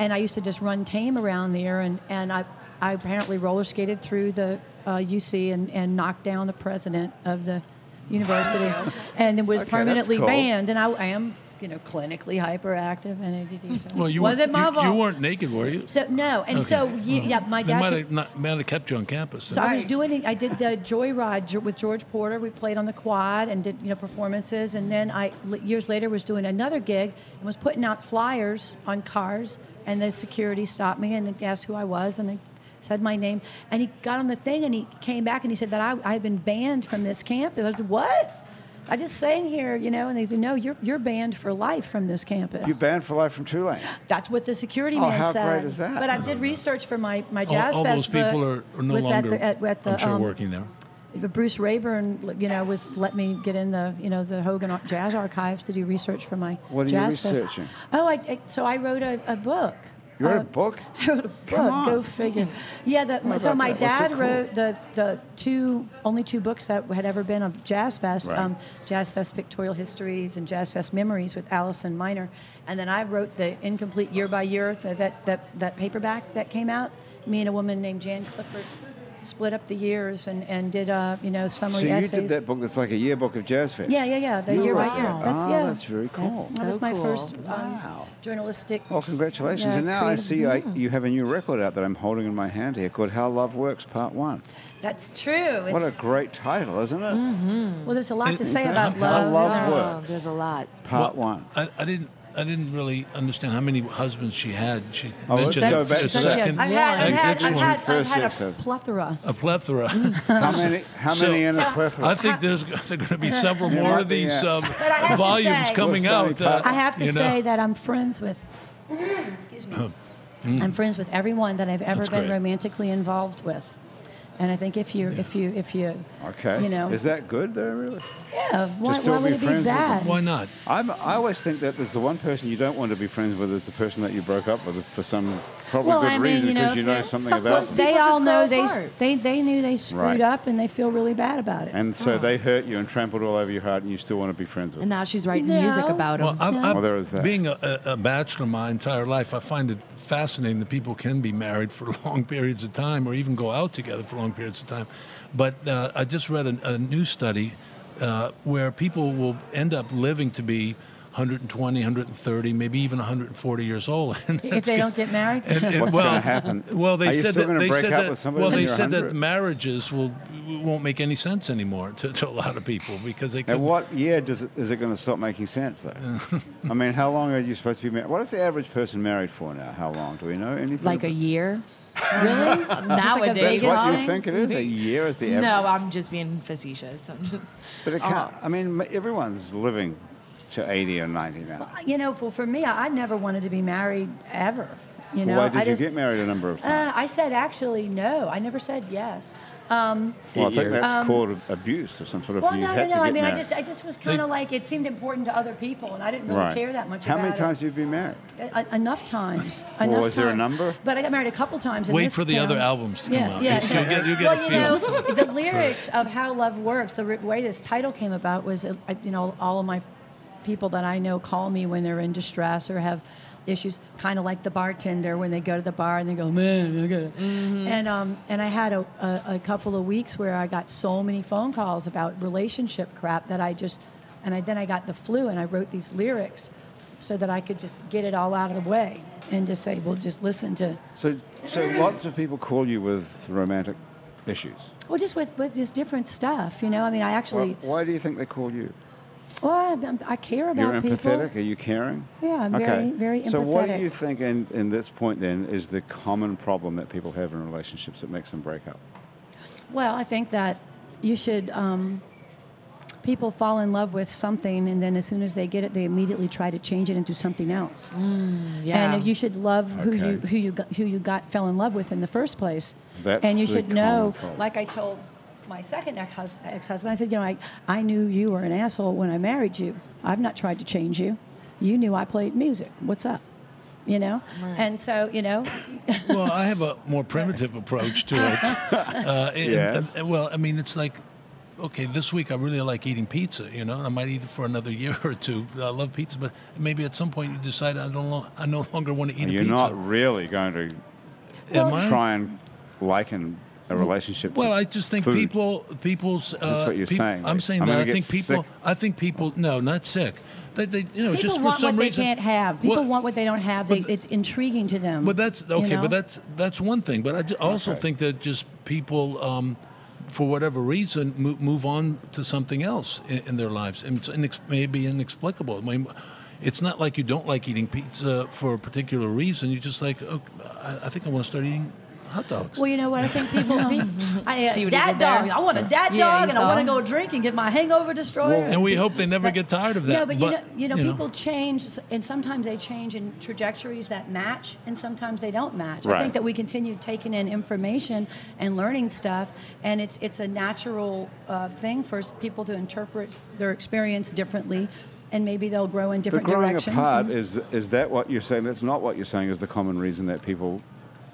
Speaker 2: and I used to just run tame around there, and and I I apparently roller skated through the uh, UC and and knocked down the president of the university, and it was
Speaker 1: Okay, that's
Speaker 2: permanently
Speaker 1: cool.
Speaker 2: banned, and I, I am. You know, clinically hyperactive and ADD. So
Speaker 3: Well, you
Speaker 2: was
Speaker 3: weren't-
Speaker 2: it my
Speaker 3: you,
Speaker 2: fault?
Speaker 3: You weren't naked, were you?
Speaker 2: So no, and so
Speaker 3: Okay.
Speaker 2: ye- yeah, my
Speaker 3: They
Speaker 2: dad.
Speaker 3: might
Speaker 2: took-
Speaker 3: have, not, might have kept you on campus.
Speaker 2: so I was doing. it- I did the joyride jo- with George Porter. We played on the quad and did you know performances. And then I l- years later was doing another gig and was putting out flyers on cars. And the security stopped me and asked who I was and they said my name. And he got on the thing and he came back and he said that I, I had been banned from this campus. I said what? I just sang here, you know. And they said no, you're you're banned for life from this campus.
Speaker 1: You banned for life from Tulane.
Speaker 2: That's what the security
Speaker 1: Oh,
Speaker 2: man
Speaker 1: how
Speaker 2: said.
Speaker 1: great is that?
Speaker 2: But I did research for my, my
Speaker 3: all,
Speaker 2: jazz
Speaker 3: all
Speaker 2: fest
Speaker 3: those people
Speaker 2: book
Speaker 3: are, are no
Speaker 2: with at
Speaker 3: longer.
Speaker 2: the- at- at the,
Speaker 3: I'm sure
Speaker 2: um,
Speaker 3: working there.
Speaker 2: but Bruce Rayburn, you know, was let me get in the you know the Hogan Ar- Jazz Archives to do research for my
Speaker 1: What are you
Speaker 2: jazz fest.
Speaker 1: researching?
Speaker 2: Oh, I, I- so I wrote a, a book.
Speaker 1: You wrote a
Speaker 2: Uh,
Speaker 1: book?
Speaker 2: *laughs* I wrote a book.
Speaker 1: Come on.
Speaker 2: Go figure. Yeah, the, so
Speaker 1: about
Speaker 2: my
Speaker 1: that? What's it
Speaker 2: dad
Speaker 1: called?
Speaker 2: wrote the the two only two books that had ever been of Jazz Fest,
Speaker 1: Right.
Speaker 2: um, Jazz Fest Pictorial Histories and Jazz Fest Memories with Allison Miner, and then I wrote the incomplete year by year the, that that that paperback that came out. Me and a woman named Jan Clifford split up the years and and did uh, you know
Speaker 1: So
Speaker 2: summary
Speaker 1: you
Speaker 2: essays.
Speaker 1: did that book that's like a yearbook of Jazz Fest.
Speaker 2: Yeah, yeah, yeah. The
Speaker 1: You
Speaker 2: year
Speaker 1: wrote
Speaker 2: by year.
Speaker 1: that.
Speaker 2: That's
Speaker 1: Ah,
Speaker 2: yeah.
Speaker 1: that's very cool.
Speaker 4: That's
Speaker 2: that was
Speaker 4: so
Speaker 2: my
Speaker 4: cool.
Speaker 2: first um,
Speaker 1: Wow. Oh.
Speaker 2: journalistic.
Speaker 1: Well, congratulations.
Speaker 2: Yeah,
Speaker 1: and now I
Speaker 2: creative-
Speaker 1: see I, you have a new record out that I'm holding in my hand here called How Love Works Part 1.
Speaker 2: That's true. It's, Mm-hmm.
Speaker 1: What a great title, isn't it?
Speaker 2: well, there's a lot to say
Speaker 1: How-
Speaker 2: about
Speaker 1: how
Speaker 2: love.
Speaker 1: love
Speaker 2: yeah.
Speaker 1: works.
Speaker 4: Oh, there's a lot.
Speaker 1: Part 1.
Speaker 3: I, I didn't. I didn't really understand how many husbands she had. She
Speaker 1: Oh, let's
Speaker 3: mentioned
Speaker 1: go back
Speaker 3: a
Speaker 1: to
Speaker 2: Such
Speaker 1: that.
Speaker 2: yes.
Speaker 3: second,
Speaker 2: I've had, I've
Speaker 3: a
Speaker 2: had,
Speaker 3: diction,
Speaker 2: I've had, I've
Speaker 1: First
Speaker 2: had
Speaker 1: six
Speaker 2: a
Speaker 1: says-
Speaker 2: plethora.
Speaker 3: a
Speaker 2: *laughs*
Speaker 3: plethora.
Speaker 1: How many, how
Speaker 3: So-
Speaker 1: many in a
Speaker 2: So-
Speaker 1: plethora?
Speaker 3: I think there's there are going to
Speaker 2: *laughs*
Speaker 3: be several
Speaker 1: There
Speaker 3: more
Speaker 1: might
Speaker 3: of
Speaker 1: be,
Speaker 3: these
Speaker 1: yeah.
Speaker 3: um,
Speaker 2: I have to
Speaker 3: volumes
Speaker 2: say-
Speaker 3: coming
Speaker 1: Well,
Speaker 3: out.
Speaker 1: Sonny
Speaker 3: uh,
Speaker 1: Pop-
Speaker 2: I have to
Speaker 3: you know.
Speaker 2: say that I'm friends with. excuse me.
Speaker 1: Hmm.
Speaker 2: I'm friends with everyone that I've ever
Speaker 3: That's
Speaker 2: been
Speaker 3: great.
Speaker 2: romantically involved with, and I think if you, if you, if you,
Speaker 1: okay.
Speaker 2: you know,
Speaker 1: Is that good, though, really?
Speaker 2: yeah, why,
Speaker 1: Just don't
Speaker 2: why would
Speaker 1: be
Speaker 2: it be
Speaker 1: friends with
Speaker 2: bad?
Speaker 3: Why not?
Speaker 1: I'm, I always think that there's the one person you don't want to be friends with is the person that you broke up with for some probably
Speaker 2: Well,
Speaker 1: good
Speaker 2: I mean,
Speaker 1: reason
Speaker 2: you know,
Speaker 1: because you know
Speaker 2: yeah.
Speaker 1: something about
Speaker 2: Sometimes
Speaker 1: them.
Speaker 2: they
Speaker 4: People
Speaker 2: all
Speaker 4: just grow
Speaker 2: know they,
Speaker 4: apart.
Speaker 2: they they knew they screwed
Speaker 1: Right.
Speaker 2: up and they feel really bad about it.
Speaker 1: And so they hurt you and trampled all over your heart, and you still want to be friends with
Speaker 4: And
Speaker 1: them.
Speaker 4: now she's writing
Speaker 2: No.
Speaker 4: music about him.
Speaker 3: Well, I, I,
Speaker 1: Well, there is that.
Speaker 3: being a, a a bachelor my entire life, I find it fascinating that people can be married for *laughs* long periods of time or even go out together for long periods of time. But uh, I just read a, a new study uh, where people will end up living to be 120, 130, maybe even 140 years old. *laughs* And
Speaker 2: if they don't get married,
Speaker 3: and, and,
Speaker 1: What's
Speaker 3: well,
Speaker 1: gonna happen?
Speaker 3: *laughs* Well, they
Speaker 1: Are you
Speaker 3: said
Speaker 1: still
Speaker 3: that
Speaker 1: gonna
Speaker 3: they
Speaker 1: break
Speaker 3: said
Speaker 1: up
Speaker 3: that
Speaker 1: with somebody
Speaker 3: well,
Speaker 1: when
Speaker 3: they
Speaker 1: you're
Speaker 3: said
Speaker 1: 100?
Speaker 3: that marriages will won't make any sense anymore to, to a lot of people because they
Speaker 1: At
Speaker 3: couldn't
Speaker 1: what year does it, is it going to stop making sense, though? I mean, how long are you supposed to be married? What is the average person married for now? How long? Do we know anything?
Speaker 4: like a
Speaker 1: about-
Speaker 4: year. *laughs* really? Nowadays?
Speaker 1: That's what you think it is? A year is the average?
Speaker 4: No, I'm just being facetious.
Speaker 1: But
Speaker 2: Oh.
Speaker 1: it can't, I mean, m- everyone's living to 80 or 90 now.
Speaker 2: you know, *laughs* well, for me, I I never wanted to be married ever. You know,
Speaker 1: Why did
Speaker 2: I
Speaker 1: you
Speaker 2: just,
Speaker 1: get married a number of times?
Speaker 2: Uh, I said actually no. I never said yes. Um,
Speaker 1: well, I
Speaker 7: eight
Speaker 1: think
Speaker 7: years.
Speaker 1: that's called a- abuse or some sort of
Speaker 2: well,
Speaker 1: you
Speaker 2: no,
Speaker 1: had
Speaker 2: no,
Speaker 1: to
Speaker 2: no. I
Speaker 1: get
Speaker 2: mean,
Speaker 1: married.
Speaker 2: I just, I just was kind of like it seemed important to other people, and I didn't really
Speaker 1: right.
Speaker 2: care that much.
Speaker 1: How
Speaker 2: about
Speaker 1: many
Speaker 2: it.
Speaker 1: times have you been married?
Speaker 2: Uh, enough times.
Speaker 1: Well,
Speaker 2: enough
Speaker 1: was there a
Speaker 2: time.
Speaker 1: number?
Speaker 2: But I got married a couple times. In
Speaker 3: Wait
Speaker 2: this
Speaker 3: for the
Speaker 2: town.
Speaker 3: other albums to come
Speaker 2: yeah,
Speaker 3: out.
Speaker 2: Yeah,
Speaker 3: You'll get- you'll get a
Speaker 2: well, you know, the lyrics of "How Love Works," the re- way this title came about was, uh, I- you know, all of my people that I know call me when they're in distress or have issues, kind of like the bartender when they go to the bar and they go, "Man, I got it." And um, and I had a, a a couple of weeks where I got so many phone calls about relationship crap that I just, and I then I got the flu and I wrote these lyrics so that I could just get it all out of the way and just say, well, just listen to,
Speaker 1: So, so
Speaker 2: Mm.
Speaker 1: lots of people call you with romantic issues.
Speaker 2: well, just with, with just different stuff, you know. I mean, I
Speaker 1: Well,
Speaker 2: actually,
Speaker 1: why do you think they call you?
Speaker 2: well, I, I care about
Speaker 1: You're
Speaker 2: people.
Speaker 1: empathetic. Are you caring?
Speaker 2: Yeah, I'm
Speaker 1: okay.
Speaker 2: very- very
Speaker 1: So, what do
Speaker 2: empathetic.
Speaker 1: you think? In, in this point, then, is the common problem that people have in relationships that makes them break up?
Speaker 2: Well, I think that you should. Um, people fall in love with something, and then as soon as they get it, they immediately try to change it into something else.
Speaker 4: yeah.
Speaker 2: And if you should love who
Speaker 1: Okay.
Speaker 2: you who you got, who you got fell in love with in the first place,
Speaker 1: That's
Speaker 2: and you
Speaker 1: the
Speaker 2: should
Speaker 1: common
Speaker 2: know,
Speaker 1: problem.
Speaker 2: like I told my second ex husband, I said, you know, I, I knew you were an asshole when I married you. I've not tried to change you. You knew I played music. What's up? You know? And so, you know,
Speaker 3: well, I have a more primitive approach to
Speaker 1: *laughs*
Speaker 3: it. Uh, and-
Speaker 1: Yes.
Speaker 3: and- well, I mean, it's like, okay, this week I really like eating pizza, you know, and I might eat it for another *laughs* year or two. I love pizza, but maybe at some point you decide I don't, lo- I no longer want to eat a
Speaker 1: You're
Speaker 3: pizza.
Speaker 1: not really going to
Speaker 3: Am I?
Speaker 1: try and liken a relationship. to
Speaker 3: Well, I just think
Speaker 1: food.
Speaker 3: people, people's. Uh,
Speaker 1: what you're
Speaker 3: peop-
Speaker 1: saying,
Speaker 3: I'm
Speaker 1: like,
Speaker 3: saying
Speaker 1: I'm
Speaker 3: that.
Speaker 1: gonna
Speaker 3: I
Speaker 1: get
Speaker 3: think people.
Speaker 1: sick.
Speaker 3: I think people. No, not sick. They, they you know,
Speaker 2: people
Speaker 3: just
Speaker 2: want
Speaker 3: for some
Speaker 2: what
Speaker 3: reason.
Speaker 2: they can't have. People
Speaker 3: Well,
Speaker 2: want what they don't have. They,
Speaker 3: but-
Speaker 2: it's intriguing to them.
Speaker 3: But that's
Speaker 2: you
Speaker 3: okay.
Speaker 2: know?
Speaker 3: But that's that's one thing. But I ju- also think that just people, um, for whatever reason, move, move on to something else in, in their lives, and it's inex- maybe inexplicable. I mean, it's not like you don't like eating pizza for a particular reason. You're just like, oh, I, I think I want to start eating hot dogs.
Speaker 2: Well, you know what? I think people. *laughs* I, uh,
Speaker 4: See what he
Speaker 2: dad
Speaker 4: did there?
Speaker 2: dog. I want a dad
Speaker 4: Yeah,
Speaker 2: dog,
Speaker 4: you
Speaker 2: and I want to
Speaker 4: saw.
Speaker 2: go drink and get my hangover destroyed.
Speaker 3: and we hope they never get tired of that.
Speaker 2: No, but, you know, you know, people change, and sometimes they change in trajectories that match, and sometimes they don't match. I
Speaker 1: Right.
Speaker 2: think that we continue taking in information and learning stuff, and it's it's a natural uh, thing for s- people to interpret their experience differently, and maybe they'll grow in
Speaker 1: But
Speaker 2: different
Speaker 1: growing
Speaker 2: directions.
Speaker 1: apart
Speaker 2: and-
Speaker 1: is is that what you're saying? That's not what you're saying. Is the common reason that people.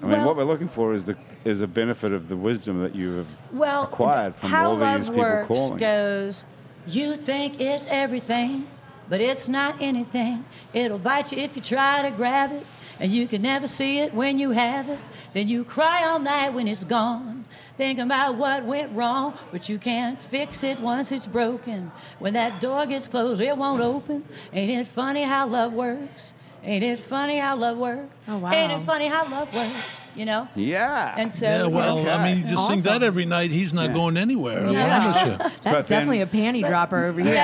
Speaker 1: I mean,
Speaker 2: Well-
Speaker 1: what we're looking for is the is a benefit of the wisdom that you have
Speaker 2: well,
Speaker 1: acquired from
Speaker 2: how
Speaker 1: all
Speaker 2: love
Speaker 1: these people
Speaker 2: works
Speaker 1: calling.
Speaker 2: goes. You think it's everything, but it's not anything. It'll bite you if you try to grab it, and you can never see it when you have it. Then you cry all night when it's gone, thinking about what went wrong, but you can't fix it once it's broken. When that door gets closed, it won't open. Ain't it funny how love works? Ain't it funny how love works?
Speaker 4: Oh, wow.
Speaker 2: Ain't it funny how love works? You know?
Speaker 1: Yeah.
Speaker 2: And so,
Speaker 3: Yeah,
Speaker 2: you know,
Speaker 3: well, I mean, you just sing that
Speaker 4: Awesome.
Speaker 3: every night. He's not going anywhere. I
Speaker 4: Yeah.
Speaker 3: promise
Speaker 2: *laughs*
Speaker 3: you.
Speaker 1: But
Speaker 4: *laughs* That's
Speaker 1: then-
Speaker 4: definitely a panty dropper over here.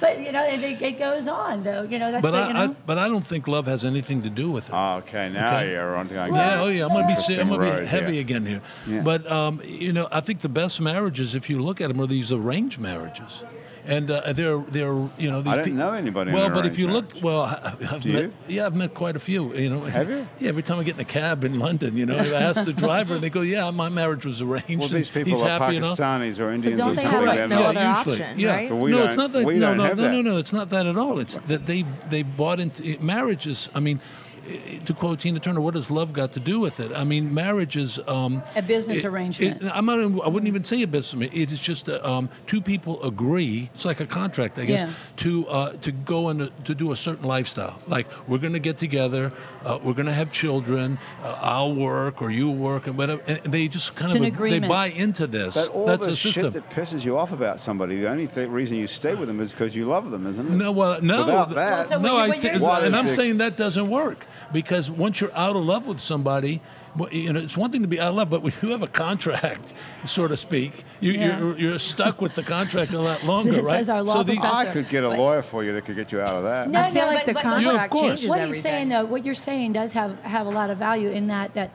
Speaker 2: But you know, it, it goes on though. You know, that's
Speaker 3: But
Speaker 2: the,
Speaker 3: I,
Speaker 2: you know.
Speaker 3: I, but I don't think love has anything to do with it.
Speaker 1: Ah, okay, now
Speaker 3: Okay.
Speaker 1: you're on to
Speaker 3: Yeah, oh yeah, I'm gonna be si- I'm gonna
Speaker 1: Road,
Speaker 3: be
Speaker 1: yeah.
Speaker 3: heavy again here.
Speaker 1: Yeah.
Speaker 3: But um, you know, I think the best marriages, if you look at them, are these arranged marriages, and uh, they're they're you know these.
Speaker 1: I don't
Speaker 3: peo-
Speaker 1: know anybody in
Speaker 3: Well,
Speaker 1: an
Speaker 3: but if you
Speaker 1: arranged
Speaker 3: look, well, I- I've
Speaker 1: Do
Speaker 3: met,
Speaker 1: you?
Speaker 3: yeah, I've met quite a few. You know,
Speaker 1: Have you?
Speaker 3: *laughs* Yeah, every time I get in a cab in London, you know, I
Speaker 1: *laughs*
Speaker 3: ask the driver, and they go, "Yeah, my marriage was arranged."
Speaker 1: Well,
Speaker 3: and
Speaker 1: these people
Speaker 3: he's
Speaker 1: are
Speaker 3: happy and all."
Speaker 1: Pakistanis or Indians
Speaker 4: don't
Speaker 1: or
Speaker 4: they
Speaker 1: something.
Speaker 4: have, like,
Speaker 1: they're
Speaker 4: no
Speaker 1: not-
Speaker 4: other option,
Speaker 3: yeah.
Speaker 4: right?
Speaker 1: But we
Speaker 3: no, it's
Speaker 1: don't-
Speaker 3: not that.
Speaker 1: we
Speaker 3: no,
Speaker 1: don't
Speaker 3: no,
Speaker 1: have
Speaker 3: no, no,
Speaker 1: that.
Speaker 3: no. It's not that at all. It's that they they bought into it- marriage is. I mean, eh, to quote Tina Turner, what has love got to do with it? I mean, marriage is um,
Speaker 2: A business
Speaker 3: it-
Speaker 2: arrangement.
Speaker 3: It, I'm not. even- I wouldn't even say a business. It is just uh, um, two people agree. It's like a contract, I guess,
Speaker 2: Yeah.
Speaker 3: to uh, to go and uh, to do a certain lifestyle. Like we're going to get together. Uh, we're going to have children. Uh, I'll work or you work and whatever. And they just kind
Speaker 2: It's
Speaker 3: of
Speaker 2: an
Speaker 3: ag- they
Speaker 2: agreement.
Speaker 3: buy into this.
Speaker 1: But all
Speaker 3: That's
Speaker 1: the
Speaker 3: a system.
Speaker 1: shit that pisses you off about somebody, the only th- reason you stay with them is because you love them, isn't it?
Speaker 3: No, well, no.
Speaker 1: Without that-
Speaker 2: so
Speaker 3: no,
Speaker 2: when you-
Speaker 3: I
Speaker 2: when
Speaker 3: think,
Speaker 1: you're-
Speaker 3: and I'm
Speaker 1: Why is it-
Speaker 3: saying that doesn't work because once you're out of love with somebody, well, you know, it's one thing to be out of love, but when you have a contract, so to speak, you,
Speaker 2: Yeah.
Speaker 3: you're, you're stuck with the contract a
Speaker 2: *laughs*
Speaker 3: lot longer,
Speaker 2: Says
Speaker 3: right?
Speaker 2: our law
Speaker 3: so the,
Speaker 2: professor.
Speaker 1: I could get a lawyer for you that could get you out of that.
Speaker 2: No,
Speaker 4: I feel
Speaker 2: no,
Speaker 4: like
Speaker 2: but-
Speaker 4: the
Speaker 2: but- but-
Speaker 4: contract
Speaker 3: Yeah, of course.
Speaker 4: changes
Speaker 2: what
Speaker 4: everything.
Speaker 2: he's saying though what you're saying does have, have a lot of value in that that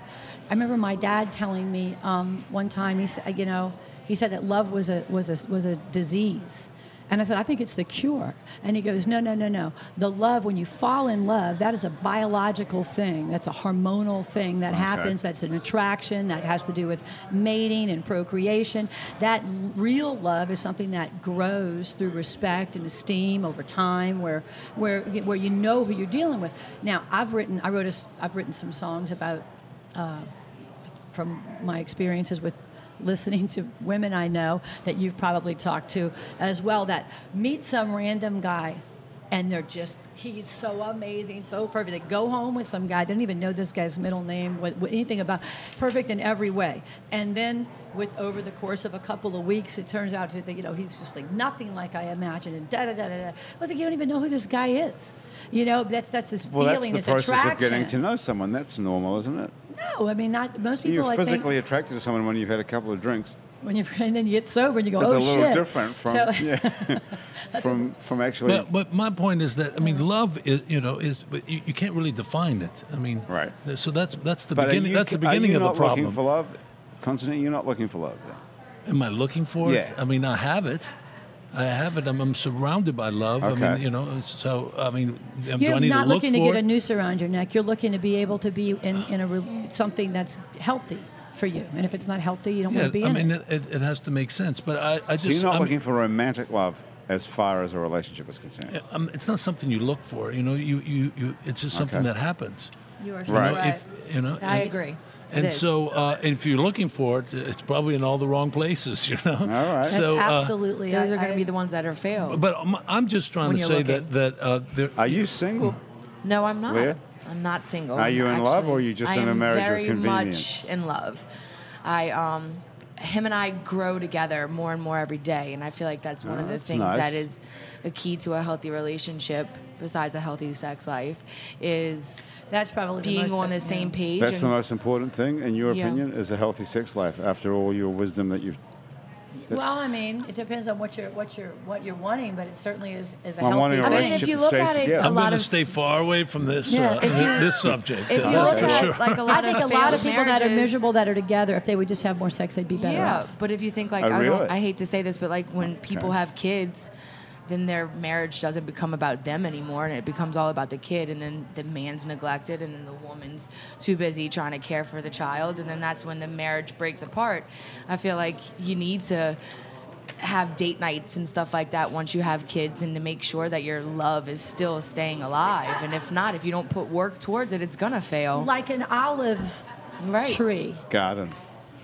Speaker 2: i remember my dad telling me um, one time he said you know he said that love was a was a was a disease and i said i think it's the cure and he goes no no no no the love when you fall in love that is a biological thing that's a hormonal thing that happens that's an attraction that has to do with mating and procreation that real love is something that grows through respect and esteem over time where where where you know who you're dealing with now i've written i wrote a s- i've written some songs about from my experiences with listening to women I know that you've probably talked to as well that meet some random guy and they're just he's so amazing so perfect they go home with some guy they don't even know this guy's middle name what, what anything about perfect in every way and then with over the course of a couple of weeks it turns out that you know he's just like nothing like i imagined and da da da da da i was like you don't even know who this guy is you know that's that's this
Speaker 1: well, that's
Speaker 2: feeling
Speaker 1: the
Speaker 2: this
Speaker 1: process
Speaker 2: attraction
Speaker 1: of getting to know someone. That's normal, isn't it?
Speaker 2: no i mean not most people
Speaker 1: You're
Speaker 2: I think,
Speaker 1: physically attracted to someone when you've had a couple of drinks.
Speaker 2: when you *laughs* and then you get sober and you go,
Speaker 1: It's
Speaker 2: oh
Speaker 1: a little
Speaker 2: shit.
Speaker 1: different from *laughs*
Speaker 2: So- *laughs*
Speaker 3: *laughs*
Speaker 1: yeah, *laughs* from from actually.
Speaker 3: but, but my point is that I mean, love is you know is but you, you can't really define it. I mean,
Speaker 1: Right.
Speaker 3: So that's that's the
Speaker 1: But are
Speaker 3: beginning.
Speaker 1: you-
Speaker 3: that's the
Speaker 1: are
Speaker 3: beginning
Speaker 1: you
Speaker 3: of the
Speaker 1: not
Speaker 3: problem.
Speaker 1: Looking for love, Constantine, you're not looking for love. Then.
Speaker 3: Am I looking for
Speaker 1: Yeah.
Speaker 3: it? I mean, I have it. I have it. I'm, I'm surrounded by love. I
Speaker 1: Okay.
Speaker 3: mean, you know. So I mean, um, do
Speaker 2: You're
Speaker 3: I need
Speaker 2: not
Speaker 3: to look
Speaker 2: looking
Speaker 3: for
Speaker 2: to get
Speaker 3: it?
Speaker 2: a noose around your neck. You're looking to be able to be in, in a re- something that's healthy. for you. And if it's not healthy, you don't
Speaker 3: Yeah,
Speaker 2: want to be
Speaker 3: I
Speaker 2: in
Speaker 3: mean,
Speaker 2: it.
Speaker 3: it, it, it has to make sense. But I, I just
Speaker 1: So you're not
Speaker 3: I'm-
Speaker 1: looking for romantic love as far as a relationship is concerned.
Speaker 3: um, it's not something you look for. You know, you, you, you it's just something
Speaker 1: Okay.
Speaker 3: that happens.
Speaker 2: You are
Speaker 3: You
Speaker 1: Right.
Speaker 3: know, if, you know
Speaker 4: I
Speaker 3: and-
Speaker 4: agree.
Speaker 3: And
Speaker 4: It is.
Speaker 3: so, uh, if you're looking for it, it's probably in all the wrong places. *laughs* You know. All
Speaker 1: right. That's
Speaker 3: So, uh,
Speaker 2: absolutely.
Speaker 4: Those
Speaker 2: I-
Speaker 4: are going
Speaker 2: I-
Speaker 4: to be the ones that are failed.
Speaker 3: but I'm, I'm just trying
Speaker 4: When
Speaker 3: to
Speaker 4: you're
Speaker 3: say
Speaker 4: looking.
Speaker 3: that that uh, there,
Speaker 1: Are you single?
Speaker 4: No, I'm not.
Speaker 1: Leah?
Speaker 4: I'm not single.
Speaker 1: Are you in love,
Speaker 4: actually.
Speaker 1: or are you just
Speaker 4: I
Speaker 1: in a
Speaker 4: am
Speaker 1: marriage of
Speaker 4: very
Speaker 1: convenience?
Speaker 4: Much in love. I um, him and I grow together more and more every day, and I feel like that's one
Speaker 1: Oh,
Speaker 4: of the
Speaker 1: that's
Speaker 4: things
Speaker 1: nice.
Speaker 4: that is a key to a healthy relationship. Besides a healthy sex life, is
Speaker 2: That's probably the
Speaker 4: being
Speaker 2: most-
Speaker 4: on the
Speaker 2: yeah.
Speaker 4: same page.
Speaker 1: That's the
Speaker 4: and-
Speaker 1: most important thing, in your
Speaker 4: Yeah.
Speaker 1: opinion, is a healthy sex life. After all your wisdom that you've,
Speaker 2: Well, I mean, it depends on what you're what you're what you're wanting, but it certainly is is a
Speaker 1: I'm
Speaker 2: healthy.
Speaker 1: wanting a
Speaker 4: I mean, if
Speaker 1: relationship
Speaker 4: you
Speaker 1: that
Speaker 4: look
Speaker 1: stays
Speaker 4: at it,
Speaker 1: together.
Speaker 4: a
Speaker 3: I'm
Speaker 4: lot
Speaker 3: going to
Speaker 4: of-
Speaker 3: stay far away from this
Speaker 2: Yeah,
Speaker 3: uh,
Speaker 2: if you-
Speaker 3: this subject.
Speaker 4: if
Speaker 3: uh,
Speaker 4: you
Speaker 1: that's
Speaker 4: look
Speaker 1: for
Speaker 4: at
Speaker 1: sure.
Speaker 4: like a
Speaker 2: I
Speaker 4: lot
Speaker 2: think a
Speaker 4: of
Speaker 2: lot
Speaker 4: failed
Speaker 2: of people that are
Speaker 4: marriages-
Speaker 2: miserable that are together, if they would just have more sex, they'd be better
Speaker 4: yeah,
Speaker 2: off.
Speaker 4: but if you think like
Speaker 1: Oh,
Speaker 4: I
Speaker 1: really?
Speaker 4: don't, I hate to say this, but like when people have kids, then their marriage doesn't become about them anymore, and it becomes all about the kid, and then the man's neglected, and then the woman's too busy trying to care for the child, and then that's when the marriage breaks apart. I feel like you need to have date nights and stuff like that once you have kids and to make sure that your love is still staying alive and if not if you don't put work towards it it's gonna fail
Speaker 2: Like an olive
Speaker 4: right
Speaker 2: tree,
Speaker 1: garden.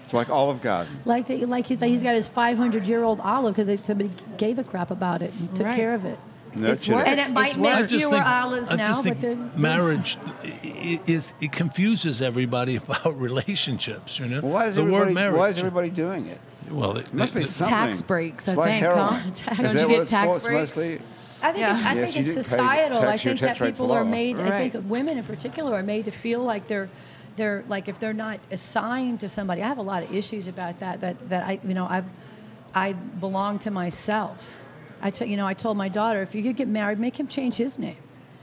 Speaker 1: It's like Olive Garden.
Speaker 2: like the, like he, he's got his 500 year old olive because somebody gave a crap about it and took
Speaker 4: Right.
Speaker 2: care of it.
Speaker 1: Nurtured
Speaker 4: work.
Speaker 1: it.
Speaker 2: And it might
Speaker 4: It's
Speaker 2: make
Speaker 4: worse.
Speaker 3: I just
Speaker 2: fewer
Speaker 3: think,
Speaker 2: olives
Speaker 3: I
Speaker 2: now, but
Speaker 3: just think
Speaker 2: there's
Speaker 3: marriage i- i- is it confuses everybody *laughs* about relationships. You know,
Speaker 1: Well, why is
Speaker 3: the word
Speaker 1: everybody?
Speaker 3: marriage.
Speaker 1: Why is everybody doing it?
Speaker 3: well, it,
Speaker 1: It must be
Speaker 3: it-
Speaker 1: something.
Speaker 4: Tax breaks, I
Speaker 1: It's like
Speaker 4: think,
Speaker 1: heroin.
Speaker 4: huh? Tax-
Speaker 1: Is
Speaker 4: Don't
Speaker 1: that
Speaker 4: you
Speaker 1: what
Speaker 4: get
Speaker 1: it's
Speaker 4: tax
Speaker 1: for? It's
Speaker 4: breaks?
Speaker 1: mostly.
Speaker 2: I think it's, I
Speaker 1: Yes,
Speaker 2: think
Speaker 1: you
Speaker 2: it's
Speaker 1: do pay
Speaker 2: societal. I
Speaker 1: tax, your
Speaker 2: think
Speaker 1: tax
Speaker 2: that
Speaker 1: rate's
Speaker 2: people are
Speaker 1: lower.
Speaker 2: made. I
Speaker 4: Right.
Speaker 2: think women in particular are made to feel like they're they're like if they're not assigned to somebody. I have a lot of issues about that. That that I you know I I belong to myself. I tell you know I told my daughter if you could get married, make him change his name.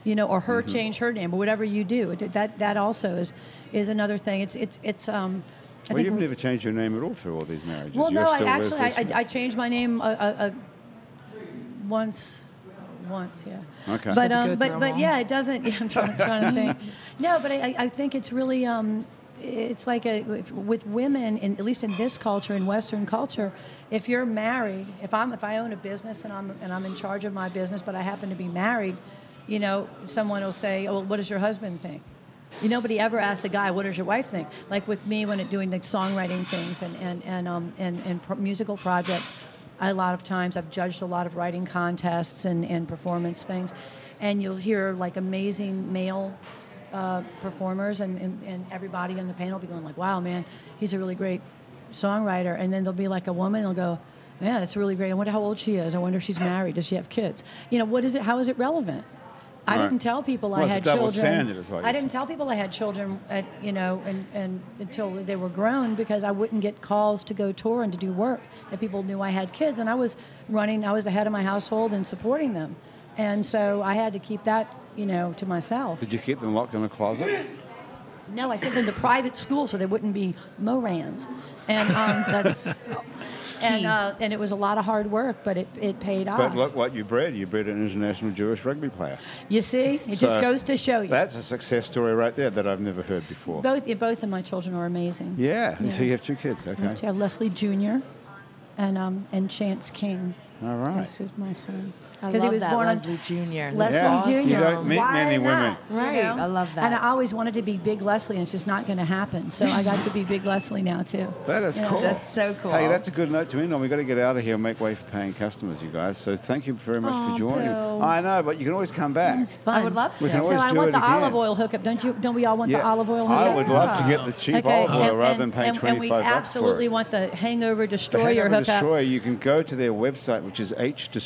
Speaker 2: You know, or
Speaker 1: Mm-hmm.
Speaker 2: her change her name, or whatever you do. It- That that also is is another thing. It's it's it's um. I
Speaker 1: Well,
Speaker 2: think
Speaker 1: you've
Speaker 2: we-
Speaker 1: never changed your name at all through all these marriages.
Speaker 2: well,
Speaker 1: You're
Speaker 2: no, I
Speaker 1: still
Speaker 2: actually I,
Speaker 1: Leslie Smith.
Speaker 2: I, I changed my name uh, uh, uh, once, once, yeah.
Speaker 1: Okay.
Speaker 2: But
Speaker 4: to go
Speaker 2: um,
Speaker 4: through
Speaker 2: but
Speaker 4: 'em
Speaker 2: but
Speaker 4: all.
Speaker 2: yeah, it doesn't. *laughs* Yeah, I'm trying, trying to think. No, but I, I- I think it's really um, it's like a with women, in, at least in this culture, in Western culture, if you're married, if I'm if I own a business and I'm and I'm in charge of my business, but I happen to be married, you know, someone will say, "Oh, well, what does your husband think?" You nobody ever asks a guy, "What does your wife think?" Like with me when it, doing like songwriting things and and and um and and pro- musical projects, I, a lot of times I've judged a lot of writing contests and and performance things, and you'll hear like amazing male uh, performers and, and and everybody on the panel will be going like, "Wow, man, he's a really great songwriter," and then there'll be like a woman, they'll go. Yeah, that's really great. I wonder how old she is. I wonder if she's married. Does she have kids? You know, what is it? How is it relevant? I
Speaker 1: Right.
Speaker 2: didn't tell people
Speaker 1: Well,
Speaker 2: I
Speaker 1: it's a
Speaker 2: had
Speaker 1: double
Speaker 2: children.
Speaker 1: standard is what
Speaker 2: I
Speaker 1: you're
Speaker 2: didn't tell people I had children, at, you know, and, and until they were grown because I wouldn't get calls to go tour and to do work if people knew I had kids. And I was running, I was the head of my household and supporting them, and so I had to keep that, you know, to myself.
Speaker 1: Did you keep them locked in a closet?
Speaker 2: No, I sent them to private school so they wouldn't be Morans, and *laughs* um, that's. And, uh, and it was a lot of hard work, but it, it paid off.
Speaker 1: But look what you bred. You bred an international Jewish rugby player.
Speaker 2: you see, it
Speaker 1: So
Speaker 2: just goes to show you.
Speaker 1: That's a success story right there that I've never heard before.
Speaker 2: Both, yeah, both of my children are amazing.
Speaker 1: yeah. and So
Speaker 2: Yeah.
Speaker 1: you have two kids. Okay.
Speaker 2: I have Leslie Jr. and um, and Chance King.
Speaker 1: All right.
Speaker 2: This is my son.
Speaker 4: I
Speaker 2: 'Cause
Speaker 4: love that
Speaker 2: on-
Speaker 4: Leslie Jr.
Speaker 2: Leslie
Speaker 1: Yeah,
Speaker 2: Jr.
Speaker 1: you don't meet
Speaker 2: Why
Speaker 1: many women.
Speaker 2: not, you
Speaker 4: Right,
Speaker 2: know?
Speaker 4: I love that.
Speaker 2: And I always wanted to be Big Leslie, and it's just not going to happen. So I got to be Big Leslie now too.
Speaker 1: That is
Speaker 2: Yeah.
Speaker 1: cool.
Speaker 4: That's so cool.
Speaker 1: Hey, that's a good note to end on. We've got to get out of here and make way for paying customers, you guys. So thank you very much for
Speaker 2: Aw,
Speaker 1: joining.
Speaker 2: Bill.
Speaker 1: I know, but you can always come back.
Speaker 2: It's fun.
Speaker 4: I would love
Speaker 1: We
Speaker 4: to.
Speaker 1: can
Speaker 2: So
Speaker 1: always
Speaker 2: I
Speaker 1: do
Speaker 2: want
Speaker 1: it
Speaker 2: the
Speaker 1: again.
Speaker 2: olive oil hookup. Don't you? Don't we all want the olive oil hookup?
Speaker 1: I would love to get the cheap
Speaker 2: Okay,
Speaker 1: olive oil
Speaker 2: and,
Speaker 1: rather than
Speaker 2: and-
Speaker 1: pay
Speaker 2: and,
Speaker 1: 25
Speaker 2: and we
Speaker 1: bucks
Speaker 2: absolutely
Speaker 1: for it.
Speaker 2: want the hangover
Speaker 1: The
Speaker 2: destroyer
Speaker 1: Hangover
Speaker 2: hookup.
Speaker 1: Destroyer, you can go to their website, which is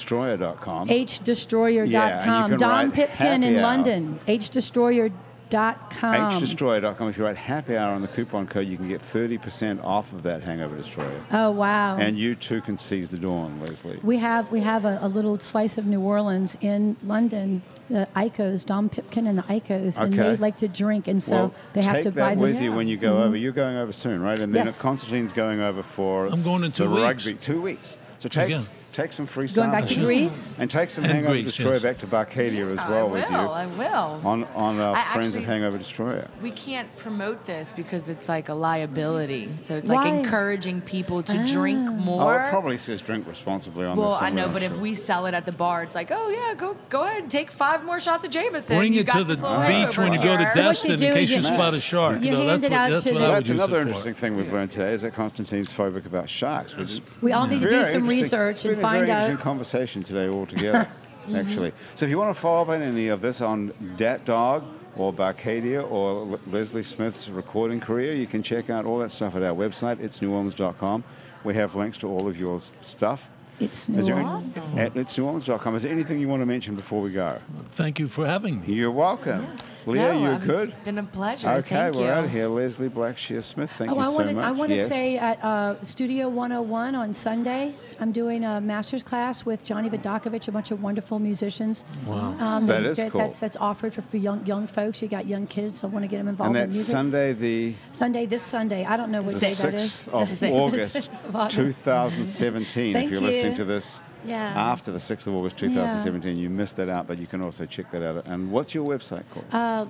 Speaker 1: hdestroyer.com.
Speaker 2: hdestroyer.com.
Speaker 1: Yeah, and you can
Speaker 2: Don
Speaker 1: write
Speaker 2: Pipkin
Speaker 1: happy
Speaker 2: in
Speaker 1: hour.
Speaker 2: London. hdestroyer.com.
Speaker 1: hdestroyer.com. If you write happy hour on the coupon code, you can get 30% off of that Hangover Destroyer.
Speaker 2: oh wow.
Speaker 1: And you too can seize the dawn, Leslie.
Speaker 2: we have we have a, a little slice of New Orleans in London. The Icos, Don Pipkin and the Icos, and
Speaker 1: Okay.
Speaker 2: they like to drink, and so
Speaker 1: well,
Speaker 2: they have
Speaker 1: take
Speaker 2: to
Speaker 1: that
Speaker 2: buy
Speaker 1: with
Speaker 2: this.
Speaker 1: you when you
Speaker 4: Mm-hmm.
Speaker 1: go over. You're going over soon, right? And then
Speaker 2: Yes.
Speaker 1: Constantine's going over for
Speaker 3: I'm going in two
Speaker 1: the
Speaker 3: weeks.
Speaker 1: rugby. Two weeks. So take
Speaker 3: Again.
Speaker 1: Take some free
Speaker 6: Going back to
Speaker 1: samples.
Speaker 6: Greece?
Speaker 1: And take some
Speaker 3: And
Speaker 1: Hangover
Speaker 3: Greece,
Speaker 1: Destroyer
Speaker 3: yes.
Speaker 1: back to Barcadia as well
Speaker 4: Oh, I
Speaker 1: with you
Speaker 4: will, I will.
Speaker 1: on on uh,
Speaker 4: I
Speaker 1: Friends
Speaker 4: actually-
Speaker 1: of Hangover Destroyer.
Speaker 4: we can't promote this because it's like a liability. So it's like
Speaker 6: Why?
Speaker 4: encouraging people to drink
Speaker 1: Oh,
Speaker 4: more.
Speaker 1: it probably says drink responsibly on
Speaker 4: well,
Speaker 1: this.
Speaker 4: I
Speaker 1: somewhere,
Speaker 4: know,
Speaker 1: I'm
Speaker 4: but if
Speaker 1: sure.
Speaker 4: we sell it at the bar, it's like, oh yeah, go go ahead, take five more shots of Jameson.
Speaker 3: Bring
Speaker 4: You
Speaker 3: it
Speaker 4: got
Speaker 3: to the
Speaker 4: this little
Speaker 3: beach when you
Speaker 4: hangover
Speaker 3: go to
Speaker 4: cure."
Speaker 6: they
Speaker 3: Destin
Speaker 6: do
Speaker 3: in
Speaker 6: is
Speaker 3: case
Speaker 6: you-
Speaker 3: you spot a shark.
Speaker 6: you
Speaker 3: No,
Speaker 6: hand
Speaker 3: that's
Speaker 6: it
Speaker 3: what,
Speaker 6: out
Speaker 3: that's
Speaker 6: to
Speaker 3: what
Speaker 6: the-
Speaker 3: I would
Speaker 1: that's
Speaker 3: use
Speaker 1: another
Speaker 3: it for.
Speaker 1: interesting thing we've learned today is that Constantine's phobic about sharks. which is
Speaker 6: We all need to do
Speaker 1: very
Speaker 6: some
Speaker 1: interesting.
Speaker 6: research
Speaker 1: It's
Speaker 6: and
Speaker 1: been a
Speaker 6: find
Speaker 1: very
Speaker 6: out. Mm-hmm.
Speaker 1: interesting conversation today
Speaker 6: *laughs*
Speaker 1: altogether, actually. So if you want to follow up on any of this on Dat Dog or Barcadia or Le- Leslie Smith's recording career, you can check out all that stuff at our website, itsneworleans.com. We have links to all of your s- stuff.
Speaker 6: It's
Speaker 1: Is
Speaker 6: new.
Speaker 1: there any-
Speaker 6: Orleans.
Speaker 1: At itsneworleans.com. Is there anything you want to mention before we go?
Speaker 6: Mm-hmm.
Speaker 3: Thank you for having me.
Speaker 1: You're welcome. Leah,
Speaker 4: No,
Speaker 1: you're
Speaker 4: um,
Speaker 1: good?
Speaker 4: It's been a pleasure.
Speaker 1: Okay,
Speaker 4: Thank
Speaker 1: we're
Speaker 4: you.
Speaker 1: out of here. Leslie Blackshear Smith, thank
Speaker 6: oh,
Speaker 1: you
Speaker 6: I
Speaker 1: so
Speaker 6: want to.
Speaker 1: much.
Speaker 6: I want to
Speaker 1: Yes.
Speaker 6: say at uh, Studio 101 on Sunday, I'm doing a master's class with Johnny Vodakovich, a bunch of wonderful musicians. Wow, um,
Speaker 1: That
Speaker 6: and
Speaker 1: is cool.
Speaker 6: That's, that's offered for, for young young folks. You got young kids, so I want to get them
Speaker 1: and
Speaker 6: involved in
Speaker 1: that's
Speaker 6: um, music.
Speaker 1: Sunday, the
Speaker 6: Sunday, this Sunday. I don't know what
Speaker 1: the
Speaker 6: day that
Speaker 1: 6th
Speaker 6: is. *laughs*
Speaker 1: of
Speaker 6: The 6th.
Speaker 1: August,
Speaker 6: The 6th of August. Uh,
Speaker 1: 2017. if
Speaker 6: Thank
Speaker 1: you're listening
Speaker 6: you.
Speaker 1: to this
Speaker 6: Yeah.
Speaker 1: after the 6th of August 2017, you missed that out, but you can also check that out. And what's your website called?
Speaker 6: Uh,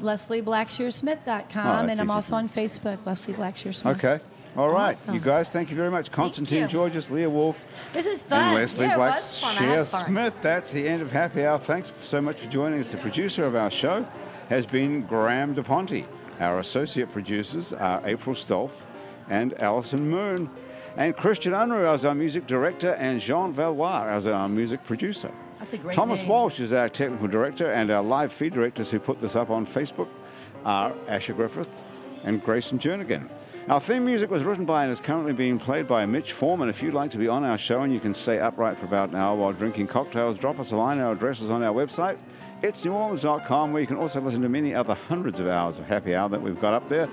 Speaker 1: Oh,
Speaker 6: LeslieBlackshearSmith.com,
Speaker 1: that's
Speaker 6: and I'm
Speaker 1: easy
Speaker 6: also
Speaker 1: to-
Speaker 6: on Facebook, Leslie Blackshear Smith.
Speaker 1: okay. All right,
Speaker 4: Awesome.
Speaker 1: you guys, thank you very much. Constantine
Speaker 4: you.
Speaker 1: Georges, Leah Wolf,
Speaker 6: This is fun.
Speaker 1: and Leslie
Speaker 4: Yeah, it
Speaker 1: Black
Speaker 4: was fun. I had fun.
Speaker 1: Smith. That's the end of Happy Hour. Thanks so much for joining us. The producer of our show has been Graham DePonte. Our associate producers are April Stolf and Alison Moon. And Christian Unruh is our music director and Jean Valois is our music producer.
Speaker 6: That's a great
Speaker 1: Thomas
Speaker 6: name.
Speaker 1: Walsh is our technical director and our live feed directors who put this up on Facebook are Asher Griffith and Grayson Jernigan. Our theme music was written by and is currently being played by Mitch Foreman. If you'd like to be on our show and you can stay upright for about an hour while drinking cocktails, drop us a line. Our address is on our website, itsneworleans.com, where you can also listen to many other hundreds of hours of happy hour that we've got up there,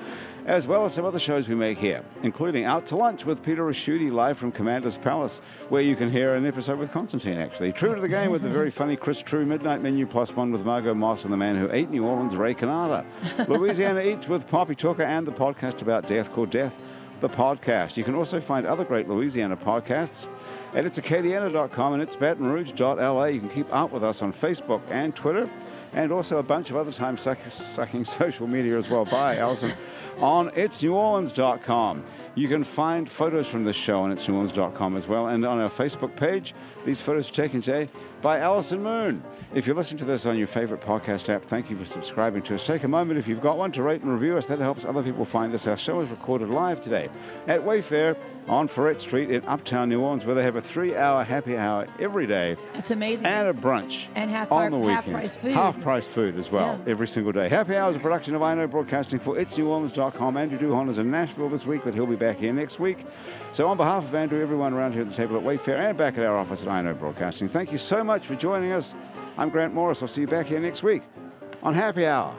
Speaker 1: as well as some other shows we make here, including Out to Lunch with Peter Raschuti live from Commander's Palace, where you can hear an episode with Constantine, actually. True to the Game with the very funny Chris True, Midnight Menu Plus One with Margot Moss and the man who ate New Orleans, Ray Canada. Louisiana Eats with Poppy Tucker and the podcast about death called Death, the podcast. You can also find other great Louisiana podcasts at itsacadiana.com and it's batonrouge.la. You can keep up with us on Facebook and Twitter and also a bunch of other time suck- sucking *laughs* social media as well. Bye, Alison. on itsneworleans.com. You can find photos from this show on itsneworleans.com as well. And on our Facebook page, these photos are taken today by Alison Moon. If you're listening to this on your favorite podcast app, thank you for subscribing to us. Take a moment, if you've got one, to rate and review us. That helps other people find us. Our show is recorded live today at Wayfair on Ferret Street in Uptown New Orleans, where they have a three hour happy hour every day
Speaker 6: That's amazing.
Speaker 1: and a brunch
Speaker 6: And half
Speaker 1: on the
Speaker 6: pri- half
Speaker 1: weekends.
Speaker 6: price food.
Speaker 1: Half price food as well,
Speaker 6: Yeah.
Speaker 1: every single day. Happy Hour is a production of INO Broadcasting for itsneworleans.com. Andrew Duhon is in Nashville this week, but he'll be back here next week. So, on behalf of Andrew, everyone around here at the table at Wayfair and back at our office at INO Broadcasting, thank you so much for joining us. I'm Grant Morris. I'll see you back here next week on Happy Hour.